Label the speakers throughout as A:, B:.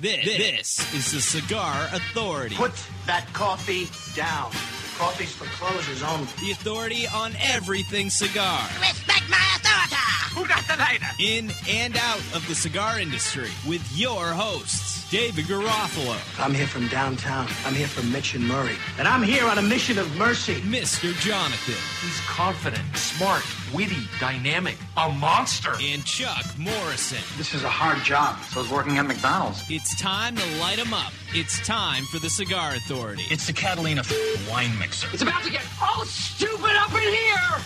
A: This, this is the Cigar Authority.
B: Put that coffee down. Coffee's for closers only.
A: The authority on everything cigar.
C: Respect my authority.
B: Who got the lighter?
A: In and out of the cigar industry with your hosts, David Garofalo,
B: I'm here from downtown. I'm here from Mitch and Murray. And I'm here on a mission of mercy.
A: Mr. Jonathan,
D: He's confident, smart, witty, dynamic, a monster.
A: and Chuck Morrison.
B: This is a hard job.
E: So I was working at McDonald's.
A: It's time to light 'em up. It's time for the Cigar Authority.
D: It's the Catalina f- wine mixer.
C: It's about to get all Oh, stupid up in here.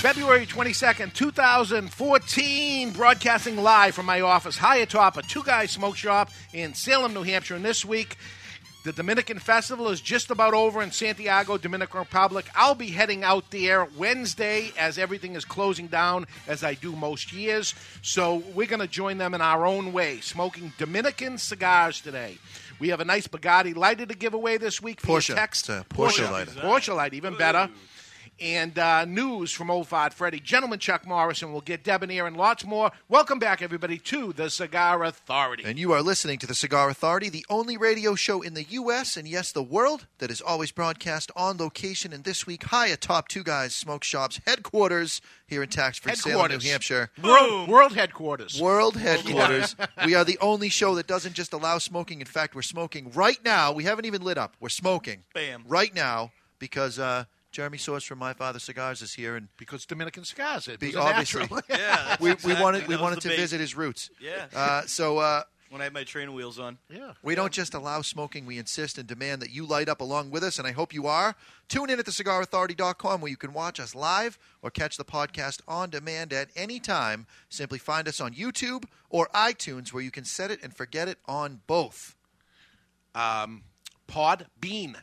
F: February 22nd, 2014, broadcasting live from my office high atop a two guy smoke shop in Salem, New Hampshire. And this week, the Dominican Festival is just about over in Santiago, Dominican Republic. I'll be heading out there Wednesday as everything is closing down, as I do most years. So we're going to join them in our own way, smoking Dominican cigars today. We have a nice Bugatti lighter to give away this week. via
G: Porsche. It's
F: Text.
G: a Porsche lighter.
F: Porsche light, even better. And uh, news from Old Fart Freddy. Gentleman Chuck Morrison will get debonair and lots more. Welcome back, everybody, to the Cigar Authority.
G: And you are listening to the Cigar Authority, the only radio show in the U.S. and yes, the world that is always broadcast on location. And this week, high atop Two Guys Smoke Shop's headquarters here in Taxford, Salem, New
F: Headquarters.
G: Hampshire.
F: World, world headquarters.
G: World headquarters. we are the only show that doesn't just allow smoking. In fact, we're smoking right now. We haven't even lit up. We're smoking.
F: Bam.
G: Right now because uh, Jeremy Source from My Father Cigars is here and
F: Because Dominican cigars. It
G: be
F: was
G: obviously
F: natural.
H: Yeah,
G: we, we wanted we
H: That was
G: wanted
H: the
G: to
H: bait.
G: visit his roots.
H: Yeah.
G: Uh, so uh,
H: when I had my train wheels on.
F: yeah.
G: We don't just allow smoking, we insist and demand that you light up along with us, and I hope you are. Tune in at thecigarauthority.com where you can watch us live or catch the podcast on demand at any time. Simply find us on YouTube or iTunes where you can set it and forget it on both.
F: Um, Pod Bean.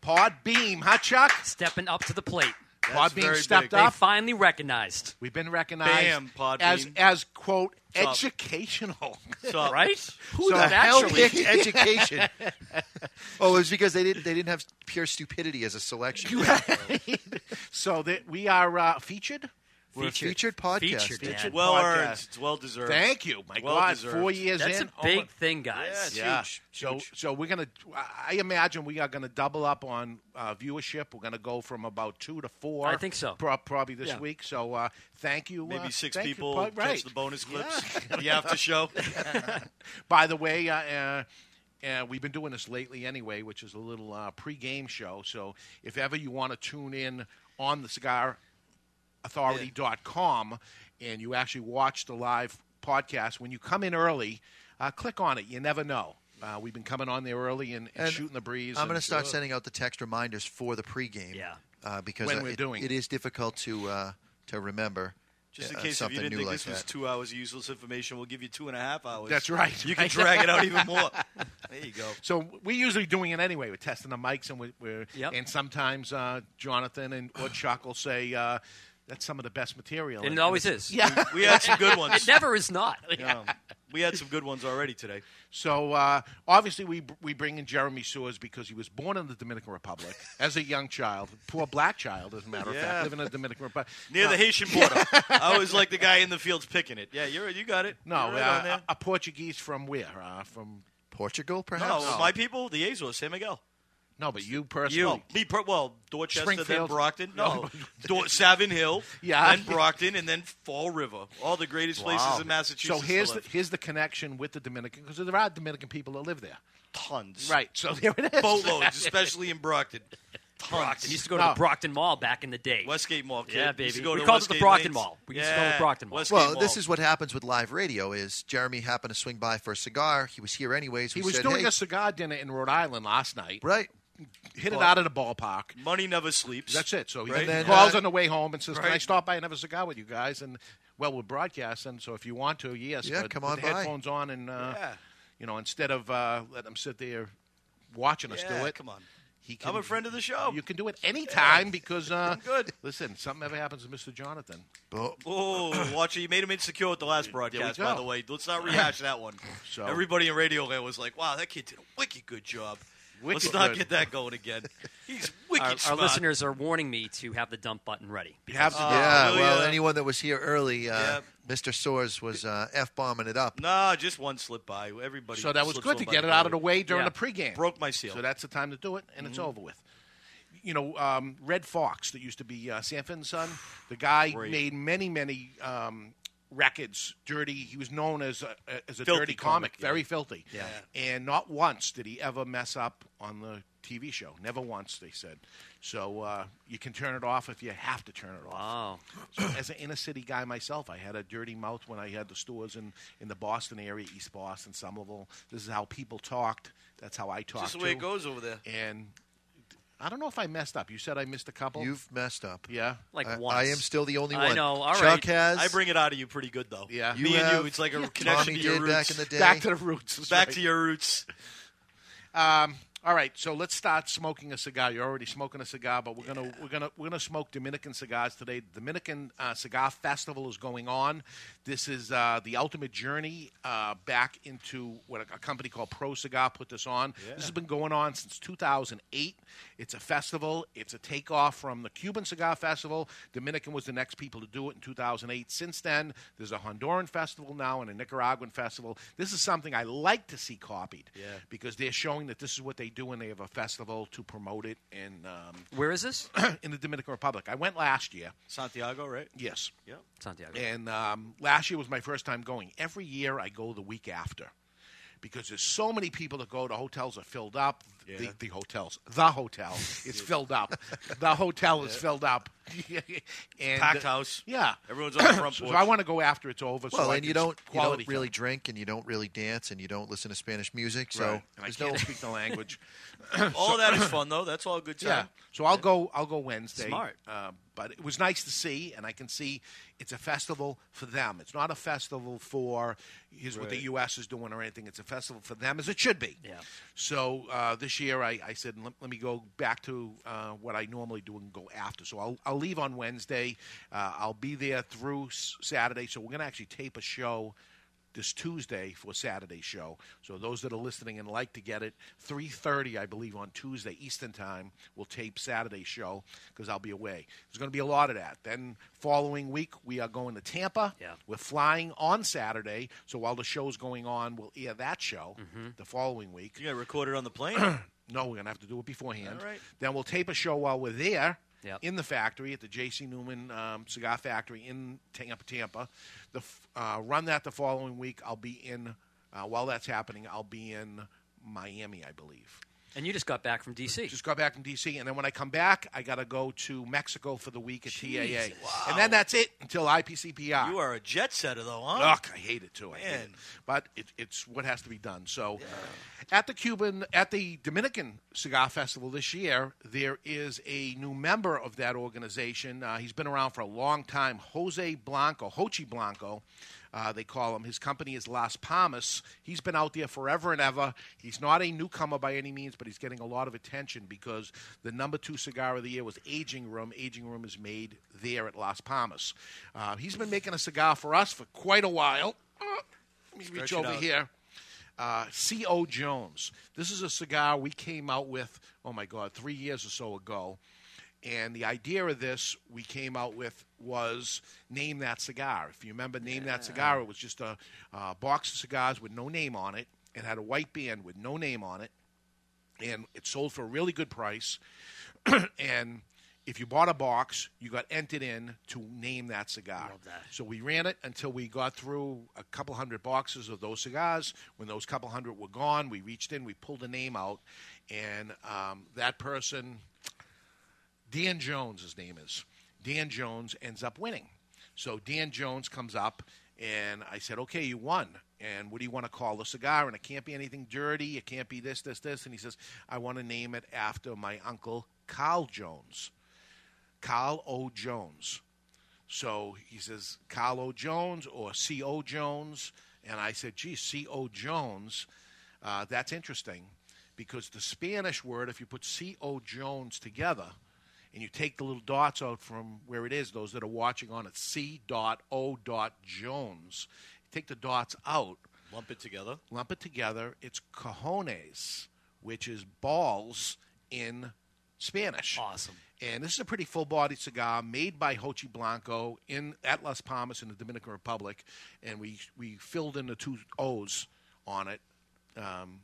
F: Pod Beam, huh, Chuck?
C: Stepping up to the plate.
F: Pod Beam
H: very
F: stepped
H: big.
C: They
F: up.
C: finally recognized.
F: We've been recognized
H: Bam, Pod
F: as,
H: Bean.
F: as, quote,
H: Top.
F: educational.
H: So
C: Right? Who
G: so hell
C: naturally?
G: picked education. oh, it was because they didn't they didn't have pure stupidity as a selection.
F: so that we are uh, featured.
G: We're a featured podcast.
C: Featured, man.
H: well
F: podcast.
H: earned. It's well deserved.
F: Thank you. My
H: Well
F: God,
H: deserved.
F: four years in.
C: That's a big
F: Oh,
C: thing,
H: Yeah,
C: guys.
H: it's
F: Yeah.
H: huge.
F: So,
H: Huge.
F: so we're gonna. I imagine we are gonna double up on uh, viewership. We're gonna go from about two to four.
C: I think so.
F: prob- probably this
C: Yeah.
F: week. So, uh, thank you. uh,
H: Maybe six
F: thank you,
H: people
F: Pod- right.
H: catch the bonus clips. the after show.
F: By the way, uh, uh, uh, we've been doing this lately anyway, which is a little uh, pre-game show. So, if ever you want to tune in on the Cigar authority.com and you actually watch the live podcast when you come in early uh, click on it you never know uh, we've been coming on there early and, and,
G: And
F: shooting the breeze
G: I'm going to
F: and-
G: start sending out the text reminders for the pregame.
C: Yeah.
G: uh, because
F: When
G: uh,
F: we're
G: it-
F: doing
G: it
F: it.
G: is difficult to uh, to remember.
H: Just in
G: uh,
H: case if
G: something
H: you didn't
G: new
H: think
G: like
H: this was
G: that.
H: two hours of useless information, we'll give you two and a half hours.
F: That's right.
H: You can drag it out even more. There you go.
F: So we're usually doing it anyway. We're testing the mics, and we're, we're
C: Yep.
F: and sometimes uh, Jonathan and or Chuck will say uh, that's some of the best material.
C: And it always is. Yeah.
H: We had some good ones.
C: It never is not.
H: Um, we had some good ones already today.
F: So uh, obviously we we bring in Jeremy Sewers because he was born in the Dominican Republic as a young child, poor black child, as a matter of
H: Yeah.
F: fact, living in the Dominican Republic.
H: Near the Haitian border. I was like the guy in the fields picking it. Yeah, you're you got it.
F: No,
H: You're right on
F: uh,
H: there.
F: a, a Portuguese from where? Uh, from
G: Portugal,
H: no,
G: perhaps.
H: my people, the Azores, San Miguel.
F: no, but you
H: You,
F: personally.
H: me, per- well, Dorchester, then
F: Springfield.
H: Brockton. No, Dor- Savin Hill,
F: Yeah.
H: then Brockton, and then Fall River. All the greatest places in Massachusetts.
F: So here's
H: to
F: the,
H: live.
F: here's the connection with the Dominican because there are Dominican people that live there.
H: tons,
F: Right. So there it is.
H: Boatloads, especially in Brockton. Tons.
C: You used to go to
F: No.
C: the Brockton Mall back in the day.
H: Westgate Mall, kid.
C: Yeah,
H: You used to
C: baby.
H: go
C: We
H: to
C: called it the
H: Westgate
C: Brockton
H: Lanes.
C: Mall. We used to
H: yeah.
C: call it Brockton Mall.
H: Westgate
G: Well, this
H: Mall.
G: is what happens with live radio: is Jeremy happened to swing by for a cigar. He was here anyways.
F: He
G: We
F: was
G: said,
F: doing
G: hey,
F: a cigar dinner in Rhode Island last night.
G: right.
F: Hit it out of the ballpark.
H: money never sleeps.
F: That's it. So he
H: Right. And then,
F: calls
G: uh,
F: on the way home and says, "Can I
H: Right.
F: stop by and have a cigar with you guys?" And well, we're broadcasting, so if you want to, yes,
G: Yeah,
F: but
G: come
F: put
G: on
F: the
G: by.
F: headphones on and uh,
H: Yeah.
F: you know, instead of uh, let them sit there watching us
H: Yeah,
F: do it,
H: come on.
F: He can,
H: I'm a friend of the show.
F: You can do it anytime because uh,
H: good.
F: Listen, something ever happens to Mr. Jonathan.
G: Bo-
H: Oh, watch it. You made him insecure at the last broadcast, by
F: go.
H: the way. Let's not rehash that one.
F: So-
H: Everybody in Radio Land was like, wow, that kid did a wicked good job. Let's not get that going again. He's wicked
C: Our, our
H: smart.
C: listeners are warning me to have the dump button ready. Uh,
F: You have to
G: yeah,
H: will
G: well,
H: ya?
G: anyone that was here early, uh,
H: Oh, uh, Yeah.
G: Mr. Soares was uh, f bombing it up.
H: No, just one slipped by. Everybody.
F: So that was
H: slips
F: good
H: one
F: to
H: by
F: get
H: the
F: it out of
H: body.
F: the way during
C: Yeah.
F: the pregame.
H: Broke my seal. Mm-hmm.
F: So that's the time to do it, and it's over with. You know, um, Red Fox, that used to be uh, Sanfin's son, the guy
H: Great.
F: made many, many um, records. Dirty. He was known as a, as a
H: Filthy
F: dirty comic,
H: comic, yeah.
F: very filthy. Yeah. And not once did he ever mess up on the TV show. Never once, they said. So uh, you can turn it off if you have to turn it off.
C: Oh,
F: So as an inner city guy myself, I had a dirty mouth when I had the stores in, in the Boston area, East Boston, Somerville. This is how people talked. That's how I talked.
H: Just the way
F: too.
H: it goes over there.
F: And I don't know if I messed up. You said I missed a couple.
G: You've messed up.
F: yeah.
C: like
G: I,
C: once.
G: I am still the only
C: I
G: one.
C: know, all
G: Chuck
C: right.
G: has.
H: I bring it out of you pretty good though.
F: Yeah.
G: You
H: Me and
G: have-
H: you, it's like a
G: Tommy
H: connection to your
G: did
H: roots.
G: back in the day.
F: Back to the roots. that's
H: Back
F: right.
H: to your roots.
F: Um, All right, so let's start smoking a cigar. You're already smoking a cigar, but we're gonna we're gonna we're gonna smoke Dominican cigars today. The Dominican uh, Cigar Festival is going on. This is uh, the ultimate journey uh, back into what a, a company called Pro Cigar put this on. This has been going on since 2008. It's a festival. It's a takeoff from the Cuban Cigar Festival. Dominican was the next people to do it in 2008. Since then, there's a Honduran festival now and a Nicaraguan festival. This is something I like to see copied
H: Yeah.
F: because they're showing that this is what they do when they have a festival to promote it in um,
C: Where is this?
F: in the Dominican Republic. I went last year.
H: Santiago, right?
F: Yes.
H: Yeah.
C: Santiago.
F: And um, last year was my first time going. Every year I go the week after because there's so many people that go. The hotels are filled up. The, the hotels, the hotel is filled up. The hotel is filled up. and,
H: Packed house.
F: Yeah.
H: Everyone's on the front
F: So
H: porch.
F: I want to go after it's over.
G: well,
F: so I
G: and you
F: can s-
G: don't, you
F: quality
G: don't really drink, and you don't really dance, and you don't listen to Spanish music. So
F: film. Right. and I
G: there's
F: can't
G: no.
F: speak the language.
H: All that is fun though. That's all good
F: Yeah.
H: time.
F: So I'll go. I'll go Wednesday.
C: Smart.
F: Uh, but it was nice to see, and I can see it's a festival for them. It's not a festival for here's what the
H: Right.
F: U.S. is doing or anything. It's a festival for them, as it should be.
C: Yeah.
F: So uh, this year, I, I said, let, let me go back to uh, what I normally do and go after. So I'll, I'll leave on Wednesday. Uh, I'll be there through s- Saturday. So we're going to actually tape a show this Tuesday for Saturday's show. So those that are listening and like to get it, 3:30, I believe, on Tuesday Eastern time, we'll tape Saturday's show because I'll be away. There's going to be a lot of that. Then following week, we are going to Tampa.
C: Yeah.
F: We're flying on Saturday, so while the show's going on, we'll air that show
C: Mm-hmm.
F: the following week.
H: You got recorded on the plane.
F: No, we're gonna have to do it beforehand.
H: All right.
F: Then we'll tape a show while we're there
C: Yep.
F: in the factory at the J.C. Newman um, Cigar Factory in Tampa. Tampa. The f- uh, run that the following week. I'll be in uh, while that's happening. I'll be in Miami, I believe.
C: and you just got back from D.C.
F: Just got back from D.C. and then when I come back, I gotta go to Mexico for the week at TAA,
C: Jesus.
F: and then that's it until IPCPR.
H: you are a jet setter though, huh?
F: Ugh, I hate it too. I hate it.
H: Man.
F: But it, it's what has to be done. So, at the Cuban, at the Dominican Cigar Festival this year, there is a new member of that organization. Uh, he's been around for a long time. Jose Blanco, Hochi Blanco, uh, they call him. His company is Las Palmas. He's been out there forever and ever. He's not a newcomer by any means, but he's getting a lot of attention because the number two cigar of the year was Aging Room. Aging Room is made there at Las Palmas. Uh, he's been making a cigar for us for quite a while. Uh, let me reach
H: it
F: over
H: out.
F: here. Uh, C.O. Jones. This is a cigar we came out with, oh my God, three years or so ago. And the idea of this we came out with was name that cigar. If you remember, name that cigar, it was just a uh, box of cigars with no name on it. It had a white band with no name on it. And it sold for a really good price and if you bought a box, you got entered in to name that cigar. So we ran it until we got through a couple hundred boxes of those cigars. When those couple hundred were gone, we reached in, we pulled the name out, and um, that person, Dan Jones, his name is. Dan Jones ends up winning. So Dan Jones comes up, and I said, "Okay, you won. And what do you want to call the cigar? And it can't be anything dirty. It can't be this, this, this." And he says, "I want to name it after my uncle Carl Jones, Carl O. Jones." So he says, "Carl O. Jones or C. O. Jones." And I said, "Gee, C. O. Jones, uh, that's interesting." Because the Spanish word, if you put C.O. Jones together, and you take the little dots out from where it is, those that are watching on it, C dot O dot Jones. Take the dots out,
H: Lump it together.
F: lump it together. It's cojones which is balls in Spanish.
C: Awesome.
F: And this is a pretty full bodied cigar made by Hochi Blanco in at Las Palmas in the Dominican Republic. And we, we filled in the two O's on it. Um,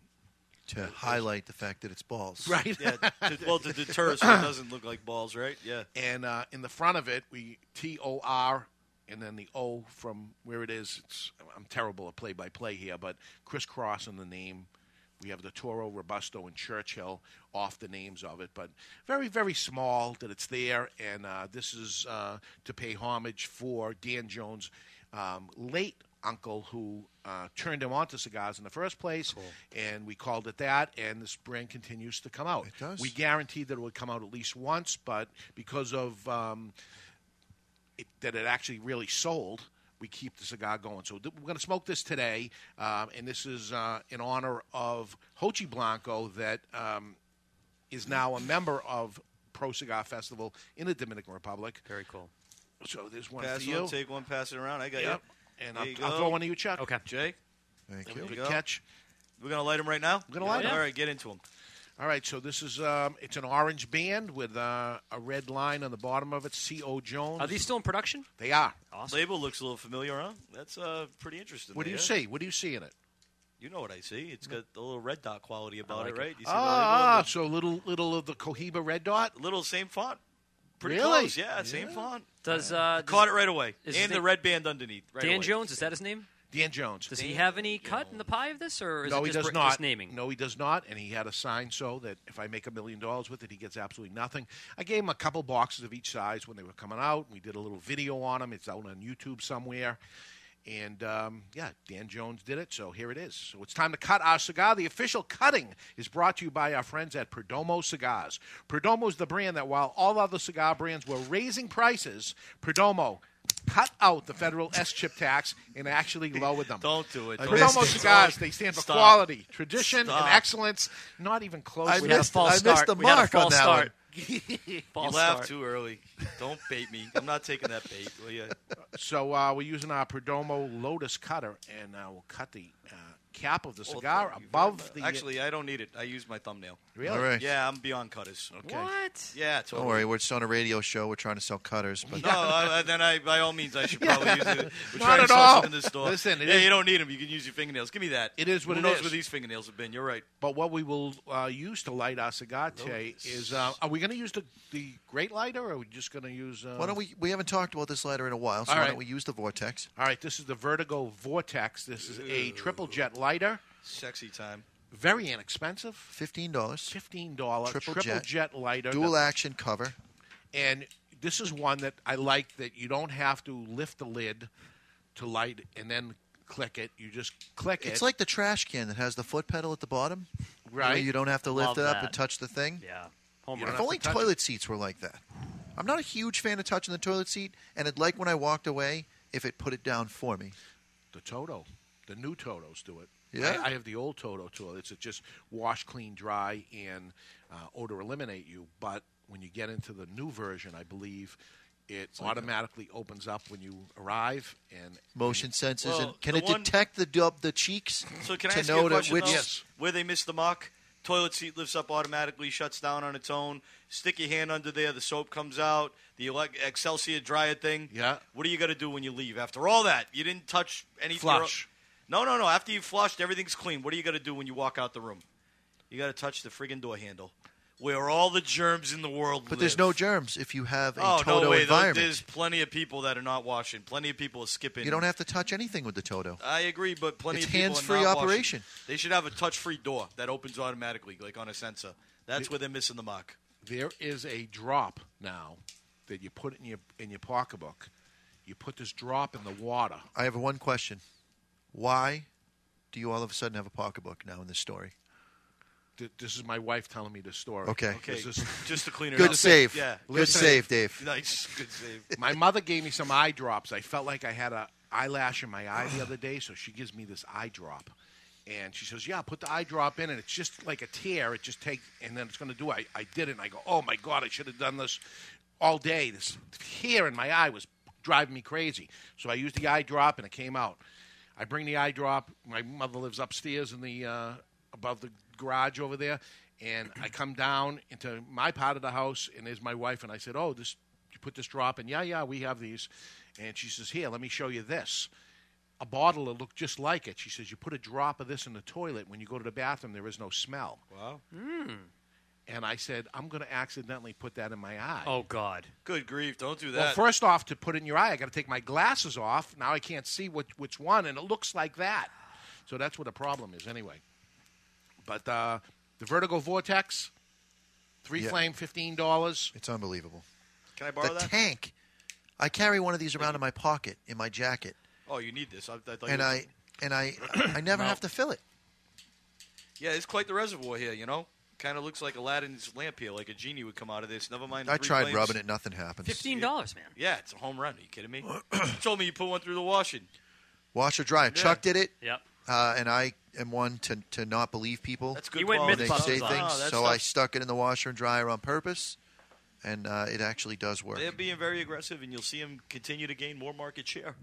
G: to highlight the fact that it's balls.
F: right?
H: Yeah. to- well, to deter so it doesn't look like balls, right? Yeah.
F: and uh, in the front of it we T O R and then the O from where it is. It's, I'm terrible at play by play here, but crisscross in the name. We have the Toro Robusto and Churchill off the names of it, but very, very small that it's there. And uh, this is uh, to pay homage for Dan Jones' um, late uncle who uh, turned him onto cigars in the first place. And we called it that, and this brand continues to come out. It
G: does.
F: We guaranteed that it would come out at least once, but because of um, it, that it actually really sold, we keep the cigar going. So th- we're going to smoke this today, um, and this is uh, in honor of Hochi Blanco that um, is now a member of Pro Cigar Festival in the Dominican Republic.
C: Very cool.
F: So there's one
H: Pass
F: for you.
H: one, take one, pass it around. I got
F: yep.
H: you.
F: And
H: There
F: I'll,
H: you
F: I'll
H: go.
F: throw one to you, Chuck.
C: Okay.
H: Jake,
G: Thank
H: There
G: you.
H: we
F: Good
H: go.
F: catch.
H: we're gonna light them right now.
F: gonna light 'em.
H: All right, get into them.
F: All right, so this is um, it's an orange band with uh, a red line on the bottom of it. C O Jones.
C: Are these still in production?
F: They are.
C: Awesome.
H: Label looks a little familiar, huh? That's uh, pretty interesting.
F: What do you
H: there.
F: see? What do you see in it?
H: You know what I see? It's got a little red dot quality about
C: like
H: it,
C: it.
H: right? You see the
F: Ah, ah,
H: label?
F: so little little of the Cohiba red dot.
H: The little same font. Pretty
F: Really?
H: close. Yeah, same font.
C: Does uh, does
H: Caught it right away.
C: Is
H: and
C: the-
H: the red band underneath. Right
C: Dan
H: away.
C: Jones is that his name?
F: Dan Jones.
C: Does he have any cut in the pie of this, or is
F: no, he
C: it just,
F: does
C: br-
F: not.
C: just naming?
F: No, he does not. And he had a sign so that if I make a million dollars with it, he gets absolutely nothing. I gave him a couple boxes of each size when they were coming out. We did a little video on him. It's out on YouTube somewhere. And um, yeah, Dan Jones did it, so here it is. So it's time to cut our cigar. The official cutting is brought to you by our friends at Perdomo Cigars. Perdomo is the brand that, while all other cigar brands were raising prices, Perdomo cut out the federal S chip tax and actually lowered them.
H: Don't do it.
F: Like,
H: Don't
F: Perdomo
H: do it.
F: cigars, they stand for
H: Stop.
F: quality, tradition,
H: Stop.
F: and excellence. Not even close.
G: I
F: to
C: We had a
G: missed-
C: false
G: I missed
C: start.
G: the
C: we had a
G: mark on
C: false
G: that
C: start.
H: You
C: False
H: laughed
C: start.
H: too early. Don't bait me. I'm not taking that bait. Will you?
F: So uh, we're using our Perdomo Lotus cutter, and uh, we'll cut the uh, cap of the
H: Well,
F: cigar
H: thank you very
F: above
H: much.
F: the.
H: Actually, I don't need it. I use my thumbnail.
F: really?
G: All right.
H: Yeah, I'm beyond cutters.
F: Okay.
C: What?
H: Yeah, totally.
G: Don't worry, we're just on a radio show. We're trying to sell cutters, but
H: No, I, I- then I, by all means, I should probably use it.
F: Not
H: We're trying
F: at
H: to sell
F: all.
H: something in the store.
F: Listen, it
H: yeah,
F: is-
H: you don't need them. You can use your fingernails. Give me that.
F: It is what
H: Who
F: it
H: knows
F: is.
H: where these fingernails have been? You're right.
F: But what we will uh, use to light our cigar today is uh, are we going to use the, the great lighter, or are we just going to use. Uh,
G: why don't we? We haven't talked about this lighter in a while, so
F: All
G: why
F: right.
G: don't we use the vortex?
F: All right, this is the Vertigo Vortex. This is a triple jet lighter.
H: Sexy time.
F: Very inexpensive.
G: Fifteen dollars,
F: $15 triple,
G: Triple
F: jet.
G: jet.
F: lighter.
G: dual
F: The-
G: action cover.
F: and this is one that I like that you don't have to lift the lid to light and then click it. You just click it.
G: It's like the trash can that has the foot pedal at the bottom, where
F: Right.
G: You don't have to lift
C: Love
G: it up
C: that.
G: and touch the thing.
C: Yeah. Home
F: You
C: run.
G: If
F: have
G: only
F: to touch
G: toilet seats were like that. I'm not a huge fan of touching the toilet seat, and I'd like when I walked away if it put it down for me.
F: the Toto. The new Totos do it.
G: Yeah?
F: I, I have the old Toto toilets that just wash, clean, dry, and uh, odor eliminate you. But when you get into the new version, I believe it automatically opens up when you arrive. And
G: Motion sensors
H: Well,
G: and can
H: the
G: it
H: one-
G: detect the dub the cheeks
H: So can I
G: to
H: ask
G: know
H: you a
G: to
H: question,
G: which
H: though?
F: Yes.
H: Where they missed the mark? Toilet seat lifts up automatically, shuts down on its own. Stick your hand under there, the soap comes out. The elec- Excelsior dryer thing.
F: Yeah.
H: What do you got to do when you leave? After all that, you didn't touch anything.
F: Flush.
H: No, no, no. After you flushed, everything's clean. What do you got to do when you walk out the room? You got to touch the friggin' door handle, where all the germs in the world.
G: But there's no
H: live.
G: germs if you have a
H: Oh
G: Toto
H: no way! There-
G: environment.
H: There's plenty of people that are not washing. Plenty of people are skipping.
G: You don't have to touch anything with the Toto.
H: I agree, but plenty
G: It's
H: of people are
G: hands-free
H: not
G: operation.
H: washing. They should have a touch-free door that opens automatically, like on a sensor. That's where they're missing the mark.
F: there is a drop now that you put in your in your pocketbook. You put this drop in the water.
G: I have one question. Why do you all of a sudden have a pocketbook now in this story?
F: Th- This is my wife telling me this story.
G: Okay.
H: Okay,
F: This is,
H: just to clean it up.
G: Good save.
H: Yeah,
G: Good save, Dave.
H: nice. Good save.
F: my mother gave me some eye drops. I felt like I had a eyelash in my eye the other day, so she gives me this eye drop. And she says, "Yeah, put the eye drop in, and it's just like a tear. It just takes, and then it's going to do." it. I, I did it, and I go, "Oh my god, I should have done this all day. This tear in my eye was driving me crazy." So I used the eye drop, and it came out. I bring the eye drop. My mother lives upstairs in the uh, above the garage over there. And I come down into my part of the house, and there's my wife. And I said, "Oh, this you put this drop in? Yeah, yeah, we have these." And she says, "Here, let me show you this." a bottle that looked just like it. She says, You put a drop of this in the toilet. When you go to the bathroom, there is no smell.
H: Wow.
F: Hmm. And I said, I'm going to accidentally put that in my eye.
C: Oh God.
H: Good grief! Don't do
F: Well,
H: that.
F: first off, to put it in your eye, I got to take my glasses off. Now I can't see what, which one, and it looks like that. So that's what the problem is, anyway. But uh, the Vertigo Vortex, three
G: Yeah.
F: flame, $15.
G: It's unbelievable.
H: Can I borrow
G: the
H: that?
G: tank. I carry one of these around in my pocket, in my jacket,
H: oh, you need this. I, I thought
G: and
H: you
G: I and I I never have to fill it.
H: Yeah, it's quite the reservoir here. You know, kind of looks like Aladdin's lamp here, like a genie would come out of this. Never mind. the
G: I
H: three
G: tried
H: flames.
G: rubbing it, nothing happens.
C: Fifteen dollars, man.
H: Yeah, it's a home run. Are you kidding me? you told me you put one through the washing.
G: Washer dryer. Chuck did it,
C: Yep.
G: uh, and I am one to to not believe people.
H: That's good.
C: You went
G: when
H: quality.
G: they
C: Mythbusters
G: say
C: on.
G: things,
H: Oh, that
G: so I
H: stuff-
G: stuck it in the washer and dryer on purpose, and uh, it actually does work.
H: They're being very aggressive, and you'll see them continue to gain more market share.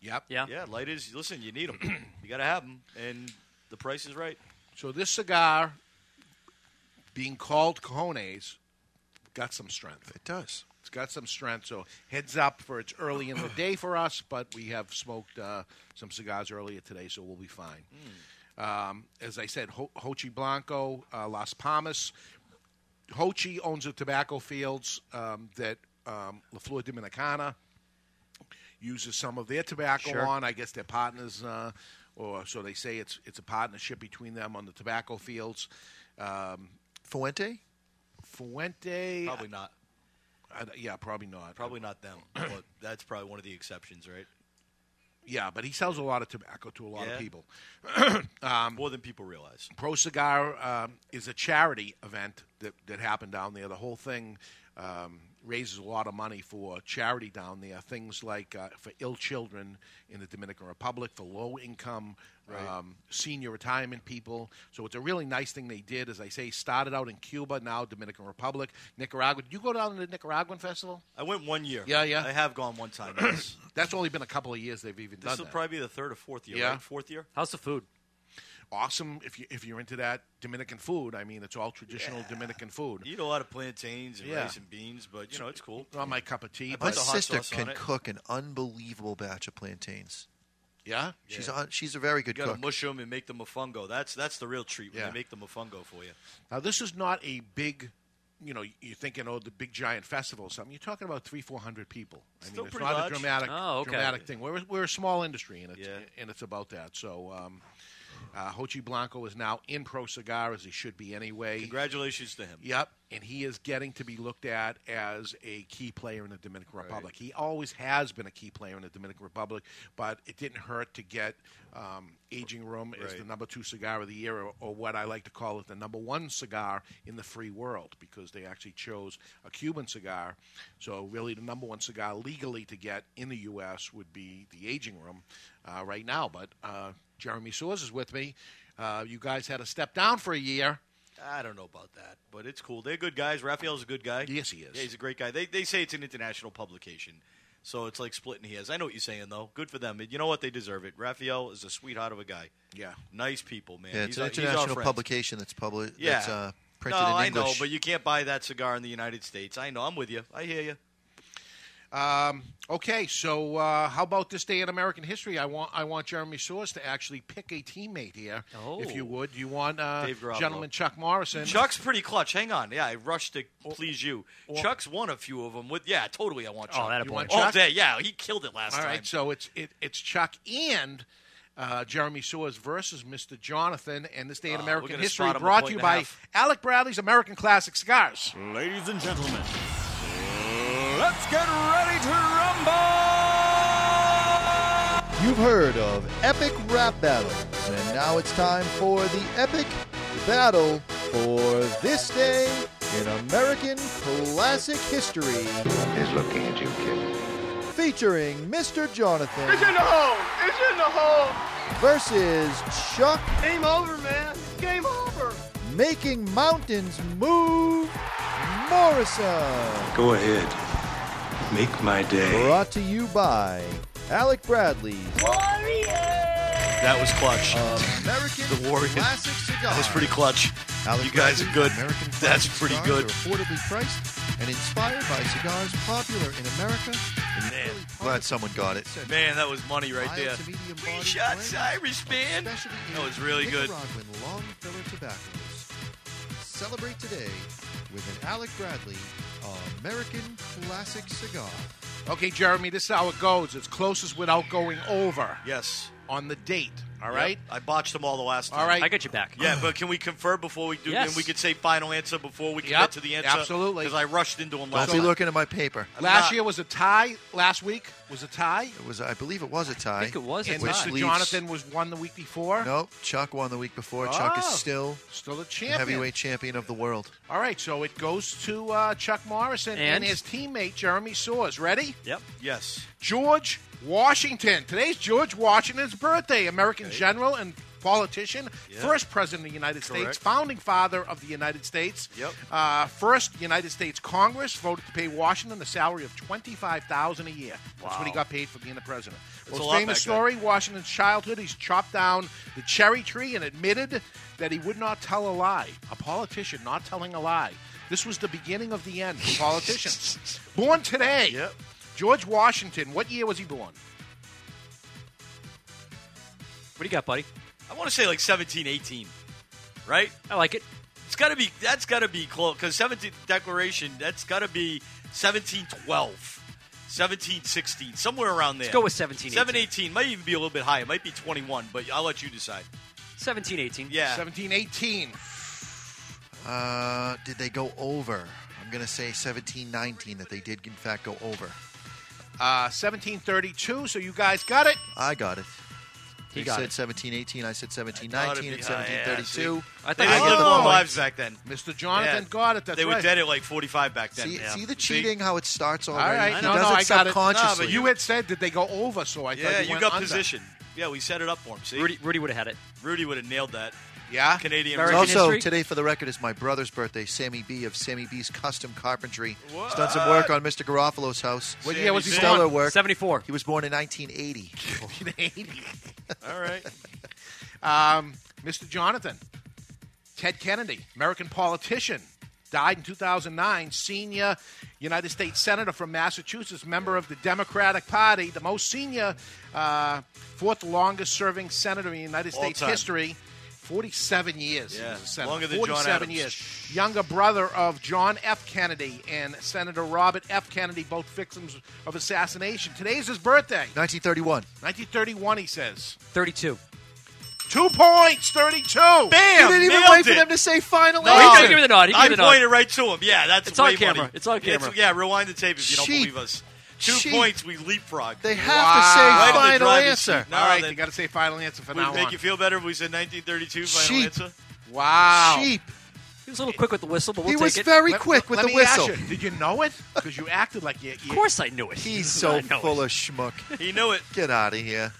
F: Yep.
C: Yeah.
H: Yeah, lighters. Listen, you need them. you got to have them, and the price is right.
F: So this cigar, being called Cojones, got some strength.
G: It does.
F: It's got some strength, so heads up for it's early in the day for us, but we have smoked uh, some cigars earlier today, so we'll be fine.
H: Mm.
F: Um, as I said, Ho, Ho Chi Blanco, uh, Las Palmas. Ho Chi owns the tobacco fields um, that um, La Flor Dominicana uses some of their tobacco on. I guess their partners, uh, or so they say, it's it's a partnership between them on the tobacco fields. Um,
G: Fuente.
F: Fuente,
H: Probably not.
F: I- yeah, probably not.
H: Probably not them. but that's probably one of the exceptions, right?
F: Yeah, but he sells a lot of tobacco to a lot
H: Yeah.
F: of people. Um,
H: More than people realize.
F: Pro Cigar um, is a charity event that, that happened down there. The whole thing um, raises a lot of money for charity down there. Things like uh, for ill children in the Dominican Republic, for low income, um, senior retirement people. So it's a really nice thing they did. As I say, started out in Cuba, now Dominican Republic, Nicaragua. Did you go down to the Nicaraguan festival?
H: I went one year.
F: Yeah, yeah.
H: I have gone one time. yes.
F: That's only been a couple of years they've even done
H: this will
F: that.
H: probably be the third or fourth year.
F: Yeah.
H: Right? Fourth year.
C: How's the food?
F: awesome if you if you're into that Dominican food. I mean, it's all traditional Dominican food.
H: You eat a lot of plantains and
F: Yeah.
H: rice and beans, but you know it's cool.
F: Not my cup of tea,
H: Put
G: My
F: but
H: the hot
G: sister
H: sauce on
G: can
H: it.
G: cook an unbelievable batch of plantains.
F: yeah.
G: She's on, she's a very good
H: You got
G: cook.
H: to mush them and make them a fungo. That's that's the real treat when
F: Yeah.
H: they make them a fungo for you.
F: Now this is not a big, you know, you're thinking oh the big giant festival or something. You're talking about three four hundred people. I
H: Still
F: mean, it's
H: pretty
F: not
H: large.
F: a dramatic
C: Oh, okay.
F: dramatic thing. We're we're a small industry, and it's
H: Yeah.
F: and it's about that. So. Um, uh, Hochi Blanco is now in Pro Cigar as he should be anyway.
H: Congratulations to him.
F: Yep, and he is getting to be looked at as a key player in the Dominican Republic. He always has been a key player in the Dominican Republic, but it didn't hurt to get um, Aging Room as the
H: Right.
F: number two cigar of the year, or, or what I like to call it, the number one cigar in the free world, because they actually chose a Cuban cigar. So, really, the number one cigar legally to get in the U.S. would be the Aging Room uh, right now. But uh, Jeremy Soares is with me. Uh, you guys had to step down for a year.
H: I don't know about that, but it's cool. They're good guys. Raphael's a good guy.
F: Yes, he is.
H: Yeah, he's a great guy. They, they say it's an international publication, so it's like splitting hairs. I know what you're saying, though. Good for them. And you know what? They deserve it. Raphael is a sweetheart of a guy.
F: Yeah.
H: Nice people, man.
G: yeah, it's
H: He's
G: an
H: our- he's our
G: international
H: friend.
G: publication that's published.
H: Yeah.
G: that's, uh, printed
H: no,
G: in
H: I
G: English.
H: know, but you can't buy that cigar in the United States. I know. I'm with you. I hear you.
F: Um, Okay, so uh, how about this day in American history? I want I want Jeremy Soares to actually pick a teammate here,
C: Oh.
F: if you would. You want uh,
H: Dave Garoppolo.
F: gentleman Chuck Morrison?
H: Chuck's pretty clutch. Hang on. Yeah, I rushed to please you. Chuck's won a few of them. With yeah, totally. I
F: Oh,
H: want Chuck.
C: that
F: you want
H: all
F: Chuck?
H: day. Yeah, he killed it last
F: All
H: time.
F: right, so it's it, it's Chuck and uh, Jeremy Soares versus Mr. Jonathan, and this day in
H: Uh, we're
F: American
H: gonna
F: history
H: spot him a
F: brought
H: point
F: to you
H: and a
F: by
H: half.
F: Alec Bradley's American Classic Cigars.
A: Ladies and gentlemen, let's get ready to rumble!
G: You've heard of epic rap battles, and now it's time for the epic battle for this day in American classic history. Is looking at you, kid. Featuring Mr. Jonathan. It's in the hole. It's in the hole. Versus Chuck. Game over, man. Game over. Making mountains move. Morrison.
E: Go ahead. Make my day.
G: Brought to you by Alec Bradley's
H: That was clutch.
G: American
H: The Warriors.
G: Classic God.
H: That's pretty clutch.
G: Alec
H: you guys
G: Bradley,
H: are good.
G: American craft
H: That's pretty
G: cigars
H: good.
G: Are affordably priced and inspired by cigars popular in America. and early
H: Man.
G: part of Glad someone got it. the
H: Man, that was money right
G: Mild
H: there.
G: to medium
H: We
G: bodied
H: shot
G: blend
H: Cyrus,
G: of
H: man.
G: specialty
H: That was really good.
G: Nicaraguan long filler tobaccos. Celebrate today with an Alec Bradley American Classic cigar.
F: Okay, Jeremy, this is how it goes. It's closest without going over
H: Yes.
F: on the date. All
H: Yep.
F: right?
H: I botched them all the last time.
F: All right.
C: I got you back.
H: Yeah, but can we confer before we do?
C: Yes.
H: And we could say final answer before we can
F: Yep,
H: get to the answer.
F: absolutely.
H: Because I rushed into them last
G: Don't be
H: time.
G: looking at my paper.
F: Last
H: not-
F: year was a tie. Last week was a tie.
G: It was, I believe, it was a tie.
C: I think it was a
F: And
G: Which
C: tie.
F: Mr.
G: leaves-
F: Jonathan was one the week before.
G: Nope, Chuck won the week before. Chuck is
F: Oh.
G: still
F: Still a
G: the
F: champion.
G: heavyweight champion of the world.
F: All right, so it goes to uh, Chuck Morrison and,
C: And?
F: his teammate Jeremy Soares. Ready?
C: Yep.
H: Yes.
F: George Washington. Today's George Washington's birthday. American general and politician, first president of the United States,
H: Correct.
F: founding father of the United States.
H: Yep.
F: Uh, first United States Congress voted to pay Washington a salary of twenty-five thousand a year. That's what he got paid for being the president.
H: a
F: Most
H: lot
F: famous
H: back then.
F: story: Washington's childhood. He's chopped down the cherry tree and admitted that he would not tell a lie. A politician not telling a lie. This was the beginning of the end for politicians. Born today.
H: Yep.
F: George Washington, what year was he born?
C: What do you got, buddy?
H: I want to say like 17, 18, right?
C: I like it.
H: It's got to be. That's got to be close. Because 17 Declaration. That's got to be 1712. 1716, somewhere around there.
C: go with 17,
H: 718 might even be a little bit high. It might be 21, but I'll let you decide.
C: 17, 18.
H: Yeah.
F: 1718.
G: Uh, did they go over? I'm going to say 17 19 that they did, in fact, go over.
F: Uh, 1732, so you guys got it.
G: I got it.
C: He
G: they
C: got
G: said
C: it.
G: 17 18. I said 17
H: I thought
G: 19
H: it'd
G: and
H: be
G: 1732.
H: high, yeah, see?
C: I
H: they didn't
C: thought I
H: live
C: did.
H: long
C: Oh.
H: lives back then.
F: Mr. Jonathan
H: Yeah.
F: got it. That's
H: they
F: right.
H: were dead at like 45 back then.
G: see,
H: Yeah.
G: see the cheating, how it starts already?
F: right,
G: He
F: no,
G: does
F: no,
G: it
F: I got it.
G: subconsciously.
H: No, but
F: You had said, did they go over? So I
H: Yeah,
F: thought
H: you
F: went
H: got
F: under.
H: position. Yeah, we set it up for him. See, Rudy,
C: Rudy, Rudy would have had it.
H: would have nailed that.
F: Yeah.
H: Canadian.
G: It's
H: Rudy.
C: Very American
G: also,
C: history?
G: today for the record is my brother's birthday, Sammy B of Sammy B's Custom Carpentry. He's done some work on Mr. Garofalo's house.
F: What year was he
H: Sammy
G: Stellar
F: born?
G: work.
C: 74.
G: He was born in 1980.
F: 1780.
H: All right.
F: um, Mr. Jonathan, Ted Kennedy, American politician, died in 2009, senior United States Senator from Massachusetts, member of the Democratic Party, the most senior, uh, fourth longest serving senator in United
H: All
F: States
H: time.
F: history. 47 years. he
H: Yeah,
F: was a senator.
H: longer than John
F: 47
H: Adams.
F: years. Younger brother of John F. Kennedy and Senator Robert F. Kennedy, both victims of assassination. Today's his birthday.
G: 1931.
F: 1931, he says.
C: 32.
F: Two points, 32.
G: you
H: Bam!
G: didn't even
H: nailed
G: wait for
H: it.
G: them to say final
C: No,
G: answer.
C: he did. Give me the nod. He
H: I
C: gave me the nod.
H: pointed right to him. Yeah, that's
C: It's on
H: way
C: camera.
H: funny.
C: It's on camera.
H: yeah, rewind the tape if you don't
G: Cheap.
H: believe us. Two
G: Cheap.
H: points, we leapfrog.
G: They have
F: Wow.
G: to say
H: Right in the
G: final
H: driver's
G: answer.
H: seat.
F: All right,
H: then-
F: you got to say final answer for
H: Would
F: now
H: it make
F: on.
H: you feel better if we said 1932 final
G: Cheap.
H: answer?
F: wow.
G: Sheep.
C: He was a little quick with the whistle, but we'll
G: he
C: take
G: was
C: it.
G: very
F: Let-
G: quick with
F: let
G: the
F: me ask
G: whistle.
F: you, did you know it? Because you acted like you. you
C: of course I knew it.
G: He's
C: I
G: so
C: know
G: full
C: it.
G: of schmuck.
H: He knew it.
G: Get out of here.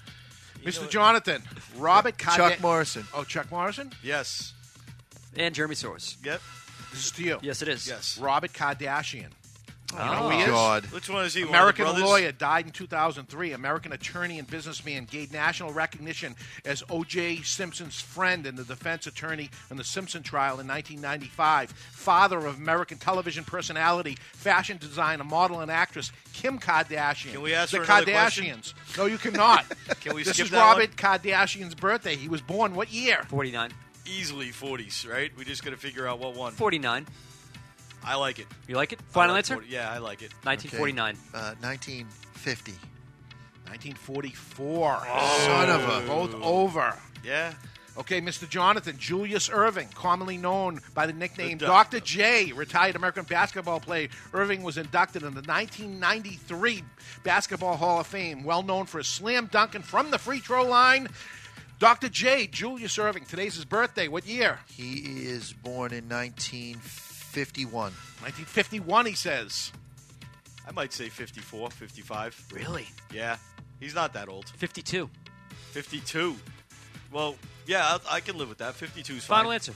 F: Mr. Jonathan, Robert Kanye.
G: Chuck Morrison.
F: Oh, Chuck Morrison?
H: Yes.
C: And Jeremy Soares.
H: Yep.
F: This is to you.
C: Yes, it is.
H: Yes.
F: Robert Kardashian.
C: Oh.
F: he is?
G: God.
H: Which one is he? One of the
F: American
H: brothers?
F: lawyer died in 2003. American attorney and businessman gained national recognition as O.J. Simpson's friend and the defense attorney in the Simpson trial in 1995. Father of American television personality, fashion designer, model, and actress Kim Kardashian.
H: Can we ask
F: the
H: her another question?
F: Kardashians? No, you cannot.
H: Can we
F: this
H: skip
F: is
H: that
F: Robert Kardashian's birthday. He was born what year?
C: 49.
H: Easily 40s, right? We just got to figure out what one.
C: 49.
H: I like it.
C: You like it?
H: I
C: Final
H: like
C: answer?
H: 40 Yeah, I like it.
G: Okay.
C: 1949.
G: Uh, 1950.
F: 1944.
G: Son of a.
F: Both over.
H: Yeah.
F: Okay, Mr. Jonathan, Julius Irving, commonly known by the nickname
H: The doc-
F: Dr. J, retired American basketball player. Irving was inducted in the 1993 Basketball Hall of Fame, well known for his slam dunking from the free throw line. Dr. J, Julius Irving, today's his birthday. What year?
G: He is born in 1951.
F: 1951, he says.
H: I might say 54, 55.
C: Really?
H: Yeah. He's not that old.
C: 52.
H: 52. Well, yeah, I, I can live with that. 52 is fine.
C: Final answer.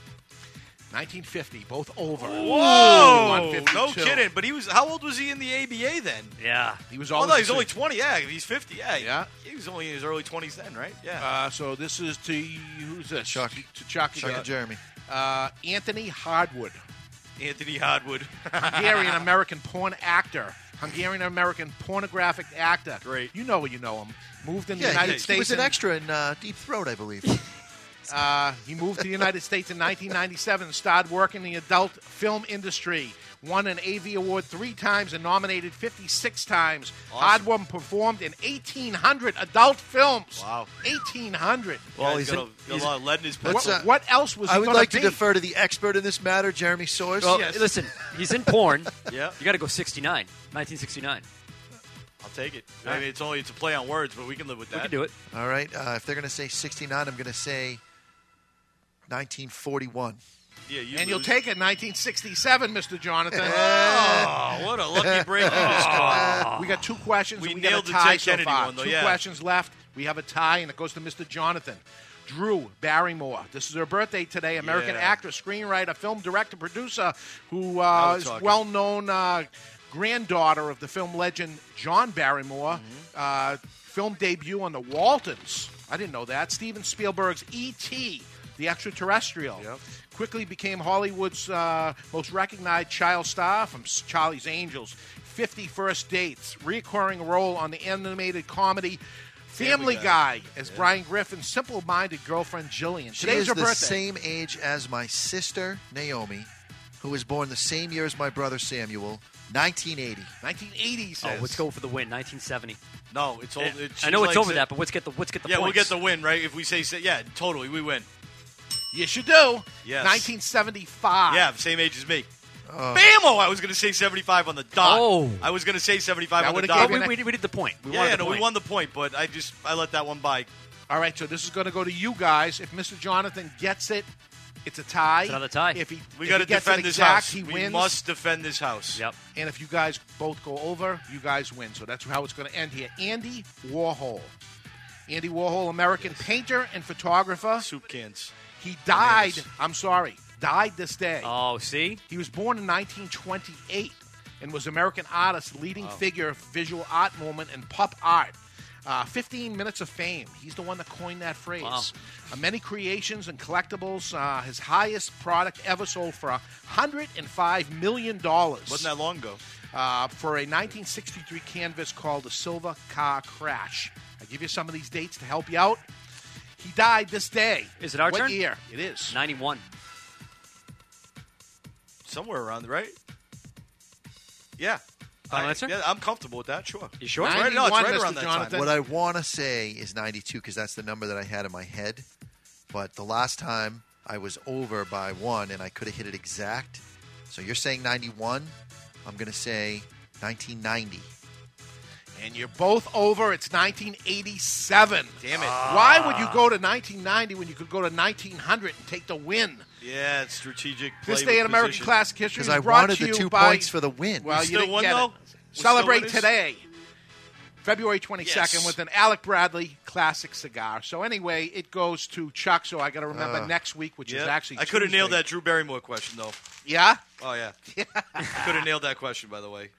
F: 1950, both over.
H: Whoa!
F: 152.
H: No kidding. But he was. How old was he in the ABA then?
C: Yeah.
F: He was
H: Oh
F: always
H: no, he's
F: the
H: only
F: same.
H: 20. Yeah, if he's 50. Yeah, he-
F: Yeah.
H: He was only in his early 20s then, right? Yeah.
F: Uh, so this is to who's this?
G: Chuck.
F: To Chuck.
G: Chuck and Jeremy.
F: Uh, Anthony Hardwood,
H: Anthony Hardwood.
F: Hungarian American porn actor, Hungarian American pornographic actor.
H: Great.
F: You know where you know him. Moved in the
G: Yeah,
F: United
G: he,
F: States.
G: he was an
F: in-
G: extra in uh, Deep Throat, I believe.
F: Uh, he moved to the United States in 1997 and started working in the adult film industry. Won an AV award three times and nominated 56 times.
H: Awesome.
F: Hardwood performed in 1,800 adult films.
H: Wow.
F: 1,800.
H: well,
C: he's
H: he's got,
C: in-
H: a, got
C: he's-
H: a lot of lead in his
F: What,
H: pencil.
G: uh,
F: what else was he
G: I would
F: gonna
G: like
F: be?
G: to defer to the expert in this matter, Jeremy Source.
C: Well,
F: Yes.
C: listen, he's in porn.
H: Yeah.
C: You got to go 69, 1969.
H: I'll take it. I mean, it's only it's a play on words, but we can live with that.
C: We can do it.
G: All right. Uh, if they're going to say 69, I'm going to say 1941.
H: Yeah, you
F: And you'll
H: lose.
F: take it 1967, Mr. Jonathan.
H: Oh, what a lucky break! you just got.
F: Oh. We got two questions.
H: We
F: and got
H: nailed the
F: a tie
H: Ted Kennedy
F: so far.
H: one, though,
F: two
H: yeah.
F: questions left. We have a tie, and it goes to Mr. Jonathan. Drew Barrymore. This is her birthday today. American
H: Yeah.
F: actress, screenwriter, film director, producer, who uh,
H: we're
F: is
H: talking.
F: well known uh, granddaughter of the film legend John Barrymore. Uh, film debut on the Waltons. I didn't know that. Steven Spielberg's E.T., The Extraterrestrial. Quickly became Hollywood's uh, most recognized child star from S- Charlie's Angels. 50 First Dates, recurring role on the animated comedy Family,
H: Family
F: Guy, as Brian Griffin's simple minded girlfriend Jillian.
G: She
F: Today's
G: is
F: her
G: the
F: birthday.
G: same age as my sister, Naomi, who was born the same year as my brother, Samuel, 1980.
F: 1980
C: Oh,
F: says.
C: let's go for the win, 1970.
H: No, it's all. It,
C: I know
H: she's
C: it's
H: like
C: over
H: si-
C: that, but let's get the let's get the
H: Yeah, we'll
C: points.
H: get the win, right? If we say, say yeah, totally, we win.
F: Yes, you do.
H: Yes.
F: 1975.
H: Yeah, same age as me.
F: Oh.
H: Bammo! I was going to say 75 on the dot.
C: Oh.
H: I was going to say 75
F: That
H: on the
F: would've
H: dot.
F: given
C: Oh, we, we, we did the point. We
H: yeah,
C: wanted
H: yeah,
C: the
H: no,
C: point.
H: we won the point, but I just I let that one by.
F: All right, so this is going to go to you guys. If Mr. Jonathan gets it, it's a tie.
C: another tie.
F: If he,
H: We
F: if
H: got to
F: he gets
H: defend
F: it
H: this
F: exact,
H: house.
F: he
H: we
F: wins.
H: must defend this house.
C: Yep.
F: And if you guys both go over, you guys win. So that's how it's going to end here. Andy Warhol. Andy Warhol, American painter and photographer.
H: Soup cans.
F: He died.
H: Bananas.
F: I'm sorry, died this day.
C: Oh, see,
F: He was born in 1928 and was American artist, leading figure of visual art movement and pop art. Uh, 15 Minutes of Fame. He's the one that coined that phrase.
C: Wow.
F: Uh, many creations and collectibles. Uh, his highest product ever sold for 105 million dollars
H: Wasn't that long ago?
F: uh, for a 1963 canvas called The Silver Car Crash. I give you some of these dates to help you out. He died this day.
C: Is it our
F: what
C: turn?
F: year? It is.
C: 91.
H: Somewhere around, right? Yeah.
C: Final
H: I-
C: answer?
H: Yeah, I'm comfortable with that, sure.
C: You sure?
H: It's right, no, it's
F: 91,
H: right
F: Mr.
H: around that
F: Jonathan.
H: time.
G: What I want to say is 92 because that's the number that I had in my head. But the last time I was over by one and I could have hit it exact. So you're saying 91. I'm going to say 1990.
F: And you're both over. It's 1987. Damn it. Ah. Why would
H: Ah.
F: you go to 1990 when you could go to 1900 and take the win?
H: Yeah, it's strategic. Play
F: This day in
H: with
F: American
H: position.
F: Classic History
G: 'Cause
F: is
G: I
F: brought
G: wanted
F: to
G: the
F: you
G: two
F: by-
G: points for the win.
F: Well,
H: We
F: you
H: still
F: didn't
H: won,
F: get it.
H: though? We still
F: Celebrate
H: won this?
F: today, February 22nd,
H: Yes.
F: with an Alec Bradley classic cigar. So anyway, it goes to Chuck. So I got to remember next week, which
H: Uh, Yeah.
F: is actually
H: I could have nailed
F: Tuesday.
H: that Drew Barrymore question, though.
F: Yeah.
H: Oh, yeah. could have nailed that question, by the way.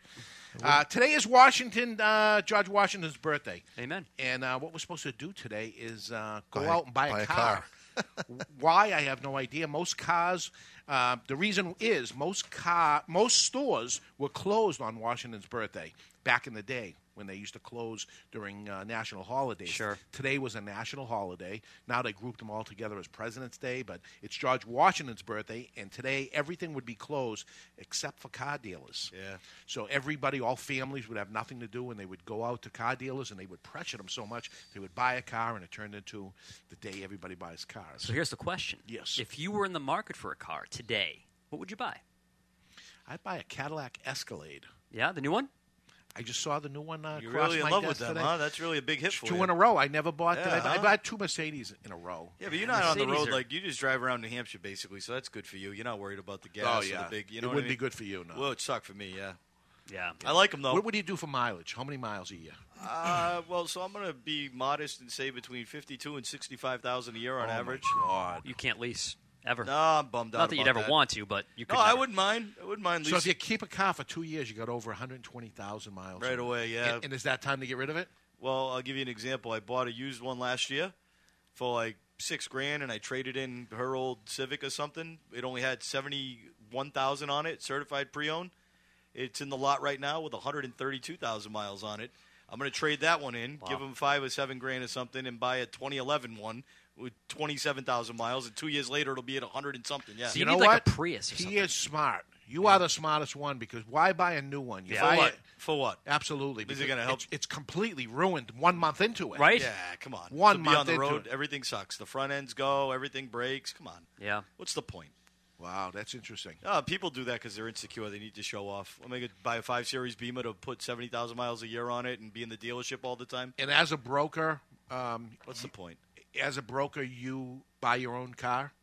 F: Uh, today is Washington, uh, George Washington's birthday.
C: Amen.
F: And uh, what we're supposed to do today is uh, go
G: Buy-
F: out and buy,
G: buy a
F: car. Why I have no idea. Most cars. Uh, the reason is most car most stores were closed on Washington's birthday back in the day when they used to close during uh, national holidays.
C: Sure.
F: Today was a national holiday. Now they grouped them all together as President's Day, but it's George Washington's birthday, and today everything would be closed except for car dealers.
H: Yeah.
F: So everybody, all families would have nothing to do, and they would go out to car dealers, and they would pressure them so much they would buy a car, and it turned into the day everybody buys cars.
C: So here's the question.
F: Yes.
C: If you were in the market for a car today, what would you buy?
F: I'd buy a Cadillac Escalade.
C: Yeah, the new one.
F: I just saw the new one. Uh,
H: You're
F: cross
H: really in
F: my
H: love
F: desk
H: with them,
F: today.
H: huh? That's really a big hit for
F: Two
H: you.
F: in a row. I never bought
H: Yeah,
F: that. I, I
H: huh?
F: bought two Mercedes in a row.
H: Yeah, but you're not on the
C: Mercedes
H: road
C: are-
H: like you just drive around New Hampshire basically, so that's good for you. You're not worried about the gas
F: Oh,
H: or
F: yeah.
H: the big. You
F: It
H: know what
F: wouldn't
H: I
F: be
H: mean?
F: good for you, no.
H: Well, it sucked for me. Yeah,
C: Yeah.
H: I like them though.
F: What would you do for mileage? How many miles a year?
H: uh, well, so I'm gonna be modest and say between 52 and 65 thousand a year on average.
F: God.
C: You can't lease. ever.
H: No, I'm bummed out.
C: Not that you'd
H: about
C: ever want to, but you could.
H: No, I
C: never.
H: wouldn't mind. I wouldn't mind
F: So if
H: leasing
F: you keep a car for two years, you got over 120,000 miles.
H: right away. Yeah.
F: And, and is that time to get rid of it?
H: well, I'll give you an example. I bought a used one last year for like six grand, and I traded in her old Civic or something. It only had seventy one thousand on it, certified pre-owned. It's in the lot right now with one hundred and thirty-two thousand miles on it. I'm going to trade that one in, give him five or seven grand or something, and buy a 2011 one with 27,000 miles. And two years later, it'll be at 100 and something. Yeah.
C: So
F: You
C: you
F: know
C: need like
F: what?
C: a Prius or
F: He
C: something.
F: is smart. You are the smartest one because why buy a new one? You
C: Yeah.
F: buy
H: for what?
F: it.
H: For what?
F: Absolutely.
H: Is it
F: because
H: gonna help?
F: It's, it's completely ruined one month into it.
C: Right?
H: Yeah, come on.
F: One
H: to be
F: month
H: on the
F: into
H: road,
F: it.
H: everything sucks. The front ends go, everything breaks. Come on.
C: Yeah.
H: What's the point?
F: Wow, that's interesting.
H: Uh, people do that because they're insecure. They need to show off. I'm going to buy a 5 Series Beamer to put 70,000 miles a year on it and be in the dealership all the time.
F: And as a broker, um,
H: What's the point?
F: as a broker, you buy your own car.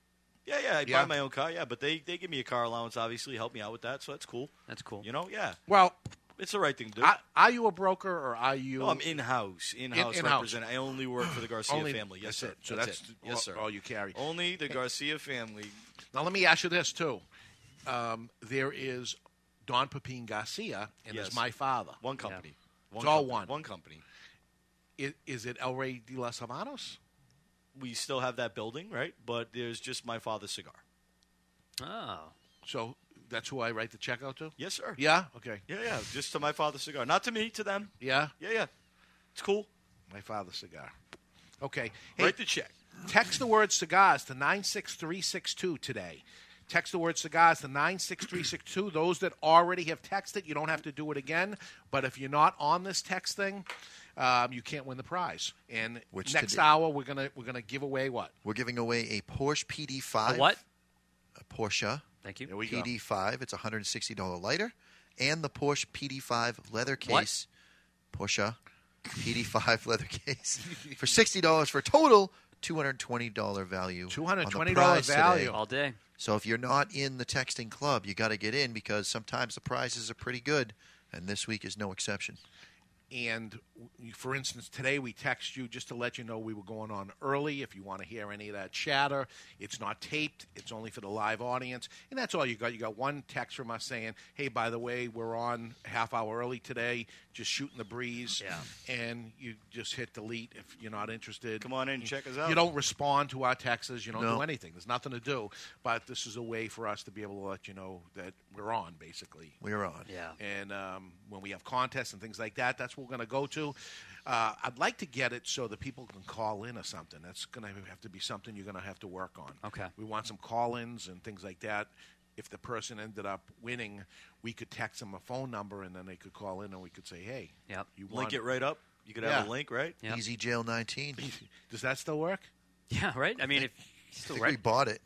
H: Yeah, yeah, I
F: Yeah.
H: buy my own car. Yeah, but they, they give me a car allowance, obviously, help me out with that. So that's cool.
C: That's cool.
H: You know, yeah.
F: Well,
H: It's the right thing to do.
F: are, are you a broker or are you?
H: no, I'm in house. In house
F: in-house.
H: represent. I only work for the Garcia
F: Only-
H: family.
F: that's
H: Yes, sir.
F: it. So that's
H: it. Yes, sir.
F: all- all you carry.
H: Only the Garcia family.
F: Now let me ask you this too. Um, there is Don Pepin Garcia, and
H: Yes.
F: there's my father.
H: One company. One
F: It's all
H: company.
F: one.
H: One company.
F: Is, is it El Rey de las Habanos?
H: we still have that building, right? But there's just my father's cigar.
C: Oh.
F: So that's who I write the check out to.
H: Yes, sir.
F: Yeah. Okay.
H: yeah, yeah. Just to my father's cigar, not to me, to them.
F: Yeah.
H: Yeah, yeah. It's cool.
F: My father's cigar. Okay. Hey,
H: Write the check.
F: Text the word cigars to 96362 today. Text the word cigars to 96362. Those that already have texted, you don't have to do it again. But if you're not on this text thing, um, you can't win the prize. And
G: Which
F: next
G: today-
F: hour, we're going to we're gonna give away what?
G: We're giving away a Porsche PD5.
C: A what?
G: A Porsche
C: Thank you.
F: There we go.
G: PD5. It's a $160 lighter. And the Porsche PD5 leather case. Porsche PD5 leather case for $60 for a total $220 value. on the
F: $220
G: prize today.
F: value.
C: All day.
G: So if you're not in the texting club, you got to get in because sometimes the prizes are pretty good, and this week is no exception.
F: And w- for instance, today we text you just to let you know we were going on early. If you want to hear any of that chatter, it's not taped, it's only for the live audience. And that's all you got. You got one text from us saying, hey, by the way, we're on a half hour early today, just shooting the breeze.
C: Yeah.
F: And you just hit delete if you're not interested.
H: Come on in, check us
F: You
H: out.
F: don't respond to our texts, you don't
G: No.
F: do anything. There's nothing to do. But this is a way for us to be able to let you know that we're on, basically
G: We're on.
C: Yeah.
F: and um, when we have contests and things like that, that's what we're going to go to. Uh, I'd like to get it so that people can call in or something. That's going to have to be something you're going to have to work on.
C: Okay.
F: We want some call-ins and things like that. If the person ended up winning, we could text them a phone number and then they could call in and we could say, "Hey,
C: Yep.
F: you won."
H: Link it right up. You could have
F: Yeah.
H: a link, right?
C: Yeah.
G: Easy Jail 19. I
F: Does that still work?
C: Yeah, right? I mean, if still
G: think
C: right,
G: we bought it.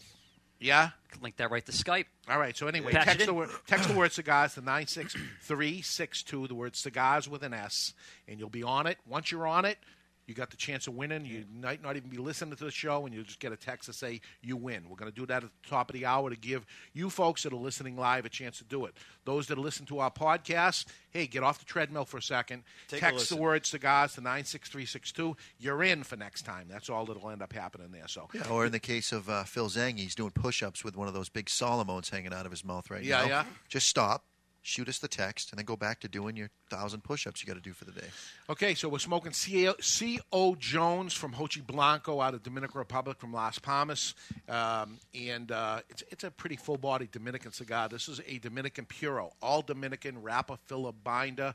F: Yeah.
C: could link that right to Skype.
F: All right. So anyway,
C: Patch it
F: text the,
C: in.
F: word, text the word cigars to nine six three six two. The word cigars with an S, and you'll be on it. Once you're on it, you got the chance of winning. You might not even be listening to the show, and you'll just get a text to say you win. We're going to do that at the top of the hour to give you folks that are listening live a chance to do it. Those that listen to our podcast, hey, get off the treadmill for a second.
H: Take a
F: text the
H: listen.
F: word cigars to nine six three six two. You're in for next time. That's all that'll end up happening there. So
G: Or in the case of uh, Phil Zang, he's doing push ups with one of those big Solomones hanging out of his mouth right
F: Yeah,
G: now.
F: yeah.
G: Just stop, shoot us the text, and then go back to doing your 1,000 push ups you got to do for the day.
F: Okay, so we're smoking C.O. C.O. Jones from Hochi Blanco out of Dominican Republic from Las Palmas. Um, and uh, it's, it's a pretty full bodied Dominican cigar. This is a Dominican Puro, all Dominican wrapper filler binder.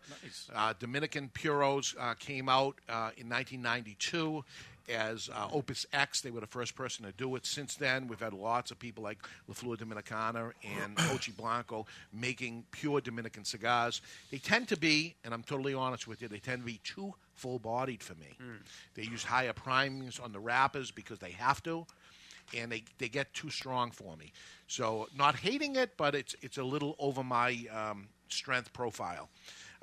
F: Uh, Dominican Puros uh, came out uh, in 1992 as uh, Opus X. They were the first person to do it. Since then, we've had lots of people like La Flor Dominicana and Ochi Blanco making pure Dominican cigars. They tend to be, and I'm totally honest with you, they tend to be too full bodied for me.
H: Hmm.
F: They use higher primings on the wrappers because they have to. And they, they get too strong for me, so not hating it, but it's it's a little over my um, strength profile.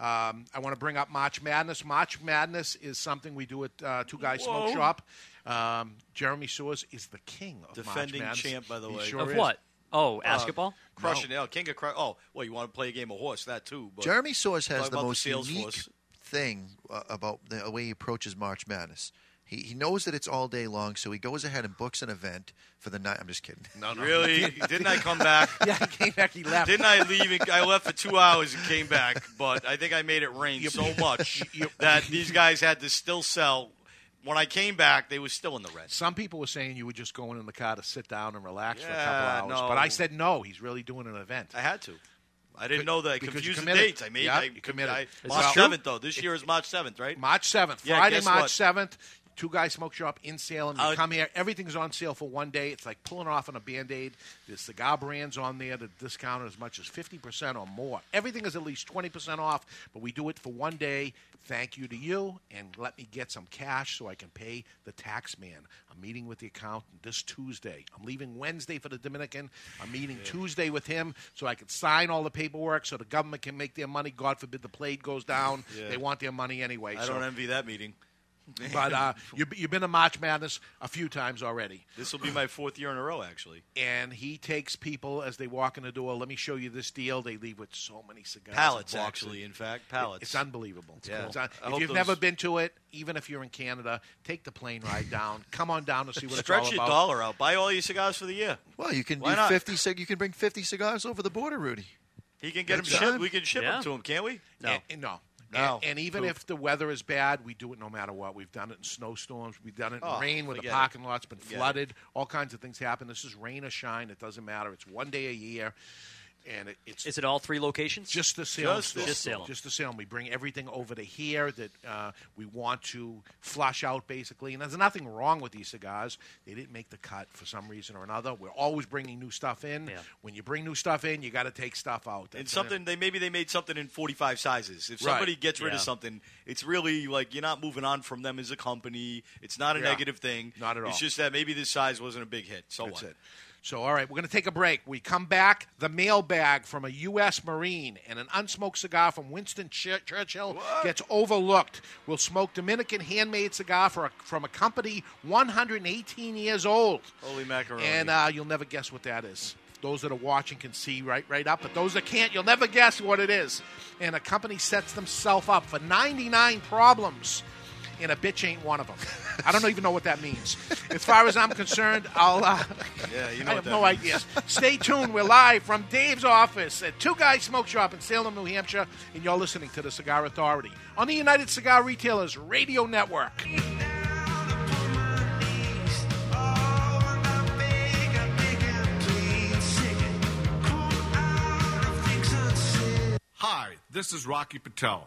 F: Um, I want to bring up March Madness. March Madness is something we do at uh, Two Guys Smoke Shop. Um, Jeremy Soers is the king of
H: Defending
F: March Madness.
H: champ, by the
F: He
H: way.
F: sure
C: Of
F: is. Uh,
C: what? Oh, basketball?
H: Crushing it. Oh, King of Crush. Oh, well, you want to play a game of horse? That too. But
G: Jeremy Soares
H: Talk
G: has the
H: about the
G: most
H: sales
G: unique
H: force.
G: thing uh, about the way he approaches March Madness. He, he knows that it's all day long, so he goes ahead and books an event for the night. I'm just kidding.
F: No, no.
H: Really? Didn't I come back?
F: Yeah, he came back. He left.
H: Didn't I leave? And, I left for two hours and came back, but I think I made it rain so much that these guys had to still sell. When I came back, they were still in the red.
F: Some people were saying you were just going in the car to sit down and relax for a
H: Yeah,
F: couple hours,
H: no.
F: but I said no. He's really doing an event.
H: I had to. I didn't know that. I
F: Because you
H: confused the
F: committed.
H: dates. I made.
F: Yeah,
H: I,
F: you committed.
H: I,
F: Is
H: March
F: that true?
H: seventh though. This year is March seventh, right?
F: March seventh,
H: Yeah,
F: Friday,
H: guess
F: March
H: what?
F: seventh. Two Guys Smoke Shop in Salem. You
H: Uh,
F: come here, everything's on sale for one day. It's like pulling off on a band aid. There's cigar brands on there that discount as much as 50% or more. Everything is at least 20% off, but we do it for one day. Thank you to you, and let me get some cash so I can pay the tax man. I'm meeting with the accountant this Tuesday. I'm leaving Wednesday for the Dominican. I'm meeting Tuesday with him so I can sign all the paperwork so the government can make their money. God forbid the plate goes down.
H: Yeah.
F: They want their money anyway.
H: I
F: so
H: don't envy that meeting.
F: but uh, you, you've been to March Madness a few times already.
H: This will be my fourth year in a row, actually.
F: And he takes people as they walk in the door. Let me show you this deal. They leave with so many cigars. and
H: Pallets,
F: boxes.
H: actually, in fact,
F: It-
H: pallets.
F: It's unbelievable.
H: Yeah.
F: It's un-
H: I
F: if
H: hope
F: you've
H: those-
F: never been to it, even if you're in Canada, take the plane ride down. Come on down to see what it's
H: Stretch
F: all
H: your
F: about.
H: dollar out. Buy all your cigars for the year.
G: Well, you can
H: Why
G: do
H: not?
G: 50 cig- You can bring 50 cigars over the border, Rudy.
H: He can get them
G: That's
H: shipped.
G: fine.
H: We can ship
C: Yeah.
H: them to him, can't we?
F: And- and no.
H: No.
F: And, and even
H: Poop.
F: if the weather is bad, we do it no matter what. We've done it in snowstorms. We've done it in
H: Oh,
F: rain where the
H: forget it.
F: parking lot's been
H: Forget it.
F: flooded. All kinds of things happen. This is rain or shine. It doesn't matter. It's one day a year. And it, it's
C: Is it all three locations?
F: Just the Salem.
H: Just the
F: store.
C: Just Salem.
F: Just the Salem. We bring everything over to here that uh, we want to flush out, basically. And there's nothing wrong with these cigars. They didn't make the cut for some reason or another. We're always bringing new stuff in.
C: Yeah.
F: When you bring new stuff in, you got to take stuff out.
H: And
F: That's
H: something they maybe they made something in 45 sizes. If
F: Right.
H: somebody gets rid of
C: Yeah.
H: something, it's really like you're not moving on from them as a company. It's not a
F: Yeah.
H: negative thing.
F: Not at all.
H: It's just that maybe this size wasn't a big hit. So
F: That's
H: what?
F: it. So, all right, we're going to take a break. We come back. The mailbag from a U.S. Marine and an unsmoked cigar from Winston Ch- Churchill gets overlooked. We'll smoke Dominican handmade cigar for a, from a company 118 years old.
H: Holy macaroni.
F: And uh, you'll never guess what that is. Those that are watching can see right right up, but those that can't, you'll never guess what it is. And a company sets themselves up for 99 problems, and a bitch ain't one of them. I don't even know what that means. As far as I'm concerned, I'll. Uh,
H: Yeah, you know
F: I
H: what
F: have
H: that
F: no
H: means.
F: idea. Stay tuned. We're live from Dave's office at Two Guys Smoke Shop in Salem, New Hampshire, and you're listening to the Cigar Authority on the United Cigar Retailers Radio Network.
I: Hi, this is Rocky Patel,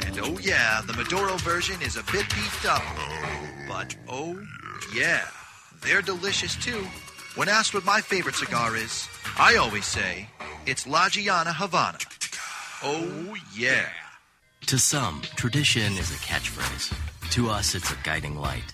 G: And oh yeah, the Maduro version is a bit beefed up. But oh yeah, they're delicious too. When asked what my favorite cigar is, I always say it's La Giana Havana. Oh yeah.
J: To some, tradition is a catchphrase. To us, it's a guiding light.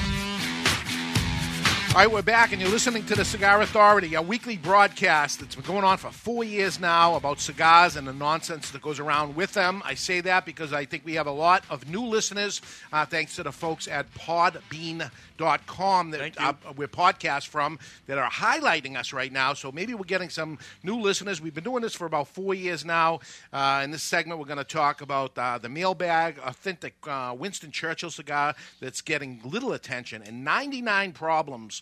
F: All right, we're back, and you're listening to the Cigar Authority, a weekly broadcast that's been going on for four years now about cigars and the nonsense that goes around with them. I say that because I think we have a lot of new listeners, uh, thanks to the folks at podbean.com that uh, we're podcast from that are highlighting us right now. So maybe we're getting some new listeners. We've been doing this for about four years now. Uh, in this segment, we're going to talk about uh, the mailbag, authentic uh, Winston Churchill cigar that's getting little attention, and 99 problems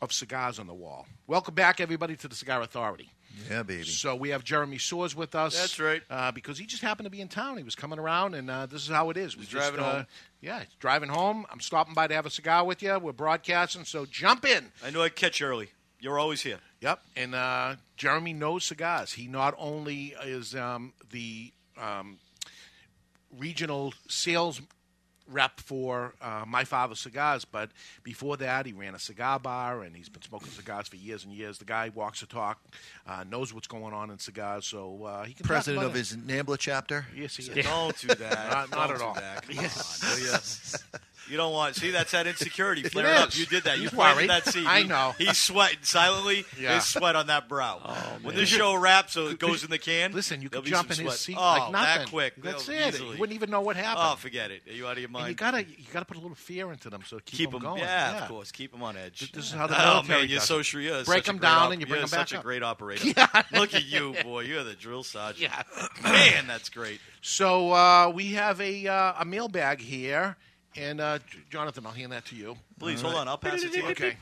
F: of cigars on the wall. Welcome back, everybody, to the Cigar Authority.
G: Yeah, baby.
F: So we have Jeremy Soares with us.
G: That's
F: right. Uh, because he just happened to be in town. He was coming around, and uh, this is how it is. We
G: He's driving
F: uh,
G: home.
F: Yeah, he's driving home. I'm stopping by to have a cigar with you. We're broadcasting, so jump in.
H: I know I catch early. You're always here.
F: Yep. And uh, Jeremy knows cigars. He not only is um, the um, regional sales rep for uh, My Father Cigars, but before that, he ran a cigar bar and he's been smoking cigars for years and years. The guy walks the talk, uh, knows what's going on in cigars, so uh, he can talk
G: President
F: about
G: of
F: it.
G: his NAMBLA chapter.
F: Yes, he
H: So
F: is.
H: Don't do that.
F: not not
H: Don't
F: at
H: do
F: all.
H: that. Come
F: Yes.
H: on, will ya? You don't want. See, that's that insecurity
F: It
H: flaring up.
F: is.
H: You did that. You
F: He's
H: planted
F: worried.
H: that seed.
F: I
H: He-
F: know.
H: He's sweating silently.
F: Yeah. Oh,
H: There's sweat on that brow.
F: man.
H: when this show wraps, so it goes in the can.
F: Listen, you
H: there'll
F: could
H: be
F: jump
H: some
F: in his seat
H: sweat. oh,
F: like nothing.
H: That quick.
F: That's
H: They'll
F: it.
H: easily-
F: You wouldn't even know what happened.
H: Oh, forget it. Are you out of your
F: And you
H: mind?
F: gotta you gotta put a little fear into them, so keep,
H: keep
F: them
H: them.
F: going.
H: Yeah, of course. Keep them on edge.
F: This is how the
H: oh
F: military
H: man, you're
F: does
H: so
F: it.
H: sure. You're
F: Break
H: such a
F: 'em
H: great
F: down
H: op-
F: and you bring
H: you're
F: 'em back
H: Such
F: up.
H: a great operator.
F: Yeah.
H: Look at you, boy. You're the drill sergeant. Man, that's great.
F: So uh, we have a uh, a mailbag here, and uh, J- Jonathan, I'll hand that to you.
H: Please hold on. I'll pass it to you.
F: Okay.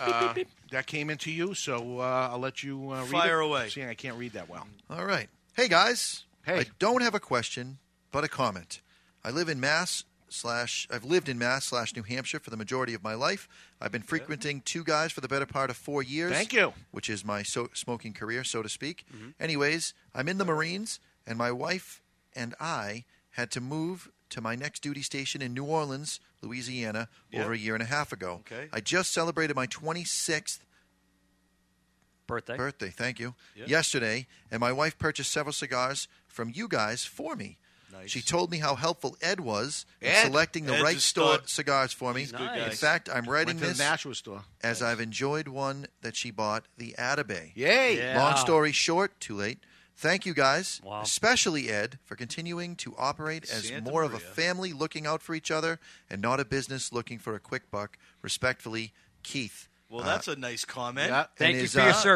F: Uh,
H: Okay.
F: that came into you, so uh, I'll let you uh, read
G: Fire
F: it.
G: away.
F: Seeing I can't read that well.
G: All right. Hey, guys. Hey. I don't have a question, but a comment. I live in Mass slash I've lived in Mass slash New Hampshire for the majority of my life. I've been frequenting two guys for the better part of four years.
F: Thank you.
G: Which is my so- smoking career, so to speak. Anyways, I'm in the Marines, and my wife and I had to move to my next duty station in New Orleans, Louisiana,
K: Yep.
G: over a year and a half ago.
K: Okay.
G: I just celebrated my 26th
C: Birthday.
G: Birthday, thank you.
K: Yeah.
G: Yesterday, and my wife purchased several cigars from you guys for me. She told me how helpful Ed was in
F: Ed?
G: selecting the
F: Ed's
G: right
F: a
G: store
F: stud.
G: cigars for me.
F: He's a good guy.
G: In fact, I'm writing
F: Went to the
G: this
F: Nashua store.
G: as I've enjoyed one that she bought, the Atabay.
F: Yay! Yeah.
G: Long story short, too late. Thank you guys,
F: Wow.
G: especially Ed, for continuing to operate as
F: Santa
G: more of a
F: Maria.
G: family looking out for each other and not a business looking for a quick buck. Respectfully, Keith.
H: Well,
G: Uh,
H: that's a nice comment.
G: yeah, and his, uh,
H: Thank you for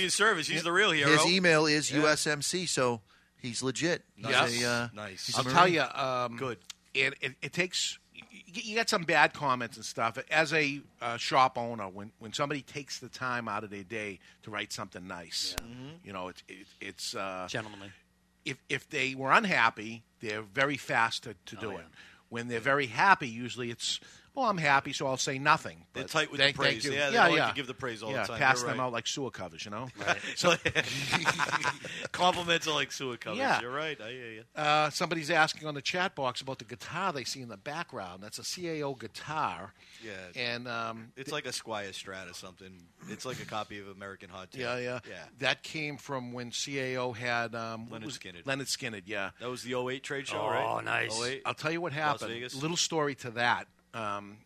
H: your service. He's the real hero.
G: His email is
H: Yeah.
G: USMC, so he's legit. He's
F: Yes.
G: a, uh, he's
F: nice.
G: a
F: I'll
G: Marine.
F: tell you. Um, Good. It, it, it takes. You, you get some bad comments and stuff. As a uh, shop owner, when, when somebody takes the time out of their day to write something nice,
H: Mm-hmm.
F: you know, it's it, it's uh,
C: gentlemanly.
F: If if they were unhappy, they're very fast to,
H: Oh,
F: to do it. When they're very happy, usually it's. Well, I'm happy, so I'll say nothing.
H: They're
F: But
H: tight with the
F: thank- thank
H: praise.
F: you.
H: Yeah, they
F: yeah,
H: like
F: yeah.
H: to give the praise all the
F: Yeah,
H: time.
F: Pass
H: You're
F: them
H: right.
F: out like sewer covers, you know.
H: Right.
F: So,
H: Compliments are like sewer covers.
F: Yeah.
H: You're right. I hear you.
F: Uh, somebody's asking on the chat box about the guitar they see in the background. That's a CAO guitar.
H: Yeah.
F: And um,
H: It's like a Squire Strat or something. It's like a copy of American Hot Tub.
F: yeah, yeah,
H: Yeah.
F: Uh, That came from when CAO had um, what
H: Leonard
F: was-
H: Skinner.
F: Leonard Skinner, yeah.
H: That was the 08 trade show, right? 08?
F: I'll tell you what
H: Las
F: happened.
H: Vegas?
F: Little story to that. Um,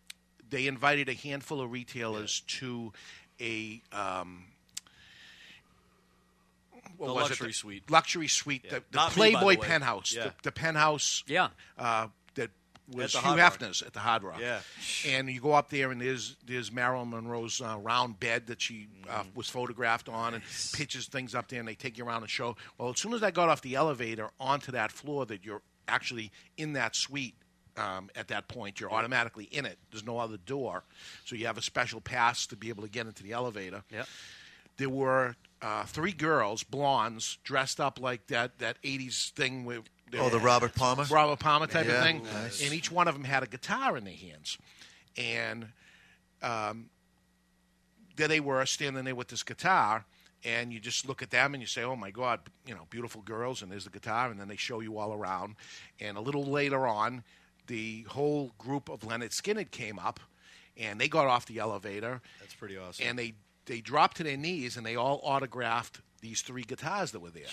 F: they invited a handful of retailers to a. Um, what
H: The
F: was it?
H: luxury suite.
F: Luxury suite.
H: Yeah.
F: The, the
H: Not me, by the
F: Playboy
H: way.
F: penthouse.
H: Yeah.
F: The, the penthouse.
C: Yeah.
F: Uh, that was
H: the
F: Hugh
H: Hard Rock.
F: Hefner's at the Hard Rock.
H: Yeah.
F: And you go up there, and there's there's Marilyn Monroe's uh, round bed that she uh,
H: Mm-hmm.
F: was photographed on, and pictures things up there, and they take you around and show. Well, as soon as I got off the elevator onto that floor, that you're actually in that suite, um, at that point. You're automatically in it. There's no other door, so you have a special pass to be able to get into the elevator.
C: Yep.
F: There were uh, three girls, blondes, dressed up like that that '80s thing with.
G: Oh, the Robert Palmer?
F: Robert Palmer type
G: Yeah,
F: of thing.
G: nice.
F: And each one of them had a guitar in their hands, and um, there they were standing there with this guitar and you just look at them and you say oh my god you know beautiful girls and there's the guitar and then they show you all around and a little later on the whole group of leonard skinner came up and they got off the elevator
H: That's pretty awesome.
F: and they they dropped to their knees and they all autographed these three guitars that were there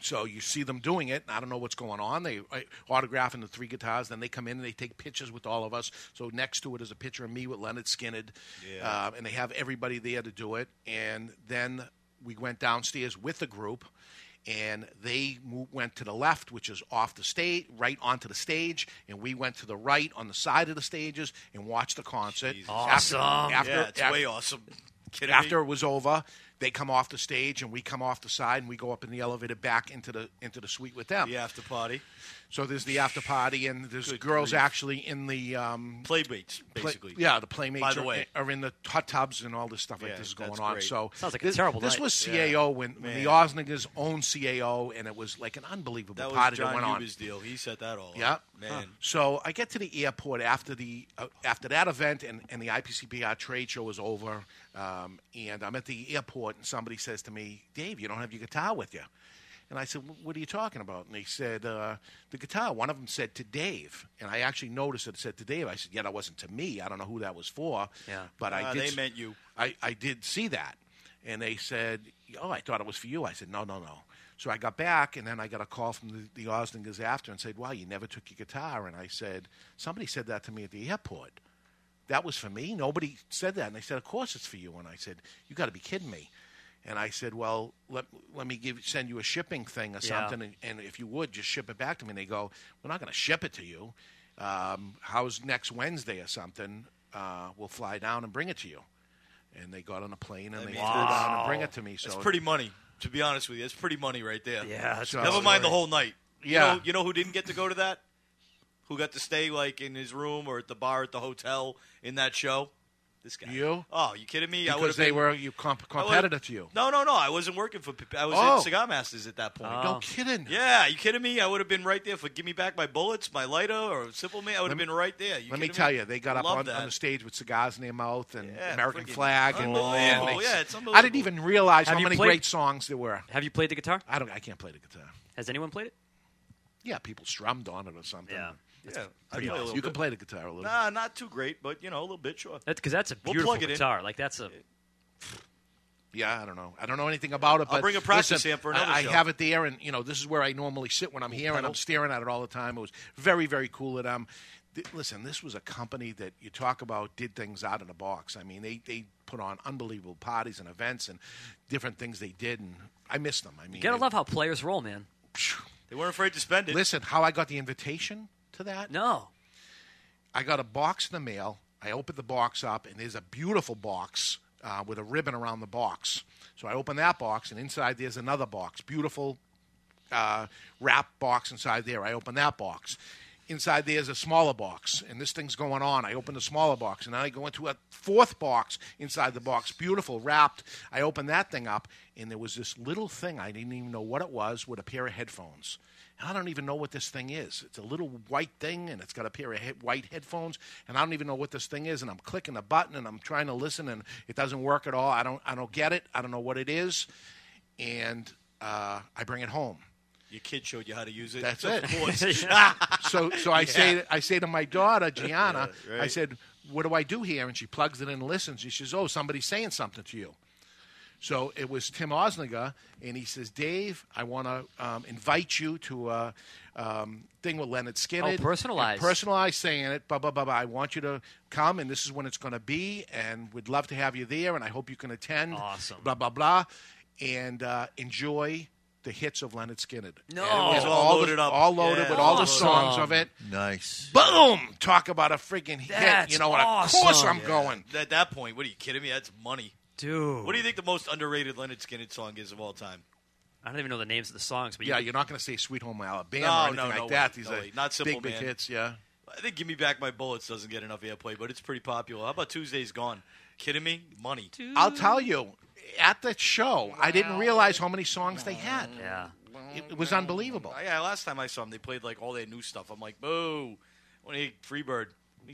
F: so you see them doing it. and I don't know what's going on. They uh, autographing the three guitars. Then they come in and they take pictures with all of us. So next to it is a picture of me with Leonard Skinner,
K: Yeah.
F: um, and they have everybody there to do it. And then we went downstairs with the group, and they mo- went to the left, which is off the stage, right onto the stage, and we went to the right on the side of the stages and watched the concert. After-
H: Awesome.
F: After,
H: Yeah, it's
F: af-
H: way awesome. Kidding me?
F: after it was over, they come off the stage and we come off the side and we go up in the elevator back into the into the suite with them.
H: The after party.
F: So there's the after party and there's girls
H: grief.
F: actually in the um,
H: Playmates,
F: pla-
H: basically.
F: yeah, the playmates
H: By the
F: are,
H: way.
F: are in the hot tubs and all this stuff
H: Yeah,
F: like this is going
H: that's
F: on.
H: great.
F: So
H: Sounds like a
F: this,
H: terrible
F: This
H: night.
F: was
H: Yeah.
F: CAO when, when the
H: Man.
F: Osnigers owned CAO and it was like an unbelievable
H: That was
F: party that
H: John
F: went on.
H: Huber's deal. He set that all
F: Yeah,
H: up. Man.
F: So I get to the airport after the uh, after that event and, and the IPCPR trade show is over, um, and I'm at the airport and somebody says to me, "Dave, you don't have your guitar with you," and I said, "Wh- "What are you talking about?" And they said, uh, "The guitar." One of them said to Dave, and I actually noticed that it said to Dave. I said, "Yeah, that wasn't to me. I don't know who that was for."
H: Yeah.
F: but I
H: Ah,
F: did.
H: they
F: s-
H: meant you.
F: I, I did see that. And they said, Oh, I thought it was for you. I said, No, no, no. So I got back, and then I got a call from the, the Oslingers after and said, Wow, you never took your guitar. And I said, Somebody said that to me at the airport. That was for me? Nobody said that. And they said, Of course it's for you. And I said, You got to be kidding me. And I said, Well, let, let me give send you a shipping thing or
K: Yeah.
F: something. And, and if you would, just ship it back to me. And they go, We're not going to ship it to you. Um, how's next Wednesday or something? Uh, we'll fly down and bring it to you and they got on a plane and
H: I
F: they
H: mean,
F: flew down and bring it to me. So
H: it's pretty money, to be honest with you. It's pretty money right there.
F: Yeah, that's a
H: never
F: good
H: mind the
F: story.
H: whole night.
F: Yeah.
H: you know, you know who didn't get to go to that? Who got to stay like in his room or at the bar at the hotel in that show? This guy.
F: You?
H: Oh, you kidding me? I
F: because
H: would've
F: they
H: been-
F: were you comp-
H: I would've-
F: competitor to you.
H: No, no, no. I wasn't working for. Pip- I was
F: Oh.
H: at Cigar Masters at that point.
F: No Oh. kidding.
H: Yeah, you kidding me? I would have been right there for give me back my bullets, my lighter, or simple man. I would have
F: Lem-
H: been right there. You
F: Let me
H: kidding
F: tell you, they got up
H: Love
F: on,
H: that.
F: on the stage with cigars in their mouth and
H: Yeah,
F: American
H: friggin'
F: flag. And,
H: unbelievable.
F: and they-
H: Yeah, it's
F: I didn't even realize
C: Have
F: how
C: you
F: many
C: played-
F: great songs there were.
C: Have you played the guitar?
F: I don't. I can't play the guitar.
C: Has anyone played it?
F: Yeah, people strummed on it or something.
C: Yeah.
H: Yeah, I
F: Pretty
H: play a
F: awesome.
H: little
F: You can
H: bit.
F: play the guitar a little.
H: Nah, not too great, but you know, a little bit sure.
C: That's because that's a
H: We'll
C: beautiful
H: plug it in.
C: guitar. Like that's a
F: Yeah, I don't know. I don't know anything about it.
H: I'll
F: But
H: bring a practice
F: listen,
H: amp for another
F: I, I
H: show.
F: have it there, and you know this is where I normally sit when I'm here, and
H: pedal.
F: I'm staring at it all the time. It was very, very cool that um, th- listen, this was a company that you talk about did things out of the box. I mean, they they put on unbelievable parties and events and different things they did, and I miss them. I mean,
C: you gotta love how players roll, man.
H: They weren't afraid to spend it.
F: Listen, how I got the invitation to that?
C: No.
F: I got a box in the mail. I opened the box up, and there's a beautiful box uh, with a ribbon around the box. So I opened that box, and inside there's another box. Beautiful uh, wrap box inside there. I open that box. Inside there's a smaller box, and this thing's going on. I open the smaller box, and then I go into a fourth box inside the box, beautiful, wrapped. I open that thing up, and there was this little thing I didn't even know what it was with a pair of headphones. And I don't even know what this thing is. It's a little white thing, and it's got a pair of he- white headphones, and I don't even know what this thing is. And I'm clicking the button, and I'm trying to listen, and it doesn't work at all. I don't, I don't get it. I don't know what it is, and uh, I bring it home.
H: Your kid showed you how to use it.
F: That's
H: of
F: it.
H: course.
F: so so I say
H: Yeah.
F: I say to my daughter Gianna,
H: Yeah, right.
F: I said, "What do I do here?" And she plugs it in and listens. And she says, "Oh, somebody's saying something to you." So it was Tim Osniger, and he says, "Dave, I want to um, invite you to a um, thing with Leonard Skinner.
C: Oh, personalized.
F: And personalized, saying it. Blah blah blah blah. I want you to come, and this is when it's going to be, and we'd love to have you there, and I hope you can attend. Awesome. Blah blah blah, and uh, enjoy." The hits of Leonard Skinner.
H: No.
F: And it was
H: It's all
F: all,
H: loaded
F: the,
H: up.
F: all loaded
H: Yeah.
F: with all the
H: Awesome.
F: songs of it.
G: Nice.
F: Boom! Talk about a freaking hit.
H: That's
F: you know, and of course
H: awesome.
F: I'm going.
H: At that point, what are you kidding me? That's money.
C: Dude.
H: What do you think the most underrated Leonard Skinner song is of all time?
C: I don't even know the names of the songs, but
F: Yeah,
C: you,
F: you're not going to say Sweet Home Alabama
H: No,
F: or anything
H: no,
F: like
H: no
F: that.
H: way,
F: These
H: no
F: are
H: way. Not Simple
F: big, big
H: Man.
F: hits. Yeah.
H: I think "Give Me Back My Bullets" doesn't get enough airplay, but it's pretty popular. How about "Tuesday's Gone"? Kidding me? Money.
F: I'll tell you, at the show, I didn't realize how many songs they had.
H: Yeah.
F: It, it was unbelievable.
H: Yeah, last time I saw them, they played like all their new stuff. I'm like, boo! When you Freebird,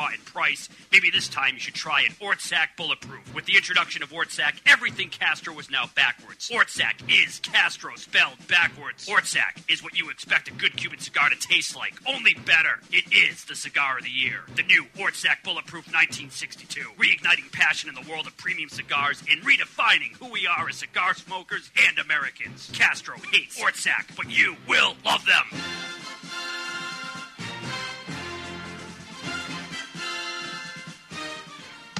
L: and price, maybe this time you should try an Ortsac Bulletproof. With the introduction of Ortsac, everything Castro is now backwards. Ortsac is Castro spelled backwards. Ortsac is what you expect a good Cuban cigar to taste like, only better. It is the cigar of the year. The new Ortsac Bulletproof 1962, reigniting passion in the world of premium cigars and redefining who we are as cigar smokers and Americans. Castro hates Ortsac, but you will love them.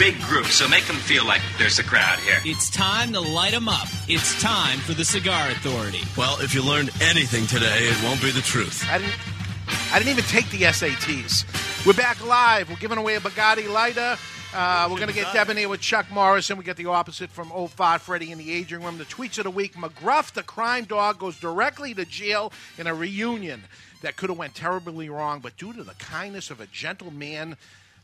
E: big groups, so make him feel like there's a crowd here.
A: It's time to light 'em up. It's time for the Cigar Authority.
M: Well, if you learned anything today, it won't be the truth.
F: I didn't I didn't even take the SATs. We're back live. We're giving away a Bugatti lighter. Uh, we're going to get Debonair with Chuck Morrison. We get the opposite from 05 Freddy in the aging room. The tweets of the week McGruff, the crime dog, goes directly to jail in a reunion that could have went terribly wrong, but due to the kindness of a gentle man,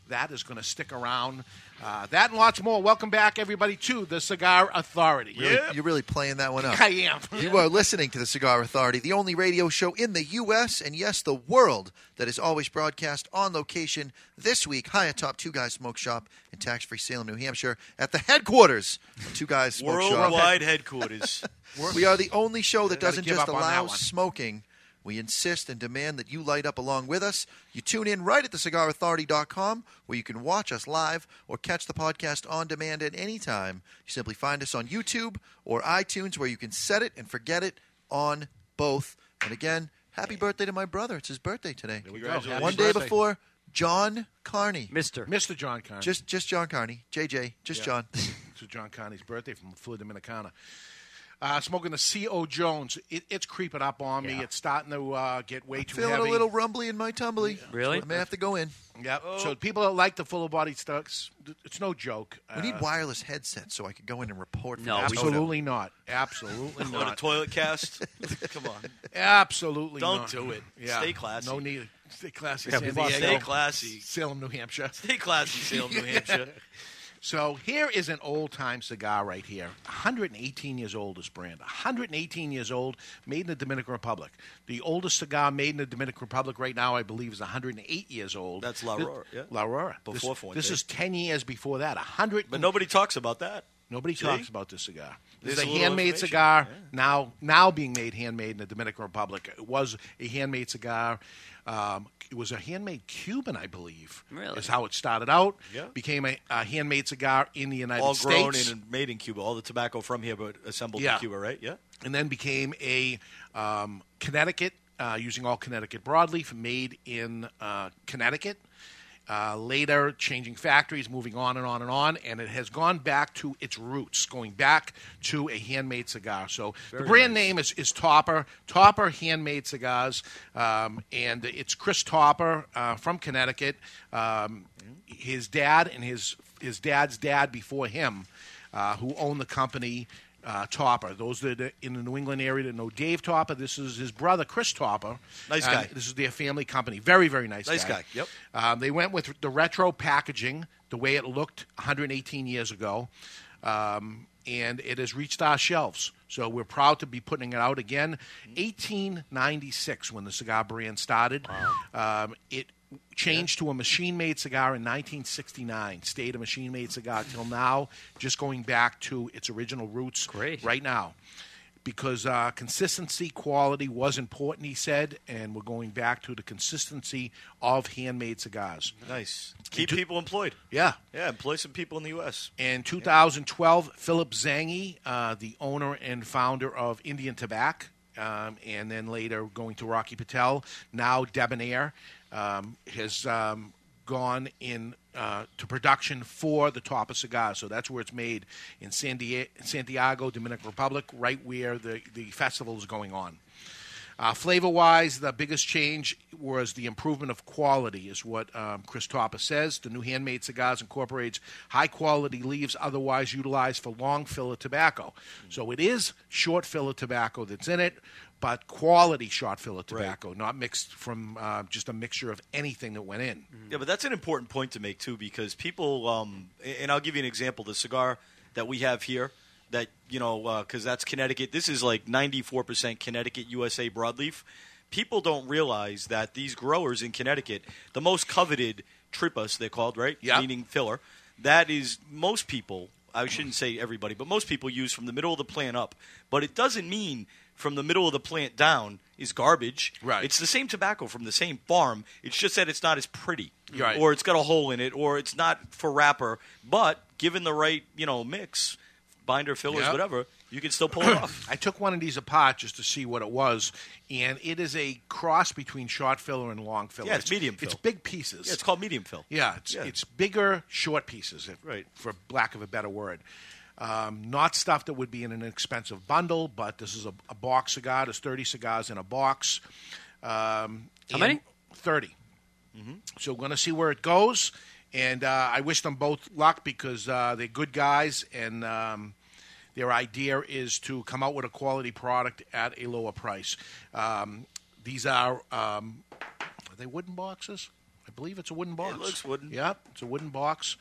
F: that is going to stick around. Uh, that and lots more. Welcome back, everybody, to the Cigar Authority.
G: Really, You're really playing that one up.
F: I am.
G: You are listening to the Cigar Authority, the only radio show in the U.S. and yes, the world that is always broadcast on location this week, high atop Two Guys Smoke Shop in tax free Salem, New Hampshire, at the headquarters of Two Guys Smoke Shop.
H: Worldwide headquarters.
G: We are the only show that
H: Gotta
G: doesn't
H: give
G: just
H: up on that
G: allow
H: one.
G: smoking. We insist and demand that you light up along with us. You tune in right at thecigarauthority.com where you can watch us live or catch the podcast on demand at any time. You simply find us on YouTube or iTunes where you can set it and forget it on both. And again, happy birthday to my brother. It's his birthday today.
F: we go. Congratulations.
G: One day
F: Birthday.
G: before John Carney.
C: Mr.
F: Mr. John Carney.
G: Just just John Carney. JJ, just
F: Yeah.
G: John.
F: to John Connie's birthday from Fleur Dominicana. Uh, smoking the C.O. Jones. It, it's creeping up on me. It's starting to uh, get way too
G: Feeling
F: heavy.
G: a little rumbly in my tumbly.
F: Really?
G: I may have to go in.
F: Yep.
G: Oh,
H: Oh.
F: So people that like the full body stucks, it's no joke.
G: We need
F: Uh,
G: wireless headsets so I could go in and report. for that.
F: absolutely not. Absolutely
H: On a
F: not.
H: toilet cast. Come on.
F: Absolutely
H: Don't
F: not.
H: do it.
F: Yeah.
H: Stay classy.
F: No need. Stay classy.
H: Yeah,
F: San
H: we lost-
F: Diego.
H: Stay classy.
F: Salem, New Hampshire.
H: Stay classy, Salem, New Hampshire.
F: So here is an old time cigar right here. 118 years old, this brand. 118 years old, made in the Dominican Republic. The oldest cigar made in the Dominican Republic right now, I believe, is 108 years old.
H: That's La
F: Thi-
H: Aurora, yeah.
F: La Aurora.
H: Before
F: this,
H: Fuente.
F: this is 10 years before that. 100.
H: But nobody talks about that.
F: Nobody
H: See?
F: talks about this cigar. This is
H: There's
F: a
H: a little
F: handmade
H: information.
F: cigar now now being made handmade in the Dominican Republic. It was a handmade cigar. Um, it was a handmade Cuban, I believe.
H: Really?
F: is how it started out.
H: Yeah.
F: became a, a handmade cigar in the United
H: all
F: States.
H: grown and made in Cuba. All the tobacco from here, but assembled
F: Yeah.
H: in Cuba, right? Yeah.
F: and then became a um, Connecticut, uh, using all Connecticut broadleaf, made in uh, Connecticut. Uh, later, changing factories, moving on and on and on, and it has gone back to its roots, going back to a handmade cigar. So
N: Very
F: the brand name is, is Topper, Topper Handmade Cigars, um, and it's Chris Topper uh, from Connecticut. Um, his dad and his his dad's dad before him, uh, who owned the company, uh, Topper. Those that are in the New England area that know Dave Topper, this is his brother Chris Topper.
H: Nice
F: Uh,
H: guy.
F: this is their family company. Very very nice.
H: Nice guy, yep.
F: Um, they went with the retro packaging, the way it looked 118 years ago, um, and it has reached our shelves. So we're proud to be putting it out again. 1896 when the cigar brand started. Um, it changed to a machine-made cigar in 1969. Stayed a machine-made cigar till now, just going back to its original roots. Great. Right now because uh, consistency, quality was important, he said, and we're going back to the consistency of handmade cigars.
H: Nice. Keep people employed.
F: Yeah.
H: Yeah, employ some people in the U.S.
F: In 2012, Philip Zangi, uh, the owner and founder of Indian Tobacco, um, and then later going to Rocky Patel, now Debonair, um, has um, gone in uh, to production for the Tapa cigar. So that's where it's made in San Die- Santiago, Dominican Republic, right where the, the festival is going on. Uh, flavor wise, the biggest change was the improvement of quality, is what um, Chris Topper says. The new handmade cigars incorporates high quality leaves otherwise utilized for long filler tobacco.
H: Hmm.
F: So it is short filler tobacco that's in it, but quality short filler tobacco, not mixed from uh, just a mixture of anything that went in.
H: Yeah, but that's an important point to make too, because people, um, a- and I'll give you an example: the cigar that we have here, that you know, because that's Connecticut. This is like ninety-four percent Connecticut USA broadleaf. People don't realize that these growers in Connecticut, the most coveted tripas they're called, right? Yeah. Meaning filler. That is most people. I shouldn't say everybody, but most people use from the middle of the plant up. But it doesn't mean from the middle of the plant down is garbage. Right. It's the same tobacco from the same farm. It's just that it's not as pretty.
F: Right.
H: Or it's got a hole in it, or it's not for wrapper. But given the right, you know, mix, binder, fillers,
F: Yep.
H: whatever, you can still pull it off.
F: I took one of these apart just to see what it was, and it is a cross between short filler and long filler.
H: Yeah, it's medium fill.
F: It's big pieces.
H: Yeah, it's called medium fill.
F: Yeah, it's,
H: Yeah.
F: it's bigger, short pieces, if,
H: Right.
F: for lack of a better word. Um, not stuff that would be in an expensive bundle, but this is a, a box cigar. There's 30 cigars in a box. Um,
C: How
F: and
C: many? Mm-hmm.
F: 30. So we're going to see where it goes. And uh, I wish them both luck because uh, they're good guys, and um, their idea is to come out with a quality product at a lower price. Um, these are um, are they wooden boxes? I believe it's a wooden box. It looks wooden. Yep, it's a wooden box,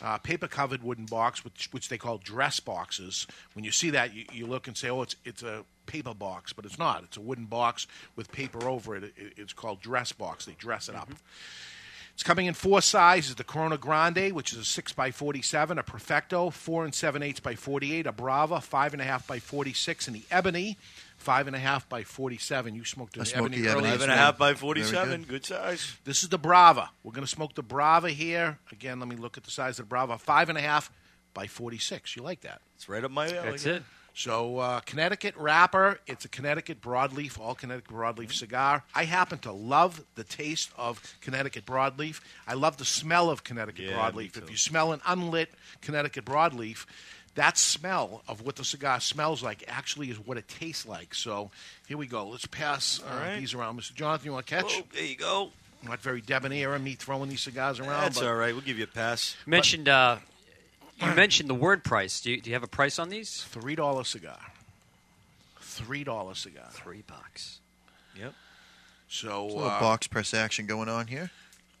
F: uh, paper covered wooden box, which which they call dress boxes. When you see that, you, you look and say, "Oh, it's it's a paper box," but it's not. It's a wooden box with paper over it. it it's called dress box. They dress it up. It's coming in four sizes: the Corona Grande, which is a six by forty-seven, a Perfecto, four and seven eighths by forty-eight, a Brava, five and a half by forty-six, and the Ebony, five and a half by forty-seven. You smoked an
H: I smoked
F: Ebony
H: the Ebony.
F: earlier.
H: Five and a half by 47. Good size.
F: This is the Brava. We're going to smoke the Brava here. Again, let me look at the size of the Brava. Five and a half by forty-six. You like that?
H: It's right up my alley. That's it.
F: So uh, Connecticut wrapper. It's a Connecticut broadleaf, all Connecticut
H: Mm-hmm.
F: broadleaf cigar. I happen to love the taste of Connecticut broadleaf. I love the smell of Connecticut
H: Yeah, me
F: broadleaf. If you smell an unlit Connecticut broadleaf, that smell of what the cigar smells like actually is what it tastes like. So here we go. Let's pass uh,
H: All right. Oh,
F: these around. Mr. Jonathan, you want to catch?
H: there you go.
F: Not very debonair of me throwing these cigars around.
H: That's
F: but
H: all right. We'll give you a pass.
C: You mentioned uh, you mentioned the word price. Do you, do you have a price on these?
F: Three dollar cigar. Three dollar cigar.
C: Three bucks.
H: Yep.
F: So
G: It's a little
F: uh,
G: box press action going on here.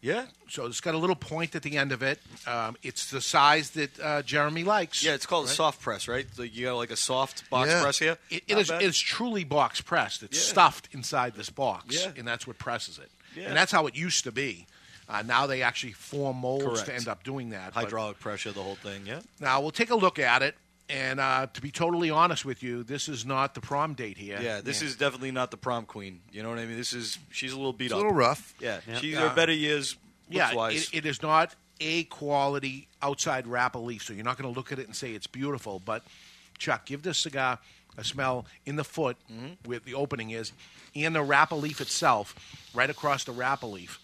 H: Yeah.
F: So it's got a little point at the end of it. Um, it's the size that uh, Jeremy likes.
H: Yeah, it's called
F: right?
H: a soft press, right? So you got like a soft box
F: Yeah.
H: press here.
F: It, it
H: Not
F: is
H: bad.
F: it's truly box pressed. It's
H: Yeah.
F: stuffed inside this box,
H: Yeah.
F: and that's what presses it.
H: Yeah.
F: And that's how it used to be. Uh, now they actually form molds
H: Correct.
F: to end up doing that. but-
H: hydraulic pressure, the whole thing. Yeah.
F: now we'll take a look at it, and uh, to be totally honest with you, this is not the prom date here.
H: Yeah, this
F: And-
H: is definitely not the prom queen. You know what I mean? This is she's a little beat
F: It's a
H: up,
F: little rough.
H: Yeah,
F: Yeah.
H: she's
F: Yeah.
H: her better years.
F: Yeah,
H: wise.
F: it, it is not a quality outside wrapper leaf, so you're not going to look at it and say it's beautiful. But Chuck, give this cigar a smell in the foot where the opening is, and the wrapper leaf itself, right across the wrapper leaf.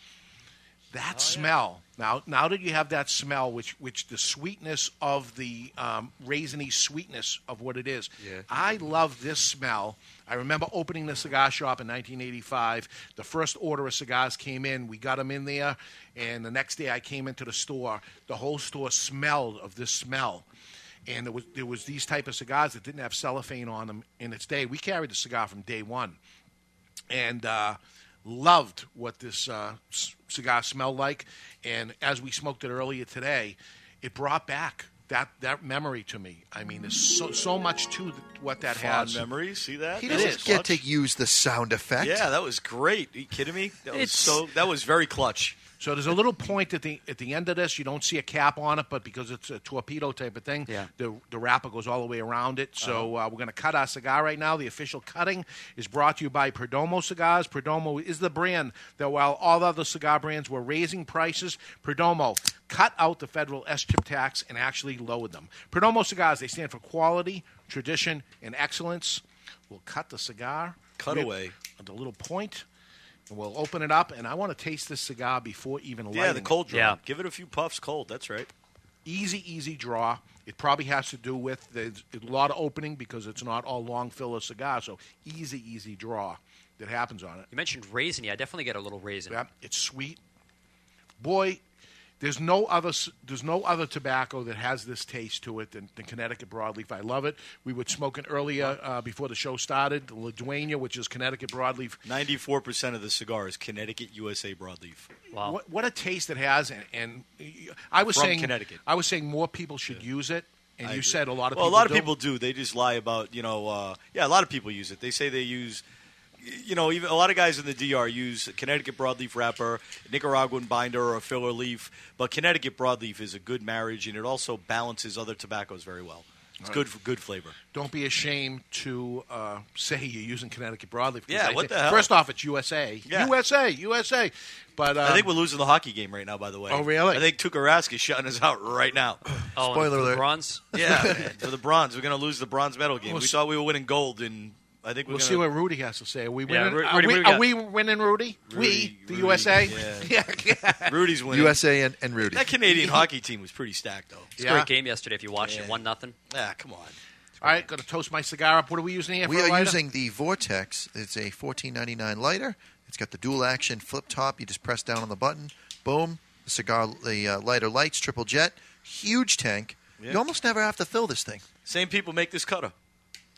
F: That smell. Now, now that you have that smell, which which the sweetness of the um, raisiny sweetness of what it is,
H: Yeah.
F: I love this smell. I remember opening the cigar shop in 1985. The first order of cigars came in. We got them in there, and the next day I came into the store. The whole store smelled of this smell, and there was there was these type of cigars that didn't have cellophane on them in its day. We carried the cigar from day one, and uh, loved what this uh, c- cigar smelled like. And as we smoked it earlier today, it brought back that that memory to me. I mean, there's so so much to th- what that
H: Fond
F: has.
H: memory. See that?
G: He
H: That
G: doesn't
H: was
G: get
H: clutch.
G: to use the sound effect.
H: Yeah, that was great. Are you kidding me? That was
F: It's-
H: so. That was very clutch.
F: So there's a little point at the at the end of this. You don't see a cap on it, but because it's a torpedo type of thing,
H: Yeah. Uh-huh.
F: the the wrapper goes all the way around it. So uh, we're going to cut our cigar right now. The official cutting is brought to you by Perdomo Cigars. Perdomo is the brand that while all other cigar brands were raising prices, Perdomo cut out the federal S chip tax and actually lowered them. Perdomo Cigars they stand for quality, tradition, and excellence. We'll cut the cigar.
H: Cut
F: We-
H: away.
F: The little point. And we'll open it up, and I want to taste this cigar before even lighting.
H: Yeah, the cold
F: it.
H: draw. Give it a few puffs cold. That's right.
F: Easy, easy draw. It probably has to do with the, a lot of opening because it's not all long filler cigar. So easy, easy draw that happens on it.
C: You mentioned raisiny. I definitely get a little raisin.
F: Yep, it's sweet. Boy, there's no other s- there's no other tobacco that has this taste to it than, than Connecticut broadleaf. I love it. We were smoking earlier uh, before the show started. The La Dueña, which is Connecticut broadleaf,
H: Ninety-four percent of the cigar is Connecticut USA broadleaf.
F: What, what a taste it has, and, and I was
H: From
F: saying
H: Connecticut.
F: I was saying more people should use it, and
H: I
F: you
H: agree.
F: said a lot of
H: well,
F: people.
H: a lot of
F: do.
H: people do. They just lie about you know. Uh, yeah, a lot of people use it. They say they use. You know, even a lot of guys in the DR use Connecticut broadleaf wrapper, Nicaraguan binder, or a filler leaf. But Connecticut broadleaf is a good marriage, and it also balances other tobaccos very well. It's
F: All
H: good
F: right.
H: for good flavor.
F: Don't be ashamed to uh, say you're using Connecticut broadleaf. 'cause
H: Yeah,
F: I
H: what
F: thi-
H: the hell?
F: First off, it's USA,
H: Yeah.
F: USA, USA. But um,
H: I think we're losing the hockey game right now. By the way,
F: Oh, really?
H: I think Tukarask is shutting us out right now.
C: Oh, and Spoiler for the alert. bronze?
H: Yeah, man, for the bronze, we're going to lose the bronze medal game.
F: We'll
H: we
F: s-
H: thought we were winning gold, and I think we're
F: we'll
H: gonna,
F: see what Rudy has to say. Are we
H: Yeah,
F: winning?
H: Ru-
F: are,
H: Rudy,
F: we,
H: what do we
F: are we winning, Rudy? we, the
H: Rudy,
F: USA.
H: yeah. Rudy's winning.
G: USA and, and Rudy.
H: That Canadian hockey team was pretty stacked, though.
C: It's a great game yesterday if you watched it. One nothing.
H: Ah, come on.
F: All right, going to toast my cigar up. What are we using here?
G: We
F: for a
G: are
F: lighter?
G: using the Vortex. It's a fourteen ninety nine lighter. It's got the dual action flip top. You just press down on the button. Boom. The cigar, the uh, lighter lights, triple jet, huge tank.
H: Yeah.
G: You almost never have to fill this thing.
H: Same people make this cutter.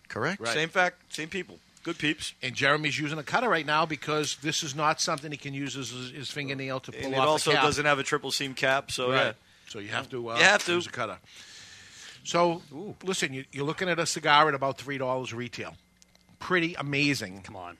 G: Correct.
H: Same fact, same people. Good peeps.
F: And Jeremy's using a cutter right now because this is not something he can use as his, his fingernail to pull
H: And it
F: off. the
H: also
F: cap.
H: doesn't have a triple seam cap, so
F: Right.
H: yeah.
F: So you have to. Uh,
H: You have to.
F: use a cutter. So listen, you, you're looking at a cigar at about three dollars retail. Pretty amazing. Come
O: on.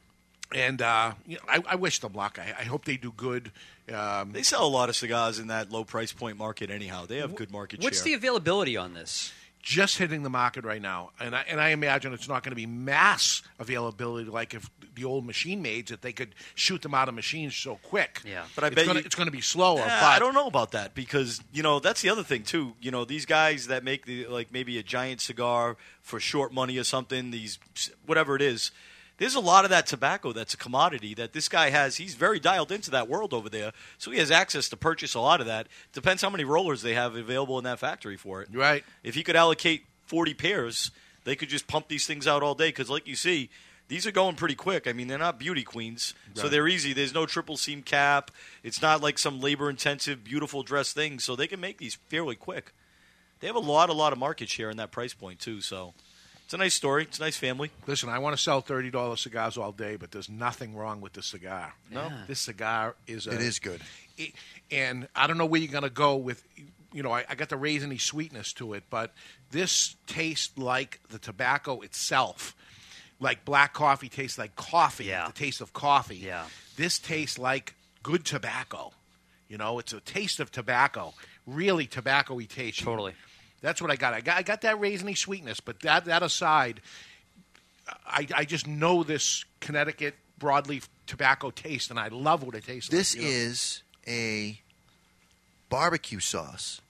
F: And uh, you know, I, I wish them luck. I, I hope they do good. Um,
H: They sell a lot of cigars in that low price point market anyhow. They have good market
F: what's
H: share.
F: the
C: availability on this?
F: Just hitting the market right now, and I, and I imagine it's not going to be mass availability like if the old machine maids that they could shoot them out of machines so quick. Yeah,
H: But I
F: it's
H: bet
F: gonna,
H: you-
F: it's going to be slower.
H: Yeah,
F: but
H: I don't know about that because you know that's the other thing too. You know these guys that make the like maybe a giant cigar for short money or something. These whatever it is. There's a lot of that tobacco that's a commodity that this guy has. He's very dialed into that world over there, so he has access to purchase a lot of that. Depends how many rollers they have available in that factory for it.
F: Right.
H: If he could allocate 40 pairs, they could just pump these things out all day because, like you see, these are going pretty quick. I mean, they're not beauty queens, so
N: Right.
H: they're easy. There's no triple seam cap. It's not like some labor intensive, beautiful dress thing, so they can make these fairly quick. They have a lot, a lot of market share in that price point, too, so it's a nice story. It's a nice family.
F: Listen, I want to sell thirty dollars cigars all day, but there's nothing wrong with this cigar.
H: No. Yeah.
F: this cigar is a,
G: It is good.
F: it- and I don't know where you're gonna go with. You know, I, I got the raisiny sweetness to it, but this tastes like the tobacco itself. Like black coffee tastes like coffee. Yeah. The taste of coffee. Yeah. This tastes like good tobacco. You know, it's a taste of tobacco. Really tobacco-y taste. Totally. That's what I got. I got I got that raisiny sweetness, but that that aside, I, I just know this Connecticut broadleaf tobacco taste, and I love what it tastes
G: This
F: like. you know?
G: is a barbecue sauce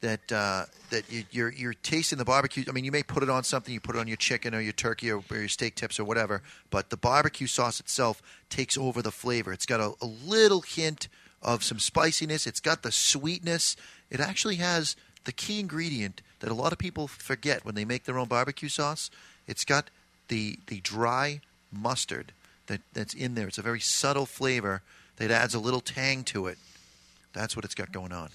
G: that uh, that you, you're you're tasting the barbecue. I mean, you may put it on something. You put it on your chicken or your turkey or, or your steak tips or whatever. But the barbecue sauce itself takes over the flavor. It's got a, a little hint of some spiciness. It's got the sweetness. It actually has the key ingredient that a lot of people forget when they make their own barbecue sauce. It's got the the dry mustard that, that's in there. It's a very subtle flavor that adds a little tang to it. That's what it's got going on.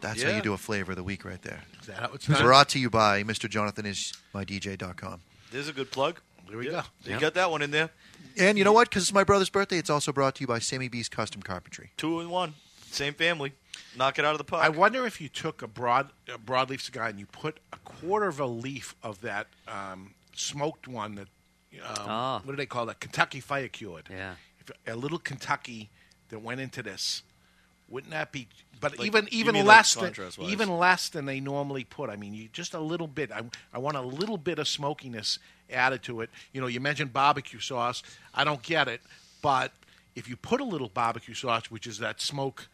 G: That's how
F: Yeah.
G: you do a flavor of the week right there.
F: Is that how it's done?
G: Brought to you by Mr. Jonathan is my DJ.com.
H: There's a good plug.
F: There we
H: You
G: go. Yeah.
H: got that one in there.
G: And you know what? Because it's my brother's birthday, it's also brought to you by Sammy B's Custom Carpentry.
H: Two and one. Same family. Knock it out of the park.
F: I wonder if you took a broad a broadleaf cigar and you put a quarter of a leaf of that um, smoked one that um,
C: Ah.
F: what do they call that Kentucky fire cured?
C: Yeah.
F: If a little Kentucky that went into this, wouldn't that be? But
H: Like,
F: even
H: you
F: even
H: mean, like,
F: less than
H: contrast-wise.
F: even less than they normally put. I mean, you just a little bit. I, I want a little bit of smokiness added to it. You know, you mentioned barbecue sauce. I don't get it, but if you put a little barbecue sauce, which is that smoke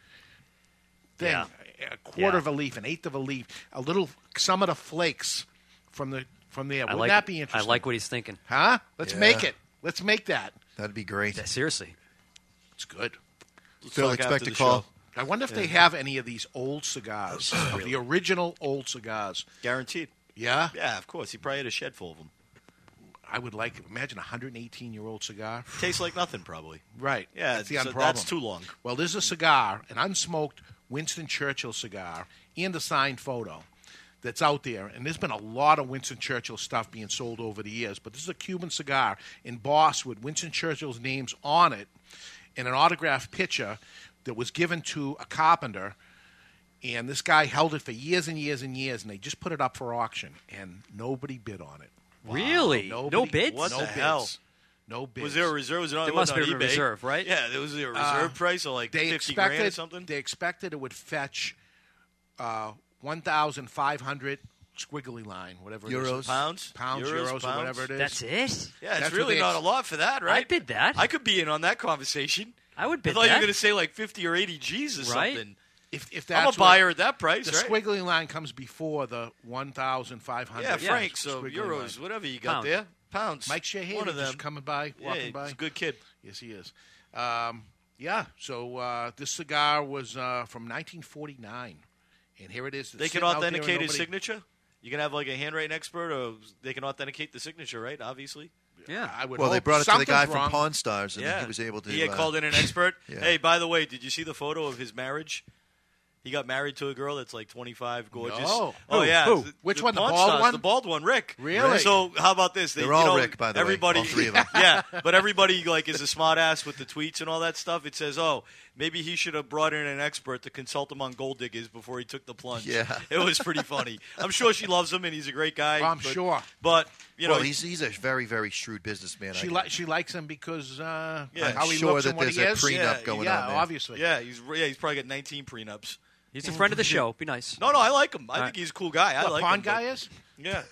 F: thing,
C: Yeah.
F: a quarter
C: Yeah.
F: of a leaf, an eighth of a leaf, a little some of the flakes from the from there.
C: I
F: Wouldn't
C: like,
F: that be interesting?
C: I like what he's thinking.
F: Huh? Let's
C: Yeah.
F: make it. Let's make that.
G: That'd be great.
C: seriously.
F: It's good.
G: Let's Phil, talk expect after a the call. show.
F: I wonder if they
G: Yeah.
F: have any of these old cigars, of the original old cigars.
H: Guaranteed.
F: Yeah?
H: Yeah, of course. He probably had a shed full of them.
F: I would like, imagine a 118 year old cigar.
H: Tastes like nothing, probably.
F: Right.
H: Yeah,
F: That's the
H: it's-
F: un-
H: so that's
F: problem.
H: too long.
F: Well, there's a cigar, an unsmoked Winston Churchill cigar, and a signed photo that's out there. And there's been a lot of Winston Churchill stuff being sold over the years, but this is a Cuban cigar embossed with Winston Churchill's names on it and an autographed picture that was given to a carpenter. And this guy held it for years and years and years, and they just put it up for auction, and nobody bid on it.
C: Really? no
F: Nobody-
C: bids?
F: no bids. No bids.
H: Was there a reserve? Was it on,
C: There
H: it
C: must
H: wasn't
C: be
H: on
C: a
H: eBay.
C: reserve, right?
H: Yeah, there was a reserve
F: Uh,
H: price of like
F: they
H: 50
F: expected,
H: grand or something.
F: They expected it would fetch uh, 1,500 squiggly line, whatever it
H: Euros.
F: is.
H: Pounds?
F: Pounds,
H: Euros,
F: euros,
H: pounds.
F: or whatever it is.
H: That's
C: it?
H: Yeah, it's really not a lot for that, right? I bid
C: that.
H: I could be in on that conversation.
C: I would
H: I
C: bid
H: thought you
C: that.
H: were going to say like 50 or 80 G's or
C: Right?
H: something.
F: If, if
H: I'm a
F: that's what-
H: buyer at that price,
F: The
H: right?
F: squiggly line comes before the 1,500.
H: yeah, Frank, so
F: squiggly
H: euros,
F: line.
H: whatever you got there. Pounds.
F: Mike Shahady
H: One of them.
F: just coming by,
H: Yeah,
F: walking
H: he's
F: by.
H: a good kid.
F: Yes, he is. Um, yeah, so uh, this cigar was uh, from 1949. And here it is. It's
H: They can
F: sitting out there and
H: authenticate his
F: nobody-
H: signature. You can have like a handwriting expert, or they can authenticate the signature, right? Obviously.
C: Yeah.
F: I would
G: well, they
F: hope
G: brought it to the
F: something's
G: guy from
F: wrong.
G: Pawn Stars, and he was able to.
H: He had
G: uh,
H: called in an expert.
G: Yeah.
H: Hey, by the way, did you see the photo of his marriage? He got married to a girl that's like 25, gorgeous.
F: No.
H: Oh,
F: Who?
H: yeah.
F: Who?
H: The-
F: Which one? The
H: Pawn
F: bald
H: Stars,
F: one?
H: The bald one, Rick.
F: Really?
H: So how about this? They,
G: They're
H: you
G: all
H: know,
G: Rick, by the way,
H: everybody,
G: all three of 'em.
H: yeah, but everybody like is a smart ass with the tweets and all that stuff. It says, oh, maybe he should have brought in an expert to consult him on gold diggers before he took the plunge.
G: Yeah.
H: It was pretty funny. I'm sure she loves him and he's a great guy.
F: I'm
H: but-
F: sure.
H: But, you know,
G: well, he's he's a very very shrewd businessman.
F: She
G: I
F: li- she likes him because uh,
H: Yeah.
F: how he
G: sure
F: looks
G: that
F: and what
G: there's
F: he
G: a
F: is.
G: prenup
F: yeah,
G: going
F: yeah,
G: on there.
F: obviously.
H: Yeah, he's yeah, he's probably got 19 prenups.
C: He's a friend of the show. Be nice.
H: No, no, I like him. I
C: All
H: think
C: right.
H: he's a cool guy. I
F: What,
H: like
F: Pond
H: him.
F: guy
H: but-
F: is? Oh.
H: Yeah.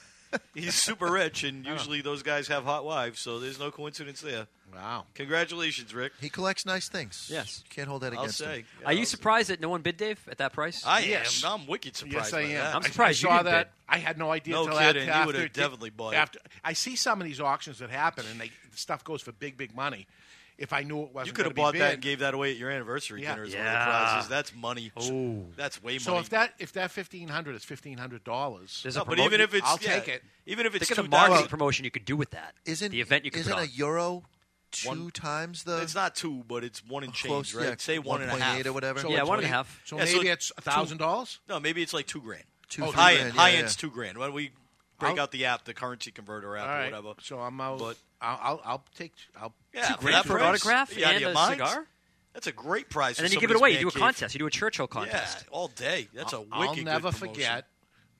H: He's super rich, and usually those guys have hot wives, so there's no coincidence there.
F: Wow.
H: Congratulations, Rick.
G: He collects nice things.
C: Yes.
G: Can't hold that
H: I'll
G: against
H: say.
G: him.
H: Yeah,
C: Are you
H: I'll-
C: surprised that no one bid, Dave, at that price?
H: I am. I'm wicked
F: Yes,
H: surprised.
F: I
H: by
F: am.
H: that.
C: I'm surprised you
F: I saw
C: didn't
F: that.
C: bid.
F: I had no idea.
H: No
F: till
H: kidding. You
F: After,
H: would've
F: after-
H: definitely bought it.
F: after, I see some of these auctions that happen, and they, stuff goes for big, big money. If I knew it wasn't,
H: You could have
F: gonna be
H: bought that
F: bid.
H: and gave that away at your anniversary
F: Yeah.
H: dinner as one of
F: Yeah.
H: the prizes. That's money.
F: Oh.
H: That's way money.
F: So if that if that fifteen hundred is fifteen hundred dollars,
C: There's a
H: but even
C: promotion-
H: if it's
F: I'll
H: yeah,
F: take it.
H: Even if it's
C: Think of
H: 2,000
C: the marketing promotion you could do with that.
G: Isn't
C: the event you could
G: isn't
C: put
G: a
C: on.
G: euro two
H: One-
G: times the?
H: It's not two, but it's one and change,
G: Close,
H: right?
G: yeah,
H: Say one and a
G: 1.8
H: half
G: or whatever. So
F: Yeah, it's one and a half. so maybe it's $1,000?
H: No, maybe it's like two grand.
G: Two,
H: Oh,
G: three
H: high
G: grand,
H: end,
G: yeah,
H: high
G: yeah.
H: end's two grand. Why don't we break
F: I'll-
H: out the app, the currency converter app,
F: All right.
H: or whatever?
F: So I'm out.
H: But-
F: I'll, I'll I'll take. I'll
H: Yeah,
C: Two grand
H: that
C: for an
H: price?
C: autograph
H: Are you out of
C: and
H: your
C: a
H: minds?
C: cigar?
H: That's a great prize.
C: And
H: for
C: then you give it
H: somebody's
C: away. You do a
H: man cave.
C: contest. You do a Churchill contest.
H: Yeah, all day. That's a
F: I'll-
H: wicked.
F: I'll
H: good
F: never
H: promotion.
F: forget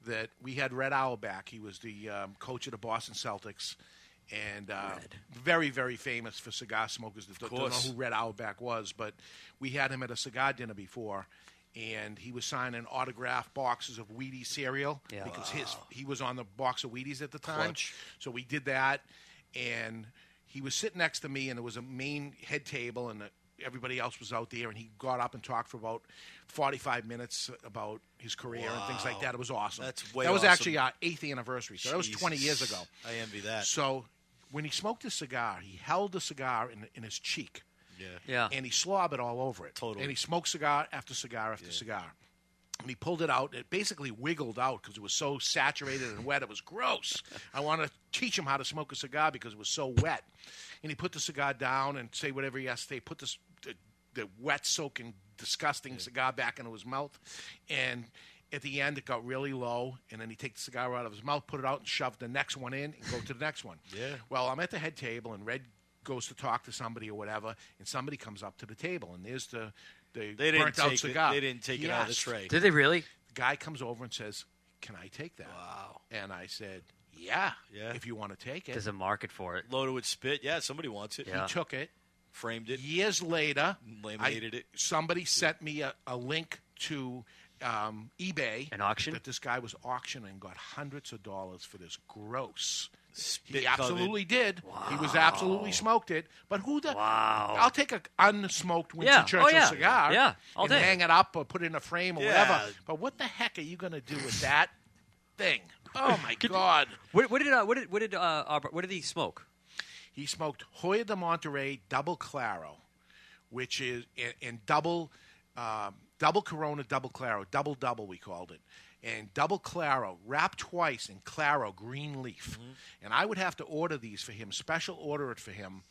F: that we had Red Auerbach. He was the um, coach of the Boston Celtics, and uh, very, very famous for cigar smokers. That don't
H: course.
F: know who Red Auerbach was, but we had him at a cigar dinner before, and he was signing autographed boxes of Wheaties cereal
C: Yeah.
F: because his he was on the box of Wheaties at the time.
H: Clutch.
F: So we did that, and he was sitting next to me, and there was a main head table, and uh everybody else was out there, and he got up and talked for about forty-five minutes about his career and things like
H: Wow.
F: that. It was awesome.
H: That's way
F: that was
H: awesome.
F: actually our eighth anniversary, so that was twenty years
H: Jesus.
F: ago.
H: I envy that.
F: So when he smoked his cigar, he held the cigar in, in his cheek,
H: Yeah.
C: Yeah.
F: and he slobbered all over it.
H: Totally.
F: And he smoked cigar after cigar after cigar. And he pulled it out. It basically wiggled out because it was so saturated and wet. It was gross. I wanted to teach him how to smoke a cigar because it was so wet. And he put the cigar down and say whatever he has to say. Put this, the, the wet, soaking, disgusting cigar back into his mouth. And at the end, it got really low. And then he takes the cigar out of his mouth, put it out, and shoved the next one in and go to the next one.
H: Yeah.
F: Well, I'm at the head table, and Red goes to talk to somebody or whatever, and somebody comes up to the table, and there's the the
H: They didn't
F: burnt out
H: take it-
F: cigar.
H: they didn't take it out of the
F: Yes.
H: tray.
C: Did they really?
F: The guy comes over and says, "Can I take that?" Wow. And I said, "Yeah,
H: Yeah.
F: if you want to take it."
C: There's a market for it.
H: Loaded with spit. Yeah, somebody wants it.
F: He took it.
H: Framed it.
F: Years later,
H: Laminated
F: I-
H: it.
F: Somebody sent me a, a link to um, eBay.
C: An auction?
F: that this guy was auctioning, got hundreds of dollars for this gross.
H: Spit
F: he
H: covered.
F: absolutely did. He was absolutely smoked it. But who the?
C: Wow.
F: I'll take a unsmoked Winston
C: Yeah. Oh,
F: Churchill
C: yeah.
F: cigar.
C: Yeah. All
F: and
C: day.
F: hang it up or put it in a frame or
C: Yeah.
F: whatever. But what the heck are you going to do with that thing? Oh my God!
C: What, what did uh, what did what did uh, Aubrey- what did he smoke?
F: He smoked Hoya de Monterey Double Claro, which is and, and double um, double Corona Double Claro double double we called it, and double Claro wrapped twice in Claro green leaf,
H: Mm-hmm.
F: and I would have to order these for him, special order it for him,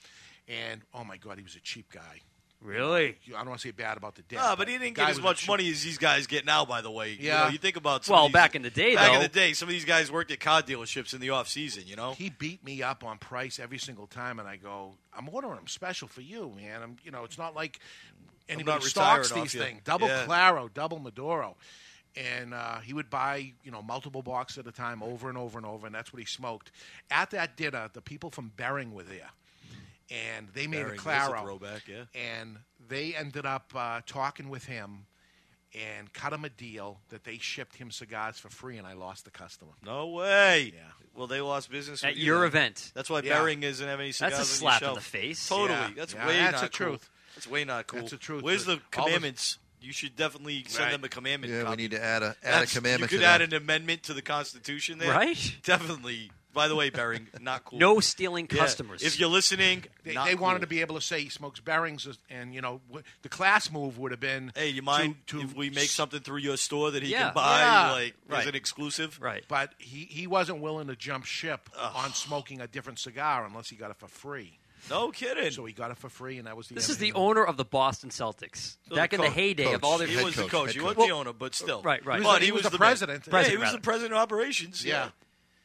F: and oh my God, he was a cheap guy.
C: Really?
F: I don't want to say bad about the dead.
H: Ah, but he
F: the
H: didn't
F: guy
H: get as
F: was a
H: much
F: cheap-
H: money as these guys get now. By the way,
F: Yeah.
H: You, know, you think about some
C: Well,
H: of these-
C: back in the day,
H: Back in
C: though.
H: the day, some of these guys worked at car dealerships in the off season. You know,
F: He beat me up on price every single time, and I go, "I'm ordering them special for you, man. I'm, you know, it's not like anybody
H: not
F: stocks
H: retiring
F: these
H: off you.
F: things. Double
H: Yeah.
F: Claro, double Maduro, and uh, he would buy, you know, multiple boxes at a time, over and over and over, and that's what he smoked. At that dinner, the people from Bering were there, and they made
H: Bering
F: a
H: is a
F: Claro
H: throwback, yeah.
F: and they ended up uh, talking with him. And cut him a deal that they shipped him cigars for free, and I lost the customer.
H: no way. Well, they lost business
C: At
H: with you
C: your
H: then.
C: event.
H: That's why
F: Yeah.
H: Bering doesn't have any cigars.
C: That's a
H: on your
C: slap in
H: shelf.
C: the face.
H: Totally.
F: Yeah.
H: That's
F: Yeah,
H: way
F: that's
H: not
F: the
H: cool.
F: truth.
H: That's way not cool.
F: That's the truth.
H: Where's
F: All
H: the
F: those-
H: commandments? You should definitely send
F: Right.
H: them a commandment.
G: Yeah, we
H: copy.
G: need to add a add
H: That's-
G: a commandment
H: You could
G: to
H: add
G: that.
H: an amendment to the Constitution there.
C: Right?
H: Definitely By the way, Bering, not cool.
C: No stealing
H: Yeah.
C: customers.
H: If you're listening,
F: They,
H: not
F: they wanted
H: cool.
F: to be able to say he smokes Barings, and you know w- the class move would have been.
H: Hey, you mind if we make something through your store that he
F: Yeah.
H: can buy,
F: Yeah.
H: like
F: Right.
H: as an exclusive?
C: Right.
F: But he, he wasn't willing to jump ship on smoking a different cigar unless he got it for free.
H: No kidding.
F: So he got it for free, and that was the.
C: This
F: end
C: is
F: of
C: the
F: him.
C: owner of the Boston Celtics.
F: So
C: Back
F: the
C: in the
F: coach-
C: heyday of all their
H: he was the coach. He wasn't the owner, but still,
C: Right, right.
H: But the man. Yeah, he was the
C: rather.
H: president of operations. Yeah.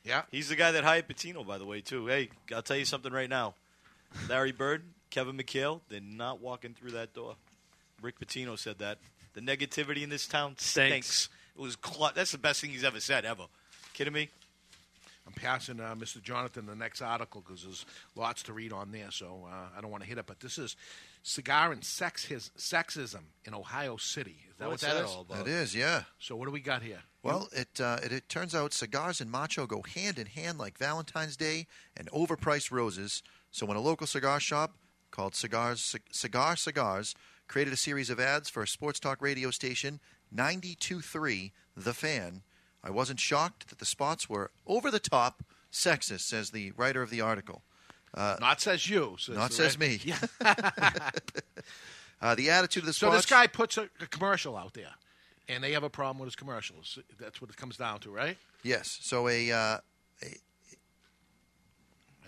F: yeah,
H: He's the guy that hired Patino, by the way, too. Hey, I'll tell you something right now. Larry Bird, Kevin McHale, they're not walking through that door. Rick Patino said that. The negativity in this town stinks. It was cl- that's the best thing he's ever said ever. Kidding me?
F: I'm passing uh, Mr. Jonathan the next article because there's lots to read on there, so uh, I don't want to hit it. But this is cigar and sex his, sexism in Ohio City. Is
H: Oh,
F: that
G: What's
F: what that
G: that?
F: is? all about?
G: That is, yeah.
F: So what do we got here?
G: Well, it, uh, it it turns out cigars and macho go hand in hand like Valentine's Day and overpriced roses. So when a local cigar shop called Cigars Ci- Cigar Cigars created a series of ads for a sports talk radio station 92.3 The Fan, I wasn't shocked that the spots were over the top sexist, says the writer of the article. Uh,
F: not says you. Says
G: not
F: the
G: says
F: writer.
G: me.
F: Yeah.
G: uh, the attitude of the
F: so
G: spots.
F: this guy puts a, a commercial out there, and they have a problem with his commercials. That's what it comes down to, right?
G: Yes. So a uh,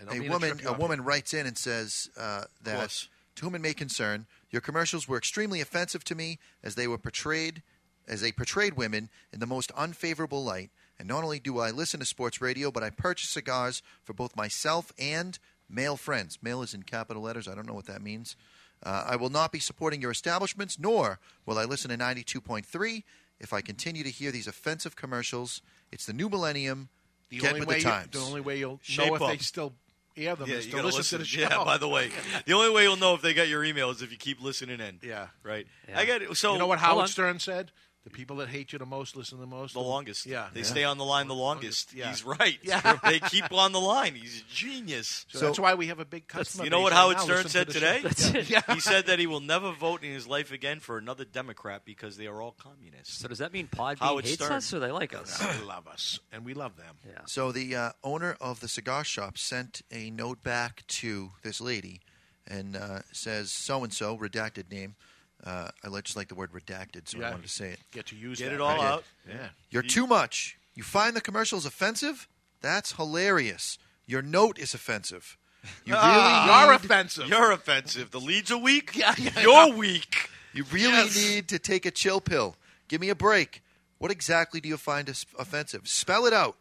F: I don't
G: a,
F: mean
G: a
F: to
G: woman
F: trip you
G: a
F: up.
G: woman writes in and says uh, that
F: Plus.
G: to whom it may concern, your commercials were extremely offensive to me as they were portrayed as they portrayed women in the most unfavorable light. And not only do I listen to sports radio, but I purchase cigars for both myself and male friends. Male is in capital letters. I don't know what that means. Uh, I will not be supporting your establishments, nor will I listen to 92.3 if I continue to hear these offensive commercials. It's the new millennium.
F: The
G: Get
F: only
G: with
F: way
G: the
F: you-
G: times.
F: the only way you'll
G: Shape
F: know if
G: up.
F: they still air them
H: yeah,
F: is
H: you
F: to
H: gotta
F: listen,
H: listen
F: to the show.
H: Yeah, by the way, the only way you'll know if they got your email is if you keep listening in.
F: Yeah,
H: right. I got it. So
F: you know what
H: Hold
F: Howard
H: on.
F: Stern said: the people that hate you the most listen the most,
H: The longest.
F: Yeah,
H: They stay on the line the longest.
F: yeah.
H: He's right.
F: Yeah.
H: they keep on the line. He's a genius.
F: So, that's why we have a big customer.
H: You know
F: base
H: what
F: right
H: Howard
F: now,
H: Stern
F: listen
H: said
F: to the
H: today?
F: show. That's it. Yeah.
H: He said that he will never vote in his life again for another Democrat because they are all communists.
C: So does that mean Podbean
H: Howard
C: hates
H: Stern.
C: us or they like us?
F: They love us, and we love them.
C: Yeah.
G: So the uh, owner of the cigar shop sent a note back to this lady and uh, says, so and so, redacted name. Uh, I like- just like the word redacted, so I
F: Yeah.
G: wanted to say it.
F: Get to use
H: Get
F: that,
H: it all
F: right?
H: out.
F: Yeah.
G: You're too much. You find the commercials offensive? That's hilarious. Your note is offensive. You really
H: Ah,
G: need-
H: you're offensive. You're offensive. The leads are weak. You're weak.
G: You really need to take a chill pill. Give me a break. What exactly do you find as- offensive? Spell it out.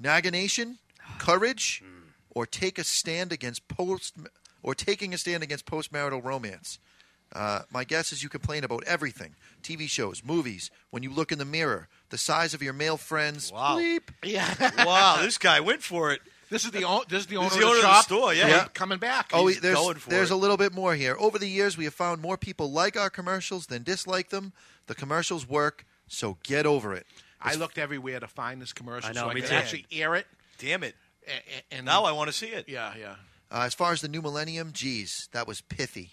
G: Nagination, courage, or take a stand against post or taking a stand against postmarital romance. Uh, my guess is you complain about everything: TV shows, movies, when you look in the mirror, the size of your male friends.
H: Wow.
G: Bleep.
H: Yeah. wow, this guy went for it.
F: This is the o- this is the
H: owner,
F: owner of the shop.
H: store. Yeah,
G: Yeah.
F: coming back.
G: Oh,
F: He's
G: there's
F: going for
G: there's
F: it.
G: a little bit more here. Over the years, we have found more people like our commercials than dislike them. The commercials work, so get over it.
F: I looked everywhere to find this commercial,
G: I know,
F: so I
G: me
F: could
G: too.
F: actually air it.
H: Damn it!
F: And
H: Now I want to see it.
F: Yeah, yeah.
G: Uh, as far as the new millennium, geez, that was pithy.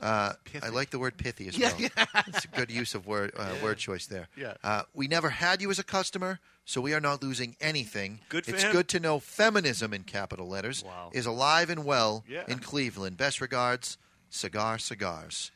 G: Uh, I like the word pithy as
F: Yeah,
G: well. It's a good use of word uh, word choice there.
F: Yeah.
G: Uh, we never had you as a customer, so we are not losing anything.
F: Good for
G: it's
F: him.
G: good to know feminism in capital letters is alive and well in Cleveland. Best regards, cigar cigars.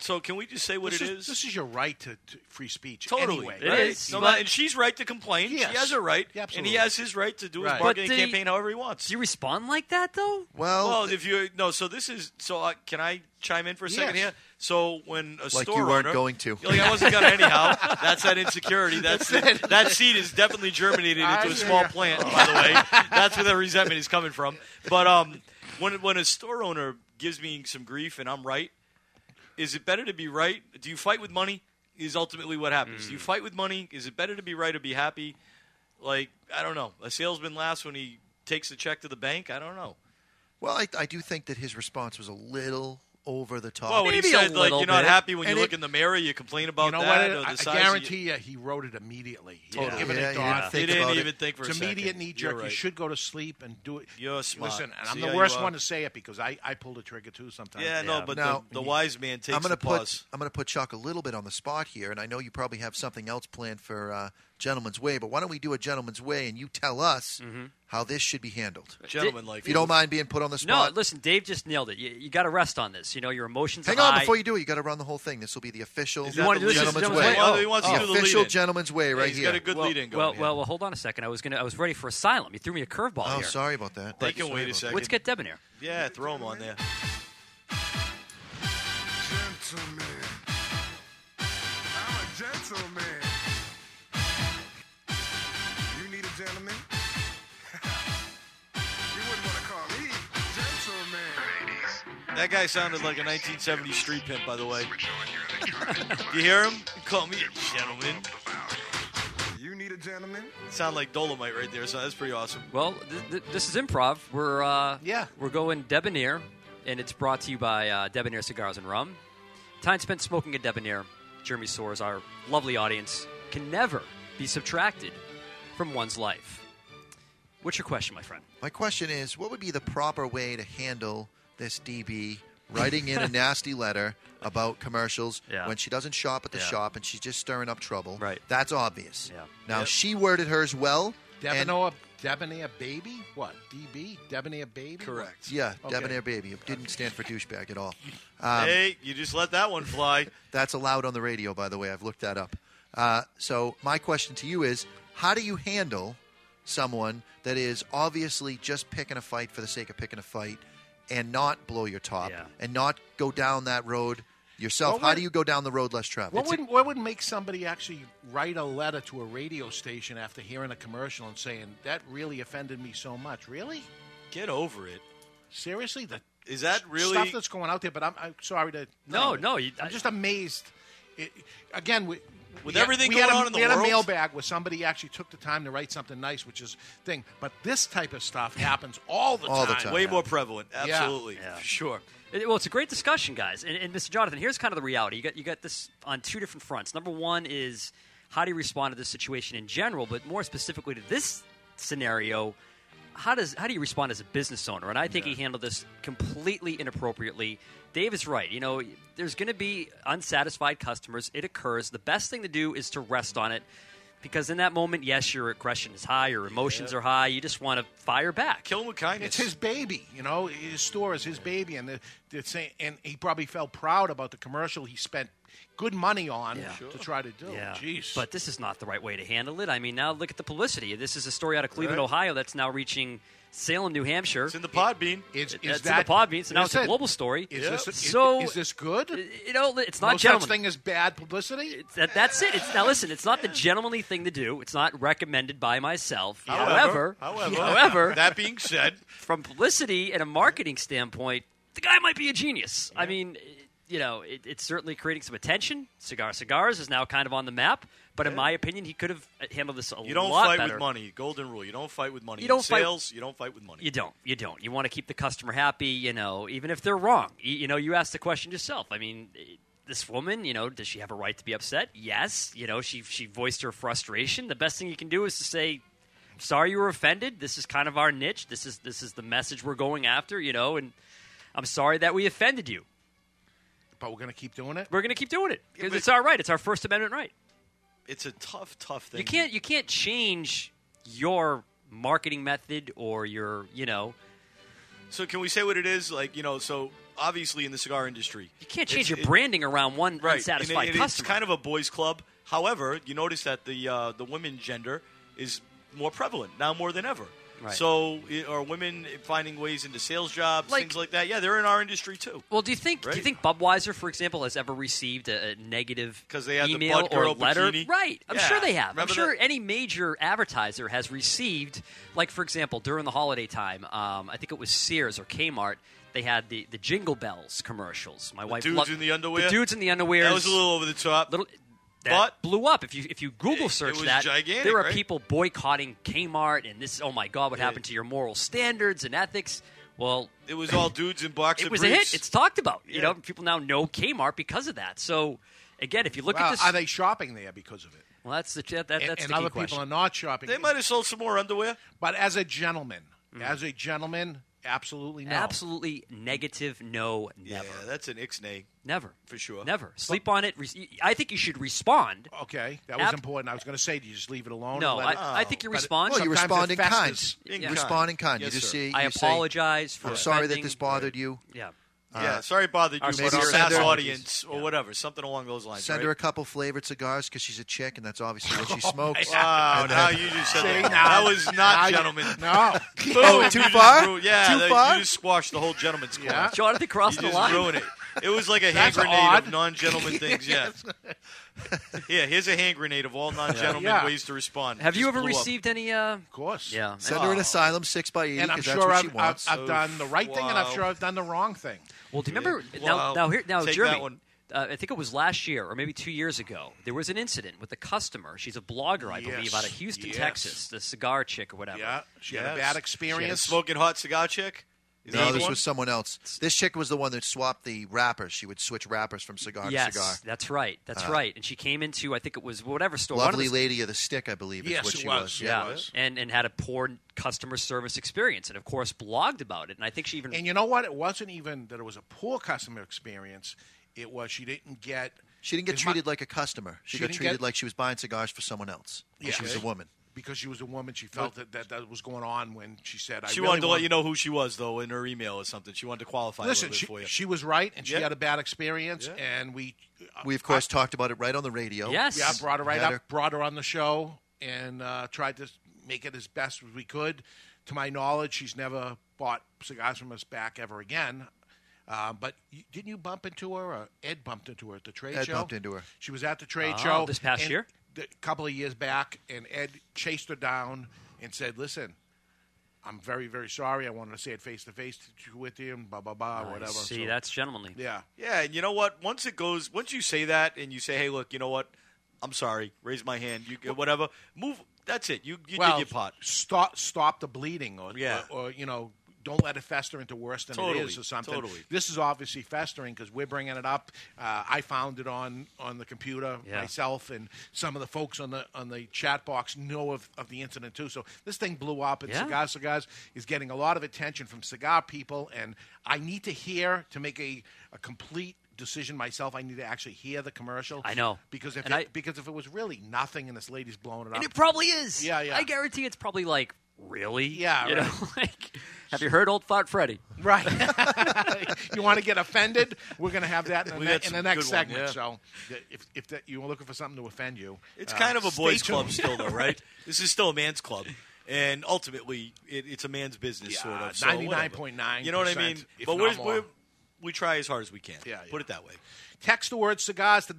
H: So can we just say what
F: this
H: it
F: is,
H: is?
F: This is your right to, to free speech.
H: Totally.
F: anyway,
H: It
F: right?
H: is. No, but- and she's right to complain.
F: Yes.
H: She has a right.
F: Yeah,
H: and
F: absolutely.
H: he has his right to do
F: Right.
H: his
F: But
H: marketing
F: did he-
H: campaign however he wants.
C: Do you respond like that though?
G: Well,
H: well, if you no, so this is so. Uh, can I chime in for a second
G: Yes.
H: here? So when a
G: Like
H: store
G: you weren't
H: owner-
G: going to.
H: like I wasn't going to anyhow. That's that insecurity. That's,
G: That's it.
H: that seed is definitely germinated
G: I
H: into a
G: see.
H: small plant. By the way, that's where the resentment is coming from. But um, when when a store owner gives me some grief and I'm right, is it better to be right? Do you fight with money? Is ultimately what happens. Do
G: Hmm.
H: you fight with money? Is it better to be right or be happy? Like I don't know. A salesman laughs when he takes the check to the bank. I don't know.
G: Well, I, I do think that his response was a little over the top.
H: Well, when he said like you're not happy when you look in the mirror, you complain about
F: You know
H: that. or
F: what?
H: the
F: I,
H: size
F: I
H: of
F: guarantee you, he wrote it immediately. He didn't
H: Totally.
F: give it
H: Yeah,
F: a
H: he
F: thought.
H: didn't think He didn't about even it. think for a
F: It's immediate
H: second.
F: knee
H: You're
F: jerk. You
H: right.
F: should go to sleep and do it.
H: You're smart.
F: Listen, and I'm
H: See how
F: the
H: you
F: worst
H: are.
F: one to say it because I, I pull the trigger too sometimes.
H: Yeah, no, but
G: Now-
H: the, the wise man takes
G: I'm gonna
H: the
G: put
H: plus.
G: I'm going to put Chuck a little bit on the spot here, and I know you probably have something else planned for uh, gentleman's way, but why don't we do a gentleman's way and you tell us
H: Mm-hmm.
G: how this should be handled?
H: Gentleman like
G: If you don't mind being put on the
C: No,
G: spot.
C: listen, Dave just nailed it. You, you got to rest on this. You know, your emotions
G: Hang
C: are
G: on,
C: high.
G: before you do it, you got to run the whole thing. This will be the official
C: You wanna do this as
G: gentleman's
C: gentleman's
G: way.
C: way? Oh, he wants to
G: the
C: do the
G: official
C: lead-in.
G: gentleman's way, right here.
C: well, Well, well, well, hold on a second. I was gonna, I was ready for asylum. You threw me a curveball.
G: Oh,
C: here.
G: sorry about that.
C: But-
G: They can
C: sorry
G: wait a
C: about that.
G: second.
C: Let's get Debonair.
H: Yeah, throw him on there.
N: Gentleman. I'm a gentleman. You need a gentleman? you wouldn't want to call me gentleman.
H: That guy sounded like a 1970s street pimp, by the way. you hear him? Call me a gentleman.
N: You need a gentleman?
H: Sound like Dolomite right there, so that's pretty awesome.
C: Well, th- th- this is improv. We're uh, yeah, we're going debonair, and it's brought to you by uh, Debonair Cigars and Rum. Time spent smoking a debonair, Jeremy Soares, our lovely audience, can never be subtracted from one's life. What's your question, my friend?
G: My question is, what would be the proper way to handle this DB writing in a nasty letter about commercials when she doesn't shop at the
F: Yeah.
G: shop and she's just stirring up trouble?
F: Right.
G: That's obvious.
F: Yeah.
G: Now
F: Yep.
G: she worded hers well. and-
F: Debonair, debonair baby? What? DB? Debonair baby?
H: Correct.
G: yeah,
F: Okay.
G: debonair baby. It didn't stand for douchebag at all. Um,
H: hey, you just let that one fly.
G: That's allowed on the radio, by the way. I've looked that up. Uh, so my question to you is, how do you handle someone that is obviously just picking a fight for the sake of picking a fight and not blow your top and not go down that road yourself?
F: What
G: how
F: would-
G: do you go down the road less traveled?
F: What would, what would make somebody actually write a letter to a radio station after hearing a commercial and saying, that really offended me so much? Really?
H: Get over it.
F: Seriously? The
H: Is that really-
F: Stuff that's going out there, but I'm, I'm sorry to.
C: No, no, you-
F: I'm just amazed. It, again, we.
H: With
F: we had-
H: everything
F: we
H: going
F: had a,
H: on in the
F: we had
H: world?
F: a mailbag where somebody actually took the time to write something nice, which is thing. But this type of stuff happens all the time.
H: Way more prevalent.
F: Yeah.
H: Absolutely.
C: Yeah.
H: For sure.
C: It- well, it's a great discussion, guys. And, and Mr. Jonathan, here's kind of the reality. You got you got this on two different fronts. Number one is how do you respond to this situation in general, but more specifically to this scenario, how does how do you respond as a business owner? And I think he handled this completely inappropriately. Dave is right. You know, there's going to be unsatisfied customers. It occurs. The best thing to do is to rest on it. Because in that moment, yes, your aggression is high, your emotions
F: Yeah.
C: are high. You just want to fire back.
H: Kill him with kindness.
F: It's his baby, you know. His store is his baby, and the, the same, and he probably felt proud about the commercial he spent good money on to try to do.
C: Yeah.
F: Gee,
C: But this is not the right way to handle it. I mean, now look at the publicity. This is a story out of Cleveland,
F: Right.
C: Ohio that's now reaching Salem, New Hampshire. It's in
H: the Podbean.
F: Is,
C: it's in the Podbean. So now it's a global story.
F: Is this
C: so
F: is, this good?
C: You know, it's not
F: no
C: gentleman-
F: such thing as bad publicity. It's
C: that, that's it. It's, now listen, it's not the gentlemanly thing to do. It's not recommended by myself.
H: However, however,
C: however, however,
H: that being said,
C: from publicity and a marketing standpoint, the guy might be a genius. I mean, it- you know, it, it's certainly creating some attention. Cigar Cigars is now kind of on the map, but in
H: Yeah.
C: my opinion, he could have handled this a
H: you don't
C: lot
H: fight
C: better.
H: with money. Golden rule. You don't fight with money.
C: You don't
H: In
C: fight-
H: sales, you don't fight with money.
C: You don't. You don't. You want to keep the customer happy, you know, even if they're wrong. You, you know, you asked the question yourself. I mean, eh, this woman, you know, does she have a right to be upset? Yes. You know, she she voiced her frustration. The best thing you can do is to say, "Sorry you were offended. This is kind of our niche. This is this is the message we're going after, you know, and I'm sorry that we offended you.
F: But we're going to keep doing it.
C: We're going to keep doing it
H: Yeah,
C: because
H: but-
C: it's our right. It's our first amendment right.
H: It's a tough, tough thing.
C: You can't you can't change your marketing method or your, you know,
H: So can we say what it is? Like you know, so obviously in the cigar industry,
C: you can't change
H: it's-
C: your branding around one
H: right.
C: unsatisfied
H: and it- and
C: customer.
H: It's kind of a boys' club. However, you notice that the uh, the women gender is more prevalent now more than ever.
C: Right.
H: So i- are women finding ways into sales jobs,
C: Like-
H: things like that? Yeah, they're in our industry too.
C: Well, do you think do you
H: Right.
C: think Budweiser, for example, has ever received a, a negative because
H: they had the
C: email
H: Bud Girl
C: or letter?
H: bikini?
C: Right, I'm
H: Yeah.
C: sure they have.
H: Remember
C: I'm sure any major advertiser has received, like for example, during the holiday time, um, I think it was Sears or Kmart. They had the, the Jingle Bells commercials. My wife
H: dudes
C: loved-
H: in the underwear?
C: dudes in the underwear.
H: That was a little over the top.
C: Little, that blew up. If you if you Google search
H: was
C: that,
H: gigantic,
C: there are
H: right?
C: people boycotting Kmart, and this. Oh my God, what
H: Yeah.
C: happened to your moral standards and ethics? Well,
H: It was all dudes in boxer
C: it was a
H: briefs.
C: hit. It's talked about. You
H: Yeah.
C: know, people now know Kmart because of that. So again, if you look
F: Wow,
C: at this,
F: are they shopping there because of it?
C: Well, that's the that, that's
F: and,
C: the
F: and
C: key
F: other
C: question.
F: people are not shopping.
H: They might have sold some more underwear.
C: Mm.
F: But as a gentleman, as a gentleman, Absolutely no.
C: Absolutely negative no, never.
H: Yeah, that's an ixnay.
C: Never.
H: For sure.
C: Never. Sleep on it. Re- I think you should respond.
F: Okay, that was
C: Ab-
F: important. I was going to say, do you just leave it alone?
C: No,
F: and let
C: I-
F: it-
C: I think you
F: But it-
C: respond.
G: Well, you
F: sometimes
G: respond in
F: it festers.
G: kind. You respond in kind. You just say,
C: I
G: you say,
C: apologize for
G: I'm sorry that
C: offending-
G: this bothered you.
C: Yeah.
H: yeah, sorry it bothered you,
G: Or
H: but
G: maybe
H: our
G: send
H: mass
G: her-
H: audience or whatever, something along those lines.
G: Send
H: right? Oh,
G: her a couple flavored cigars because she's a chick, and that's obviously what she smokes.
H: Wow,
G: And
H: now
G: then-
H: you just said
G: See,
H: that.
G: now-
H: That was
G: now
H: not
G: you-
H: gentlemen.
F: No.
H: Boom,
G: Oh, too
H: you just
G: far?
H: ru- yeah,
G: Too
H: that-
G: far?
H: you just squashed the whole gentleman's club.
G: Yeah.
C: Jonathan crossed
H: you
C: the
H: just
C: line.
H: ruined it. It was like a hand
C: That's
H: grenade
C: odd.
H: of non-gentleman things, yeah. yeah, here's a hand grenade of all non-gentlemen
C: Yeah.
H: ways to respond.
C: Have you
H: Just
C: ever
H: blew up.
C: received any? Uh, of
F: course.
C: Yeah.
G: Send
H: Oh.
G: her an asylum six by eighty
F: and I'm
G: because that's
F: sure
G: what
F: I've,
G: she
F: I've-
G: wants.
F: I've done the right thing, and
H: Oh.
F: I'm sure I've done the wrong thing.
C: Well, do you remember now? Now here, now Jeremy. Uh, I think it was last year or maybe two years ago. There was an incident with a customer. She's a blogger, I believe,
F: Yes.
C: out of Houston,
F: Yes.
C: Texas. The cigar chick or whatever. Yeah,
F: she had a Yes. bad
H: She had a smoking hot cigar chick. Is that
G: No,
H: the
G: this
H: one?
G: was someone else. This chick was the one that swapped the wrappers. She would switch wrappers from cigar to
C: yes,
G: cigar.
C: that's right. That's
G: Uh,
C: right. And she came into I think it was whatever store. one of
G: Lovely
C: the-
G: lady of the stick, I believe, is what she was.
C: Yeah, and and had a poor customer service experience, and of course blogged about it. And I think she even
F: And you know what? It wasn't even that it was a poor customer experience. It was she didn't get.
G: She didn't get
F: as mu-
G: treated like a customer. She,
F: She
G: got
F: didn't
G: treated
F: get-
G: like she was buying cigars for someone else. and She was a
F: Okay.
G: woman.
F: Because she was a woman, she felt that that, that was going on when she said, "I
H: She
F: really
H: wanted to
F: want-
H: let you know who she was, though, in her email or something. She wanted to qualify a
F: Listen,
H: little bit
F: she,
H: for you.
F: she was right, and she
H: Yeah.
F: had a bad experience, and we
H: Uh,
G: We of course talked about it right on the radio.
F: yeah, brought her right
G: Had
F: up, brought her on the show, and uh, tried to make it as best as we could. To my knowledge, she's never bought cigars from us back ever again. Uh, but you, didn't you bump into her? Or Ed bumped into her at the trade
G: Ed
F: show.
G: bumped into her.
F: She was at the trade
G: Oh,
F: show
G: this past
F: and
G: year?
F: th- a couple of years back, and Ed chased her down and said, "Listen." I'm very, very sorry. I wanted to say it face to face with you, and blah blah blah,
C: Nice.
F: whatever.
C: See,
F: So-
C: that's gentlemanly.
F: Yeah,
H: Yeah, and you know what? Once it goes, once you say that and you say, "Hey, look, you know what? I'm sorry. Raise my hand. You whatever. Move. That's it. You you
F: well,
H: did your part.
F: Stop, stop the bleeding, or,
H: Yeah.
F: or, or, you know, don't let it fester into worse than it
H: Totally,
F: is, or something.
H: totally.
F: This is obviously festering because we're bringing it up. Uh, I found it on on the computer
H: Yeah.
F: myself, and some of the folks on the on the chat box know of, of the incident too. So this thing blew up, and
C: Yeah.
F: cigar cigars is getting a lot of attention from cigar people, and I need to hear to make a, a complete decision myself i need to actually hear the commercial
C: I know.
F: because if it,
C: And I-
F: because if it was really nothing and this lady's blowing it up
C: and it probably is.
F: yeah yeah
C: I guarantee it's probably like really.
F: Yeah,
C: you
F: right.
C: know, like have you heard old fart Freddy?
F: Right. you want to get offended? We're going to have that in the,
C: We
F: ne-
C: got
F: in
C: some
F: the next
C: good ones,
F: segment.
C: yeah.
F: So, th- if, if that, you were looking for something to offend you,
H: It's
F: uh,
H: kind of a
F: stay
H: boys'
F: tuned.
H: club still, though, right? This is still a man's club, and ultimately, it, it's a man's business, sort of. so whatever.
F: 99.9%,
H: You know what I mean?
F: if
H: But
F: not
H: we're,
F: more.
H: we're, we try as hard as we can.
F: Yeah,
H: Put it that way.
F: Text the word cigars to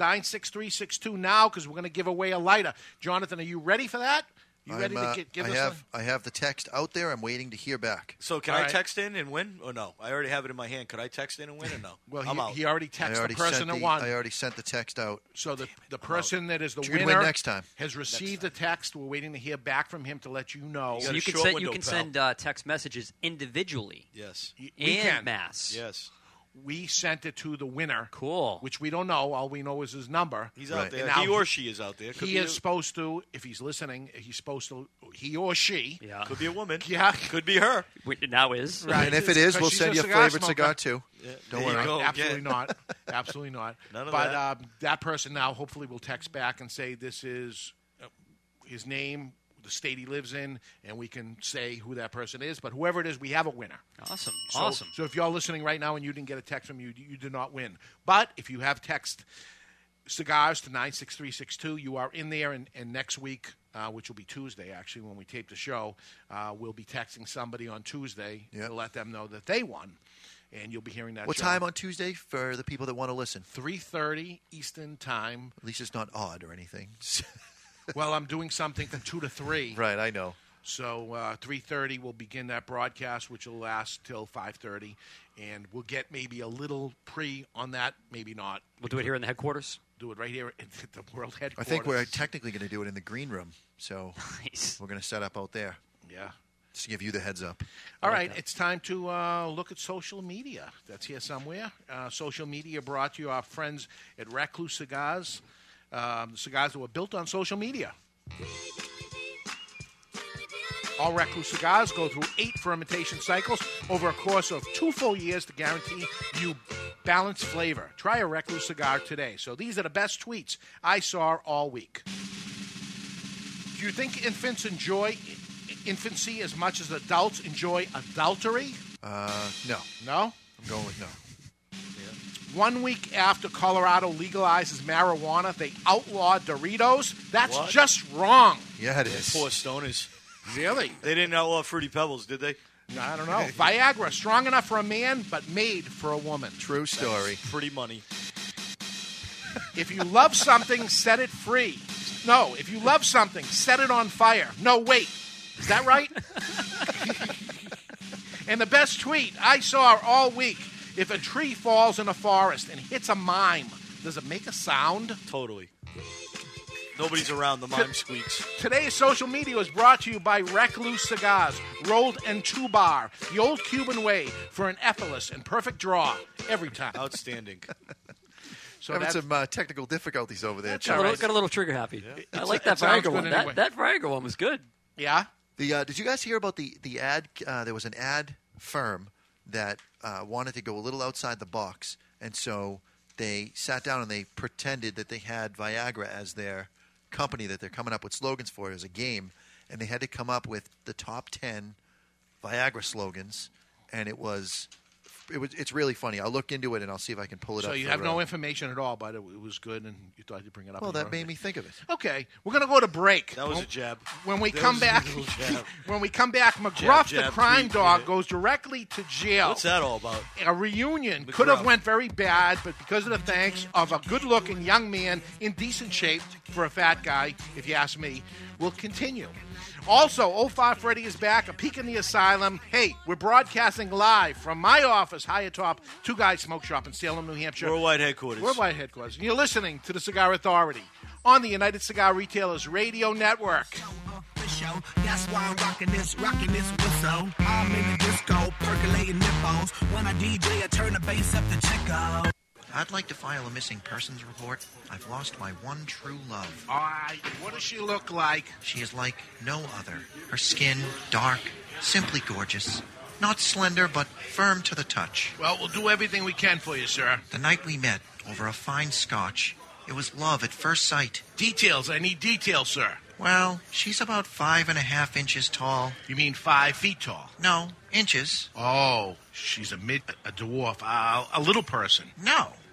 F: 96362 now because we're going to give away a lighter. Jonathan, are you ready for that? You
G: I'm,
F: ready
G: uh,
F: to get, give
G: I
F: us
G: have I have the text out there. I'm waiting to hear back.
H: So can
F: All
H: I
F: right.
H: text in and win? Or no? I already have it in my hand. Could I text in and win or no?
F: Well, he-
H: I'm out.
F: he already
G: I
F: texted
G: already
F: the person
G: sent
F: that
G: the-
F: won.
G: I already sent the text out.
F: So the, the person that is the
G: She can
F: winner
G: win next time.
F: has received the text. We're waiting to hear back from him to let you know.
C: so you can send you can send uh, text messages individually.
H: Yes,
F: We
C: and
F: can.
C: mass.
H: Yes.
F: We sent it to the winner.
C: Cool.
F: Which we don't know. All we know is his number.
H: He's out there.
F: And now
H: He or she is out there. Could
F: he
H: be
F: is
H: a-
F: supposed to, if he's listening, he's supposed to, he or she.
C: Yeah.
H: Could be a woman.
F: Yeah.
H: Could be her.
C: It now is.
F: Right.
G: And if it is,
F: Because
G: we'll
F: she's
G: send
F: a
G: you a
F: cigar
G: flavored
F: smoker.
G: cigar too.
F: Yeah.
G: Don't
F: There you
G: worry.
F: go. Absolutely not. Absolutely not.
G: None of
F: but
G: that.
F: Um, that person now hopefully will text back and say this is uh, his name, the state he lives in, and we can say who that person is. But whoever it is, we have a winner.
C: Awesome.
F: So,
C: awesome.
F: So if y'all listening right now and you didn't get a text from you, you did not win. But if you have text cigars to 96362, you are in there. And, and next week, uh, which will be Tuesday, actually, when we tape the show, uh, we'll be texting somebody on Tuesday to let them know that they won. And you'll be hearing that.
G: What time on Tuesday for the people that want to listen?
F: Three thirty Eastern Time.
G: At least it's not odd or anything.
F: well, I'm doing something from two to three.
G: right, I know.
F: So uh, three thirty, we'll begin that broadcast, which will last till five thirty, and we'll get maybe a little pre on that, maybe not.
C: We'll do it here in the headquarters.
F: Do it right here at the world
G: I
F: headquarters.
G: think we're technically going to do it in the green room. So
C: nice.
G: we're going to set up out there.
F: Yeah.
G: Just to give you the heads up.
F: All right, it's time to uh, look at social media. That's here somewhere. Uh, social media brought to you our friends at Recluse Cigars, um, cigars that were built on social media. All Recluse cigars go through eight fermentation cycles over a course of two full years to guarantee you balanced flavor. Try a Recluse cigar today. So these are the best tweets I saw all week. Do you think infants enjoy infancy as much as adults enjoy adultery?
G: Uh, no.
F: No?
G: I'm going with no.
F: One week after Colorado legalizes marijuana, they outlaw Doritos. That's
H: What?
F: just wrong.
G: Yeah, it is.
H: Poor stoners.
F: Really?
H: They didn't outlaw Fruity Pebbles, did they?
F: I don't know. Viagra, strong enough for a man, but made for a woman.
G: True story.
H: Pretty money.
F: If you love something, set it free. No, if you love something, set it on fire. No, wait. Is that right? and the best tweet I saw all week if a tree falls in a forest and hits a mime, does it make a sound?
H: Totally. Nobody's around. The mime squeaks.
F: Today's social media is brought to you by Recluse Cigars, rolled and two bar, the old Cuban way for an effortless and perfect draw every time.
H: Outstanding.
F: So
G: Having
F: that's-
G: some uh, technical difficulties over there.
F: That's
G: Chuck.
F: all right. Got a
C: little trigger happy.
G: Yeah.
C: I like that
G: Sounds
C: Viagra one.
G: good
C: That,
G: anyway.
C: that Viagra one was good.
F: Yeah.
G: The uh, did you guys hear about the the ad? Uh, there was an ad firm that uh, wanted to go a little outside the box, and so they sat down and they pretended that they had Viagra as their company that they're coming up with slogans for as a game, and they had to come up with the top ten Viagra slogans, and it was. It was, it's really funny. I'll look into it and I'll see if I can pull it
F: So
G: up.
F: you
G: for,
F: have no
G: uh,
F: information at all, but it, it was good, and you thought you'd bring it up.
G: Well,
F: in your
G: that
F: own
G: made
F: thing.
G: me think of it.
F: Okay, we're gonna go to break.
H: That was a
F: When-
H: jab.
F: When we
H: That
F: come
H: was a
F: back,
H: little jab.
F: when we come back, McGruff, the
H: jab,
F: crime
H: tweet,
F: dog, goes directly to jail.
H: What's that all about?
F: A reunion could have went very bad, but because of the thanks of a good-looking young man in decent shape for a fat guy, if you ask me, will continue. Also, 05 Freddy is back, a peek in the asylum. Hey, we're broadcasting live from my office, high atop Two Guys Smoke Shop in Salem, New Hampshire.
H: Worldwide headquarters.
F: Worldwide headquarters. And you're listening to the Cigar Authority on the United Cigar Retailers Radio Network.
D: show. That's why I'm rocking this, rocking this whistle. I'm in the disco, percolating nipples. When I DJ, I turn the bass up to Chico.
G: I'd like to file a missing persons report. I've lost my one true love.
F: Oh, I, what does she look like?
G: She is like no other. Her skin, dark, simply gorgeous. Not slender, but firm to the touch.
F: Well, we'll do everything we can for you, sir.
G: The night we met over a fine scotch, it was love at first sight.
F: Details. I need details, sir.
G: Well, she's about five and a half inches tall.
F: You mean five feet tall?
G: No, inches.
F: Oh, she's a mid, a dwarf, uh, a little person.
G: No,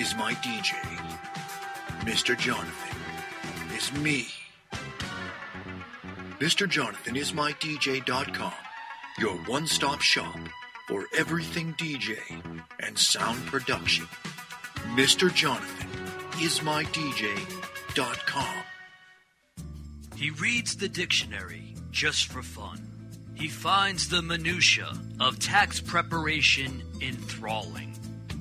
P: is my DJ. Mr. Jonathan is me. Mr. Jonathan is my DJ.com, your one stop shop for everything DJ and sound production. Mr. Jonathan is my DJ.com.
J: He reads the dictionary just for fun. He finds the minutia of tax preparation enthralling.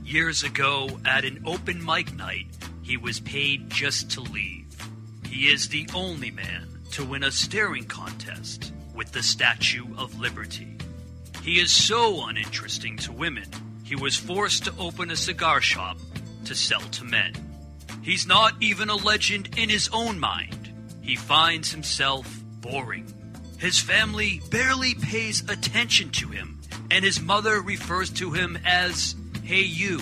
J: Years ago, at an open mic night, he was paid just to leave. He is the only man to win a staring contest with the Statue of Liberty. He is so uninteresting to women, he was forced to open a cigar shop to sell to men. He's not even a legend in his own mind. He finds himself boring. His family barely pays attention to him, and his mother refers to him as Hey You.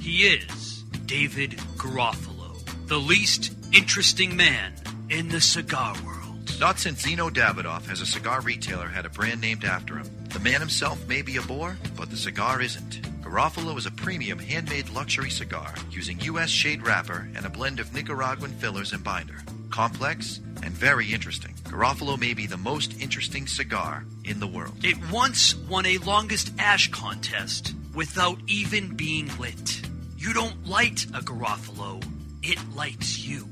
J: He is David Garofalo, the least interesting man in the cigar world.
G: Not since Zeno Davidoff has a cigar retailer had a brand named after him. The man himself may be a bore, but the cigar isn't. Garofalo is a premium handmade luxury cigar using U.S. shade wrapper and a blend of Nicaraguan fillers and binder. Complex and very interesting. Garofalo may be the most interesting cigar in the world.
J: It once won a longest ash contest without even being lit. You don't light a Garofalo, it lights you.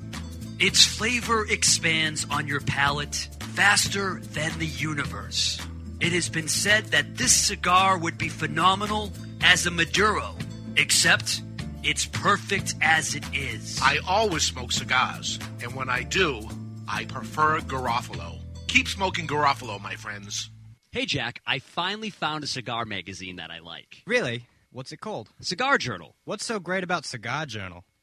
J: Its flavor expands on your palate faster than the universe. It has been said that this cigar would be phenomenal as a Maduro, except it's perfect as it is.
Q: I always smoke cigars, and when I do, I prefer Garofalo. Keep smoking Garofalo, my friends.
C: Hey, Jack, I finally found a cigar magazine that I like.
A: Really? What's it called?
C: Cigar Journal.
A: What's so great about Cigar Journal?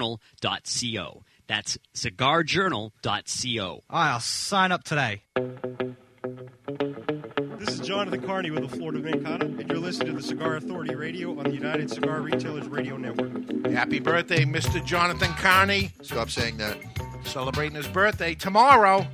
C: www.cigarjournal.co. That's cigarjournal.co.
A: I'll sign up today.
R: This is Jonathan Carney with the Florida Vancana, and you're listening to the Cigar Authority Radio on the United Cigar Retailers Radio Network.
F: Happy birthday, Mr. Jonathan Carney.
G: Stop saying that.
F: Celebrating his birthday tomorrow.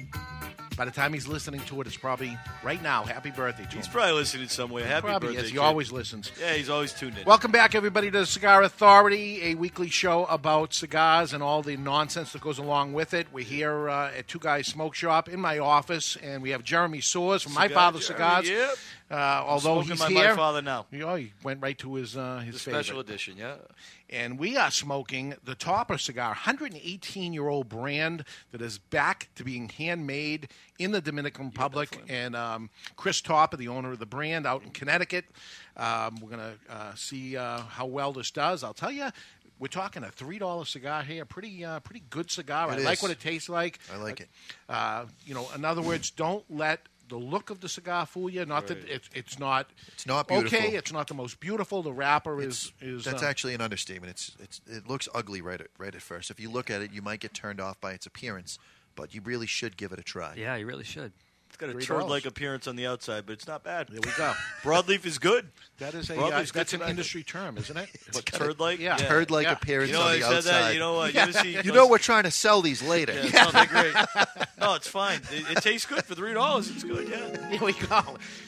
F: By the time he's listening to it, it's probably right now. Happy birthday to
H: He's
F: him.
H: probably listening some way. Happy
F: probably
H: birthday.
F: is. He
H: kid.
F: always listens.
H: Yeah, he's always tuned in.
F: Welcome back, everybody, to the Cigar Authority, a weekly show about cigars and all the nonsense that goes along with it. We're here uh, at Two Guys Smoke Shop in my office, and we have Jeremy Soares from My
H: Cigar
F: Father's
H: Jeremy,
F: Cigars.
H: yep.
F: Uh, although
H: smoking
F: he's
H: my My
F: here,
H: Father now.
F: He, oh, he went right to his uh, his
H: The special
F: favorite.
H: edition, yeah.
F: And we are smoking the Topper cigar, 118 year old brand that is back to being handmade in the Dominican Republic. and um, Chris Topper, the owner of the brand out in Connecticut. Um, we're going to uh, see uh, how well this does. I'll tell you. We're talking a three dollar cigar here, pretty uh, pretty good cigar.
G: It
F: I like
G: is.
F: what it tastes like.
G: I like it.
F: Uh, you know, in other words, don't let the look of the cigar fool you. Not that
G: Right.
F: it's it's not it's
G: not beautiful.
F: Okay, it's not the most beautiful. The wrapper is is
G: That's
F: uh,
G: actually an understatement. It's, it's it looks ugly right at, right at first. If you look at it, you might get turned off by its appearance, but you really should give it a try.
C: Yeah, you really should.
H: It's got a
G: Three
H: turd
G: dollars.
H: like appearance on the outside, but it's not bad. There
F: we go.
H: Broadleaf is good.
F: that is a
H: Broadleaf's
F: uh,
H: good
F: that's an
H: tonight.
F: industry term, isn't it?
H: What, turd-like?
F: Yeah,
G: Turd-like
F: yeah.
G: appearance
H: You know,
G: on
H: I
G: the
H: said
G: outside.
H: that, you know what, you ever see-
G: You know we're trying to sell these later.
H: Yeah, it's not that great. No, it's fine. It, it tastes good for three dollars. It's good. Yeah.
F: Here we go.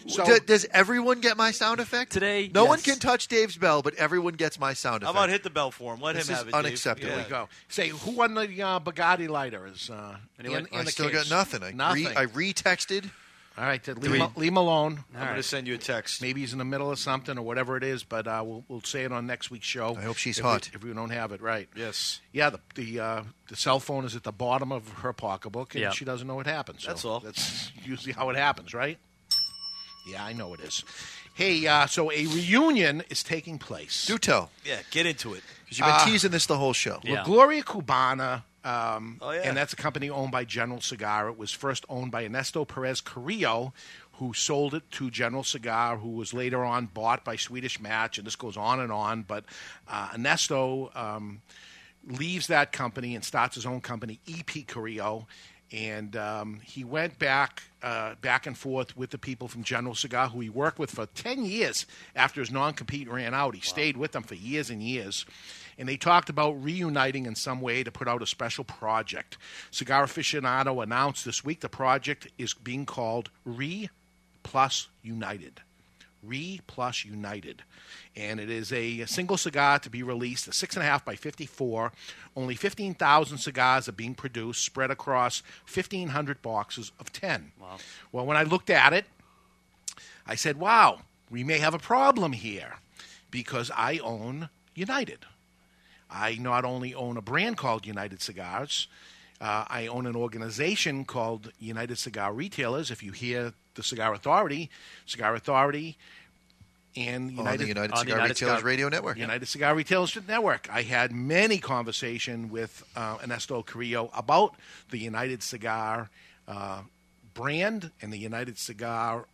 H: So-
G: Do- does everyone get my sound effect
C: today?
G: No one
H: yes.
G: can touch Dave's bell, but everyone gets my sound
H: How
G: effect.
H: about hit the bell for him? Let
G: This
H: him
G: is
H: have it.
G: unacceptable.
H: Dave.
G: Here
H: Yeah.
G: we
F: go. Say who won the uh, Bugatti lighter? Is uh, in, in
G: I
F: the
G: still
F: case?
G: got nothing. I,
F: nothing.
G: Re- I retexted.
F: All right, to
G: Three.
F: leave, him- leave him alone.
G: I'm gonna
H: send you a text.
F: Maybe he's in the middle of something or whatever it is, but uh, we'll, we'll say it on next week's show. I hope
G: she's
F: if
G: hot.
F: We, if we don't have it right.
H: Yes.
F: Yeah, the the, uh, the cell phone is at the bottom of her pocketbook, and
H: Yeah.
F: she doesn't know what happened. So
H: That's all.
F: That's usually how it happens, right? Yeah, I know it is. Hey, uh, so a reunion is taking place.
G: Do tell.
H: Yeah, get into it.
G: Because you've been
F: Uh,
G: teasing this the whole show.
F: Well, Gloria Cubana, um,
G: Oh, yeah.
F: and that's a company owned by General Cigar. It was first owned by Ernesto Perez Carrillo, who sold it to General Cigar, who was later on bought by Swedish Match, and this goes on and on. But uh, Ernesto um, leaves that company and starts his own company, EP Carrillo. And um, he went back, uh, back and forth with the people from General Cigar, who he worked with for ten years after his non-compete ran out. He stayed with them for years and years and they talked about reuniting in some way to put out a special project. Cigar Aficionado announced this week the project is being called Re Plus United. Re Plus United. And it is a single cigar to be released, a 6.5 by 54. Only 15,000 cigars are being produced, spread across 1,500 boxes of 10. Wow. Well, when I looked at it, I said, wow, we may have a problem here because I own United. I not only own a brand called United Cigars, uh, I own an organization called United Cigar Retailers. If you hear the Cigar Authority, Cigar Authority and
G: the
F: United,
G: United Cigar Retailers Radio Network.
F: United Cigar Retailers Network. I had many conversation with uh, Ernesto Carrillo about the United Cigar uh, brand and the United Cigar Retailers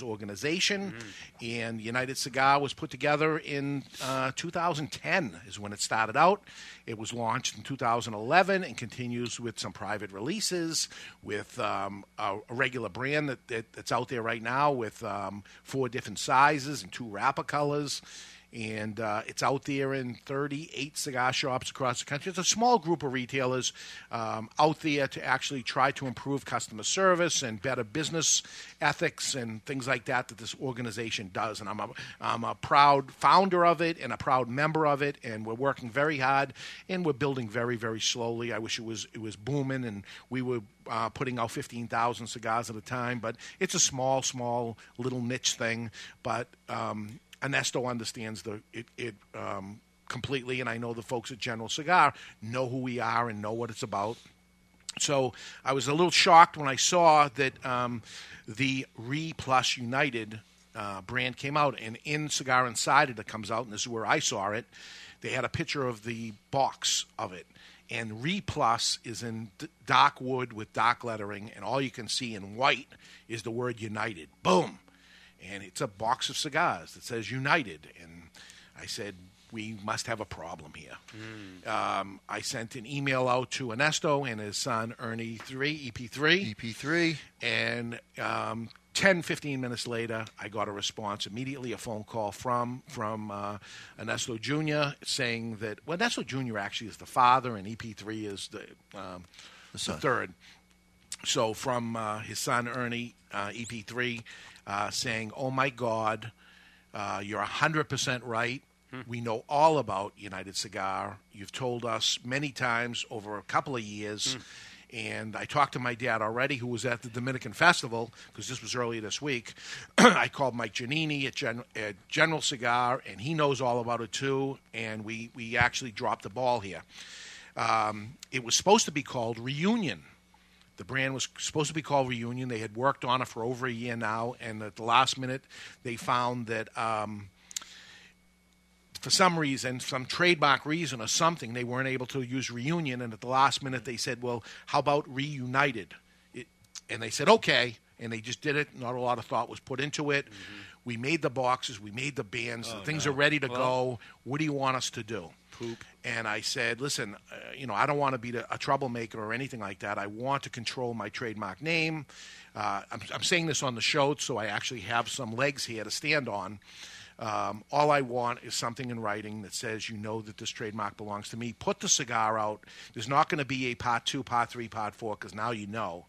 G: Mm-hmm.
F: Organization. And United Cigar was put together in uh, 2010 is when it started out. It was launched in 2011 and continues with some private releases, with um, a, a regular brand that, that, that's out there right now with um, four different sizes and two wrapper colors. And uh, it's out there in 38 cigar shops across the country. It's a small group of retailers um, out there to actually try to improve customer service and better business ethics and things like that that this organization does. And I'm a, I'm a proud founder of it and a proud member of it. And we're working very hard and we're building very very slowly. I wish it was it was booming and we were uh, putting out 15,000 cigars at a time. But it's a small small little niche thing. But um, Ernesto understands the it, it um, completely, and I know the folks at General Cigar know who we are and know what it's about. So I was a little shocked when I saw that um, the Re Plus United uh, brand came out, and in Cigar Insider that comes out, and this is where I saw it. They had a picture of the box of it, and Re Plus is in d- dark wood with dark lettering, and all you can see in white is the word United. Boom and it's a box of cigars that says United. And I said, we must have a problem here.
H: Mm.
G: Mm.
F: Um, I sent an email out to Ernesto and his son Ernie three EP three EP
G: E three,
F: and um, 10, 15 minutes later, I got a response immediately. A phone call from from uh, Ernesto Junior saying that well, Ernesto Junior actually is the father, and EP three is the um, the,
G: son.
F: third. So from uh, his son Ernie uh, EP three, uh, saying, "Oh my God." Uh, you're 100% right. Hmm. We know all about United Cigar. You've told us many times over a couple of years. And I talked to my dad already, who was at the Dominican Festival, because this was earlier this week. I called Mike Giannini at, Gen- at General Cigar, and he knows all about it too. And we, we actually dropped the ball here. Um, it was supposed to be called Reunion. The brand was supposed to be called Reunion. They had worked on it for over a year now, and at the last minute, they found that um, for some reason, some trademark reason or something, they weren't able to use Reunion. And at the last minute, they said, "Well, how about Reunited?" It, and they said, "Okay," and they just did it. Not a lot of thought was put into it. We made the boxes, we made the bands,
B: Mm-hmm. Oh,
F: things
B: no.
F: are ready to
B: Well-
F: go. What do you want us to do? Poop. And I said, listen, uh, you know, I don't want to be the- a troublemaker or anything like that. I want to control my trademark name. Uh, I'm, I'm saying this on the show, so I actually have some legs here to stand on. Um, all I want is something in writing that says, you know, that this trademark belongs to me. Put the cigar out. There's not going to be a part two, part three, part four, because now you know.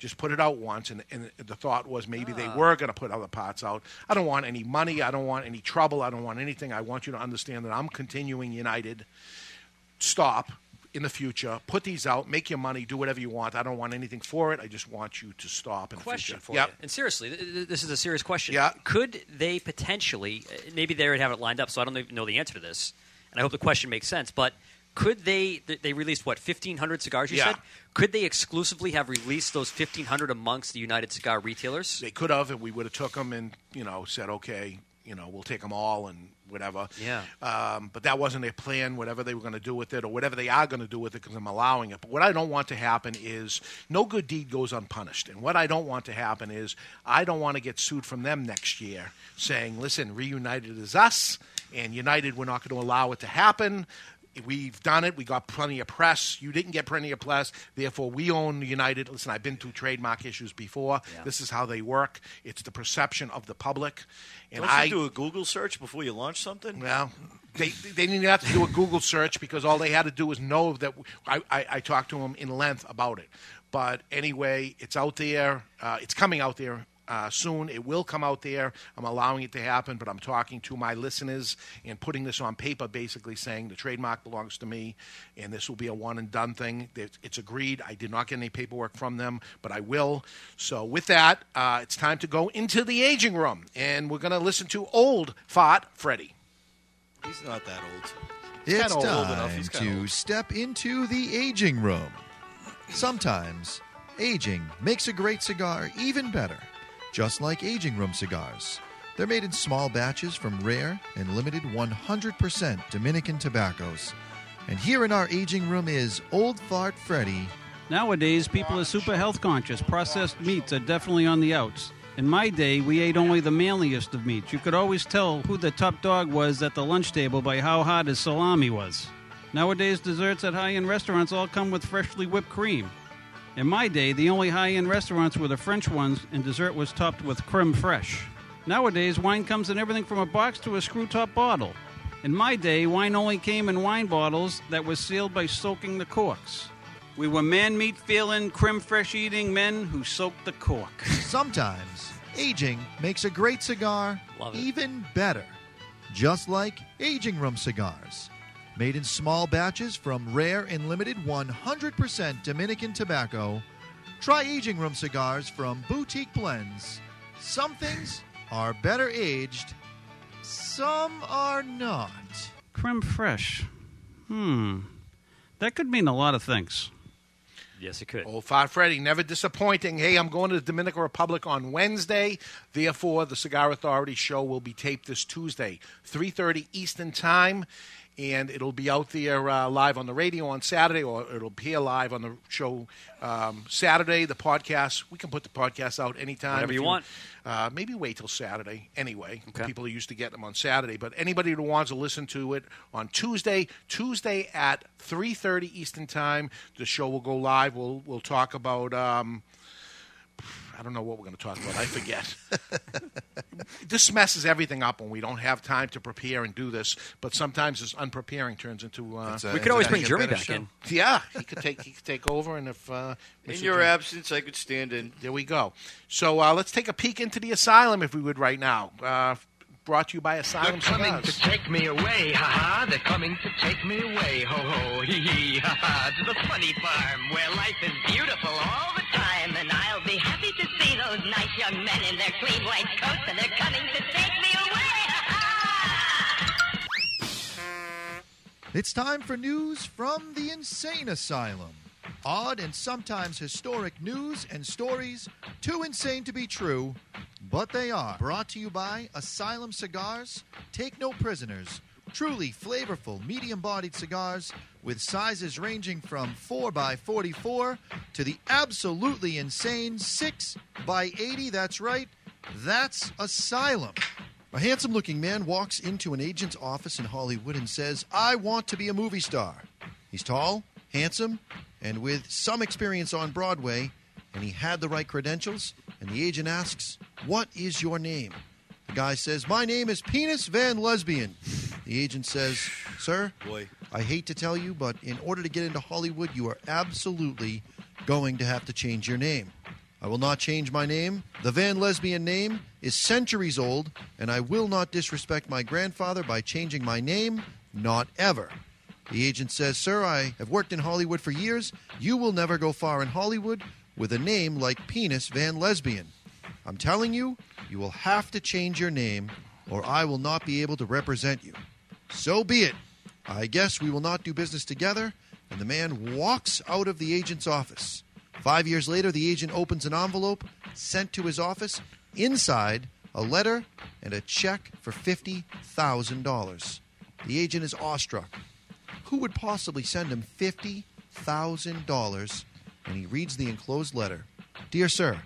F: Just put it out once. And, and the thought was maybe they
B: Ah.
F: were going to put other parts out. I don't want any money. I don't want any trouble. I don't want anything. I want you to understand that I'm continuing United. Stop in the future. Put these out. Make your money. Do whatever you want. I don't want anything for it. I just want you to stop. In
C: question
F: the future.
C: for
F: Yep.
C: you. And seriously, th- th- this is a serious question. Yeah. Could they potentially? uh, Maybe they already have it lined up, so I don't even know the answer to this. And I hope the question makes sense. But could they? th- They released what fifteen hundred cigars? You
F: Yeah.
C: said. Could they exclusively have released those fifteen hundred amongst the United Cigar retailers?
F: They could have, and we would have took them and you know said, okay, you know, we'll take them all and whatever.
C: Yeah.
F: Um, but that wasn't their plan, whatever they were going to do with it or whatever they are going to do with it because I'm allowing it. But what I don't want to happen is no good deed goes unpunished. And what I don't want to happen is I don't want to get sued from them next year saying, listen, reunited is us and united, we're not going to allow it to happen. We've done it. We got plenty of press. You didn't get plenty of press. Therefore, we own United. Listen, I've been through trademark issues before. This is how they work. It's the perception of the public. And
H: Don't you
F: I
H: do a Google search before you launch something?
F: well, they they didn't have to do a Google search because all they had to do was know that I, I, I talked to them in length about it. But anyway, it's out there. Uh, it's coming out there. Uh, soon it will come out there. I'm allowing it to happen, but I'm talking to my listeners and putting this on paper, basically saying the trademark belongs to me, and this will be a one and done thing. It's it's agreed. I did not get any paperwork from them, but I will. So with that, uh, it's time to go into the aging room, and we're going to listen to old fart Freddie.
H: He's not that old.
G: It's
H: kinda old enough.
G: time
H: He's kinda
G: to step into the aging room. Sometimes aging makes a great cigar even better, just like aging room cigars. They're made in small batches from rare and limited 100% Dominican tobaccos. And here in our aging room is Old Fart Freddy.
B: Nowadays, people are super health conscious. Processed meats are definitely on the outs. In my day, we ate only the manliest of meats. You could always tell who the top dog was at the lunch table by how hot his salami was. Nowadays, desserts at high end restaurants all come with freshly whipped cream. In my day, the only high end restaurants were the French ones, and dessert was topped with creme fraiche. Nowadays, wine comes in everything from a box to a screw top bottle. In my day, wine only came in wine bottles that were sealed by soaking the corks. We were man meat feeling, creme fraiche eating men who soaked the cork.
G: Sometimes, aging makes a great cigar even better. Just like aging room cigars. Made in small batches from rare and limited 100% Dominican tobacco, try aging room cigars from Boutique Blends. Some things are better aged, some are not.
B: Creme fraiche. Hmm. That could mean a lot of things.
C: Yes, it could.
F: Old Fat Freddy, never disappointing. Hey, I'm going to the Dominican Republic on Wednesday. Therefore, the Cigar Authority show will be taped this Tuesday, 3.30 Eastern Time. And it'll be out there uh, live on the radio on Saturday, or it'll be here live on the show um, Saturday. The podcast, we can put the podcast out anytime.
C: Whatever
F: if
C: you want.
F: Uh, maybe wait till Saturday anyway. People used to get them on Saturday, but anybody who wants to listen to it on Tuesday, Tuesday at 3.30 Eastern Time, the show will go live. We'll, we'll talk about, um, I don't know what we're going to talk about. I forget. this messes everything up when we don't have time to prepare and do this, but sometimes this unpreparing turns into. Uh,
H: That's a- We could always that's bring actually a Jeremy better back show. in.
F: Yeah, he could take, he could take over, and if. Uh,
H: In
F: Mr.
H: your
F: Jer-
H: absence, I could stand in.
F: there we go. So uh, let's take a peek into the asylum, if we would, right now. Uh, brought to you by Asylum
N: Coming
F: Cigars.
N: to take me away, ha ha. They're coming to take me away, ho ho, hee hee, ha ha. To the funny farm where life is beautiful all the time. And I'll be happy to see those nice young men in their clean white coats, and they're coming to take me away, ha
G: It's time for news from the Insane Asylum. Odd and sometimes historic news and stories too insane to be true, but they are. Brought to you by Asylum Cigars, Take No Prisoners. Truly flavorful, medium bodied cigars with sizes ranging from 4x44 to the absolutely insane 6x80. That's right, that's Asylum. A handsome looking man walks into an agent's office in Hollywood and says, I want to be a movie star. He's tall, handsome, and with some experience on Broadway, and he had the right credentials. And the agent asks, What is your name? The guy says, My name is Penis Van Lesbian. The agent says, Sir,
H: Boy.
G: I hate to tell you, but in order to get into Hollywood, you are absolutely going to have to change your name. I will not change my name. The Van Lesbian name is centuries old, and I will not disrespect my grandfather by changing my name, not ever. The agent says, Sir, I have worked in Hollywood for years. You will never go far in Hollywood with a name like Penis Van Lesbian. I'm telling you, you will have to change your name, or I will not be able to represent you. So be it. I guess we will not do business together. And the man walks out of the agent's office. Five years later, the agent opens an envelope sent to his office. Inside, a letter and a check for $50,000. The agent is awestruck. Who would possibly send him $50,000? And he reads the enclosed letter Dear sir,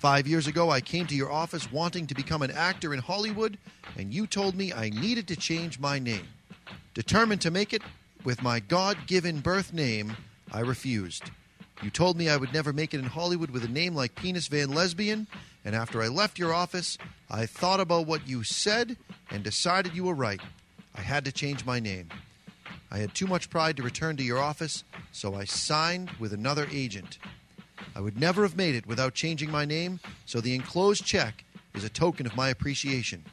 G: Five years ago, I came to your office wanting to become an actor in Hollywood, and you told me I needed to change my name. Determined to make it with my God given birth name, I refused. You told me I would never make it in Hollywood with a name like Penis Van Lesbian, and after I left your office, I thought about what you said and decided you were right. I had to change my name. I had too much pride to return to your office, so I signed with another agent. I would never have made it without changing my name, so the enclosed check is a token of my appreciation.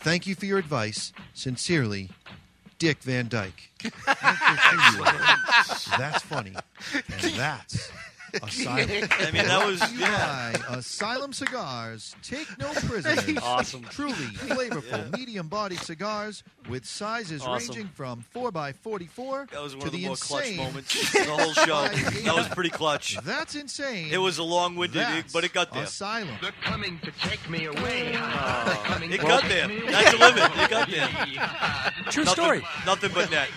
G: Thank you for your advice. Sincerely, Dick Van Dyke. That's funny. And that's Asylum.
H: I mean, that was- yeah.
G: Eli, Asylum cigars. Take no prisoners.
H: Awesome.
G: Truly flavorful,
H: Yeah.
G: medium-bodied cigars with sizes
H: Awesome.
G: ranging from 4x44
H: That was one
G: to
H: of the,
G: the
H: more clutch
G: insane
H: moments in the whole show. that was pretty clutch.
G: That's insane.
H: It was a long-winded,
G: That's
H: but it got there. Oh.
G: Asylum.
N: They're coming to take me away.
H: It got there. That's a limit. It got there. Nothing- Nothing but net.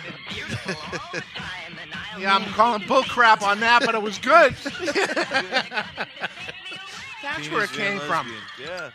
F: Yeah, I'm calling bull crap on that, but it was good. That's where it
H: Penis
F: came
H: Van
F: from.
H: Lesbian. Yeah.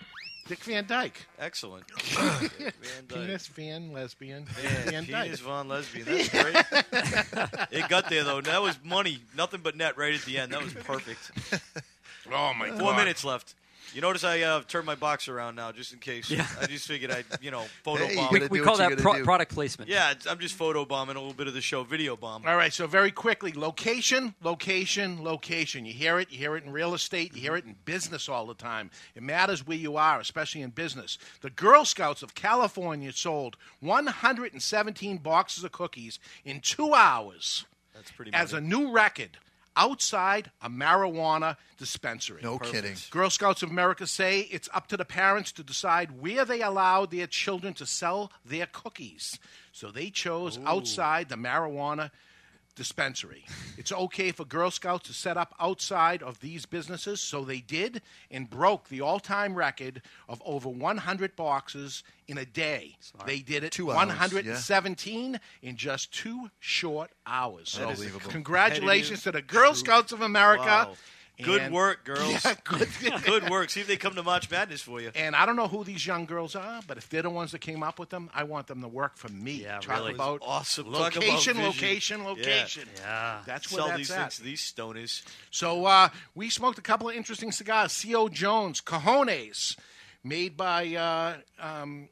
F: Dick Van Dyke.
H: Excellent. Van Dyke.
F: Penis Van Lesbian.
H: Yeah,
F: Van Dyke.
H: penis Von Lesbian. That's great. it got there though. That was money. Nothing but net right at the end. That was perfect.
F: Oh my
H: Four
F: God.
H: minutes left. You notice I uh, turned my box around now, just in case.
C: Yeah.
H: I just figured I'd, you know, photo
C: Hey, you
H: bomb.
C: gotta We- we do call what you that gotta pro- do. product placement.
H: Yeah, it's- I'm just photo bombing a little bit of the show, video bomb.
F: All right, so very quickly location, location, location. You hear it, you hear it in real estate, you hear it in business all the time. It matters where you are, especially in business. The Girl Scouts of California sold 117 boxes of cookies in two hours
H: That's pretty.
F: as a new record outside a marijuana dispensary.
G: No kidding.
F: Girl Scouts of America say it's up to the parents to decide where they allow their children to sell their cookies. So they chose outside the marijuana dispensary. it's okay for Girl Scouts to set up outside of these businesses, so they did and broke the all-time record of over 100 boxes in a day. They did it
G: Two hours, yeah.
F: 117 in just two short hours. So
H: Unbelievable.
F: congratulations to the Girl Scouts of America.
H: Wow. Good
F: And-
H: work, girls.
F: Yeah, good.
H: Good work. See if they come to March Madness for you.
F: And I don't know who these young girls are, but if they're the ones that came up with them, I want them to work for me. Yeah, Talk
H: really.
F: about
H: awesome. Talk about
F: location,
H: vision.
F: location,
H: Yeah.
F: location.
H: Yeah.
F: that's where
H: Sell
F: that's
H: these
F: at.
H: things to these stoners.
F: So uh, we smoked a couple of interesting cigars. C.O. Jones Cajones, made by uh, um,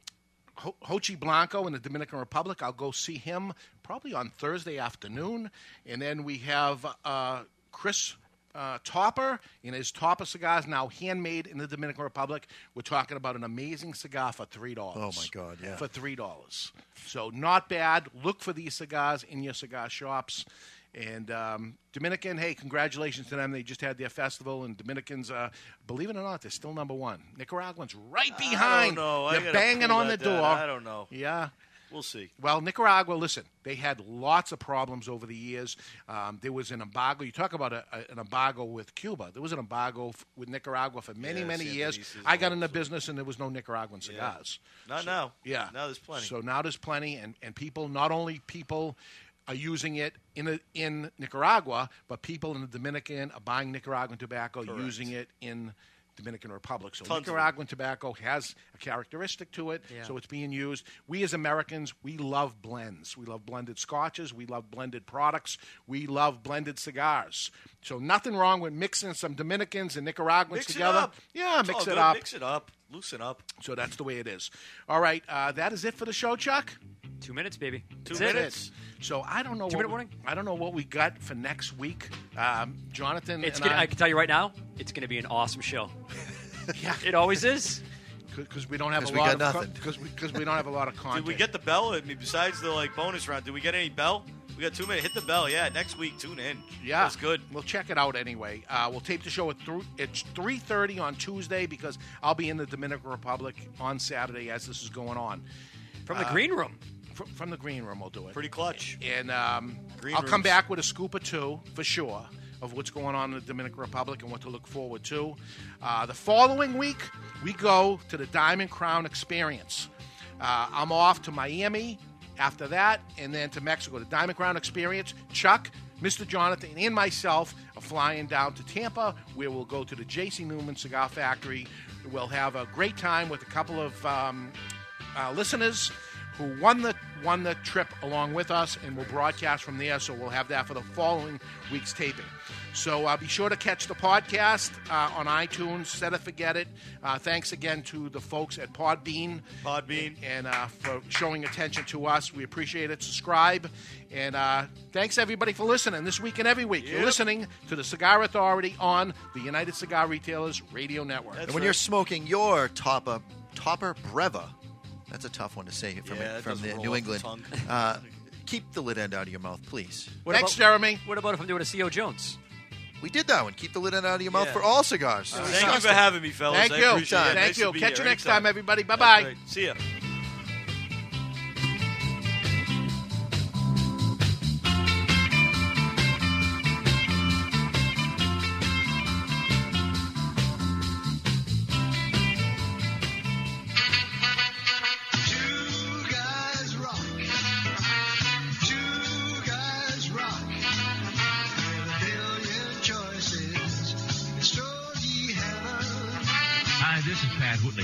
F: Ho- Hochi Blanco in the Dominican Republic. I'll go see him probably on Thursday afternoon. And then we have uh, Chris uh, Topper in his Topper cigars, now handmade in the Dominican Republic. We're talking about an amazing cigar for $3.
G: Oh, my God, yeah.
F: For $3. So not bad. Look for these cigars in your cigar shops. And um, Dominican, hey, congratulations to them. They just had their festival, and Dominicans, uh, believe it or not, they're still number one. Nicaraguans right behind.
H: I don't know. I
F: They're
H: gotta
F: banging
H: pull
F: on the
H: that
F: door.
H: down. I don't know.
F: Yeah.
H: We'll see.
F: Well, Nicaragua, listen, they had lots of problems over the years. Um, there was an embargo. You talk about a, a- an embargo with Cuba. There was an embargo f- with Nicaragua for many,
H: Yeah,
F: many
H: San
F: years.
H: Felice's
F: I got into business and there was no Nicaraguan cigars.
H: Not now.
F: Yeah.
H: Now there's plenty.
F: So now there's plenty, and, and people, not only people are using it in a, in Nicaragua, but people in the Dominican are buying Nicaraguan tobacco,
H: Correct.
F: using it in Dominican Republic. So
H: Tons of them.
F: Nicaraguan tobacco has a characteristic to it,
H: Yeah.
F: so it's being used. We as Americans, we love blends. We love blended scotches. We love blended products. We love blended cigars. So nothing wrong with mixing some Dominicans and Nicaraguans
H: Mix
F: together.
H: it up.
F: Yeah,
H: It's
F: mix
H: all
F: it
H: good.
F: up.
H: Mix it up. Loosen up.
F: So that's the way it is. All right, uh, that is it for the show, Chuck.
C: Two minutes, baby.
H: Two
F: That's it.
H: minutes.
F: So I don't know.
C: Two
F: what
C: minute
F: we-
C: warning?
F: I don't know what we got for next week. Um, Jonathan,
C: It's
F: and
C: gonna, I can tell you right now, it's going to be an awesome show.
F: yeah,
C: it always is.
F: because we don't have a lot of because we, 'cause we don't have a lot of content.
H: Did we get the bell? I mean, besides the like bonus round, did we get any bell? We got two minutes. Hit the bell. Yeah, next week. Tune in.
F: Yeah, that's good. We'll check it out anyway. Uh, we'll tape the show at thr it's three thirty on Tuesday because I'll be in the Dominican Republic on Saturday as this is going on.
C: From the green room.
F: From, from the green room, we'll do it.
H: Pretty clutch.
F: And um,
H: Green
F: I'll come
H: rooms.
F: back with a scoop or two for sure of what's going on in the Dominican Republic and what to look forward to. Uh, the following week, we go to the Diamond Crown Experience. Uh, I'm off to Miami after that, and then to Mexico. The Diamond Crown Experience. Chuck, Mr. Jonathan, and myself are flying down to Tampa, where we'll go to the J.C. Newman Cigar Factory. We'll have a great time with a couple of um, uh, listeners who won the won the trip along with us, and we'll broadcast from there. So we'll have that for the following week's taping. So uh, be sure to catch the podcast uh, on iTunes. Set it, forget it. Uh, thanks again to the folks at Podbean,
H: Podbean,
F: and uh, for showing attention to us. We appreciate it. Subscribe, and uh, thanks everybody for listening this week and every week. You're
G: Yep.
F: listening to the Cigar Authority on the United Cigar Retailers Radio Network.
G: and when you're smoking your topper, topper breva, that's a tough one to say from,
F: Yeah, it
G: from
F: doesn't
G: the
F: roll
G: New
F: off
G: England.
F: the
G: Uh, keep the lid end out of your mouth, please.
C: What about- What about if I'm doing a CO Jones?
G: We did that one. Keep the lid end out of your mouth for all cigars.
H: Thank you for having me, fellas.
G: Thank
H: I
G: you.
H: appreciate it.
G: Thank
H: Nice to
G: you.
H: be
G: Catch
H: here.
G: you next
H: Anytime.
G: time, everybody.
H: That's
G: Bye-bye.
H: right. See ya.
E: Hi, this is Pat Whitley.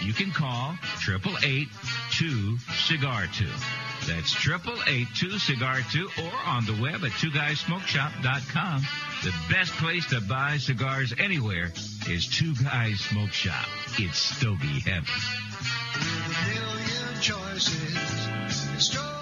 E: You can call 888-2-CIGAR-2. That's triple eight two cigar two, or on the web at two guysmokeshop.com. The best place to buy cigars anywhere is Two Guys Smoke Shop. It's Stogie Heaven.
S: choices. It's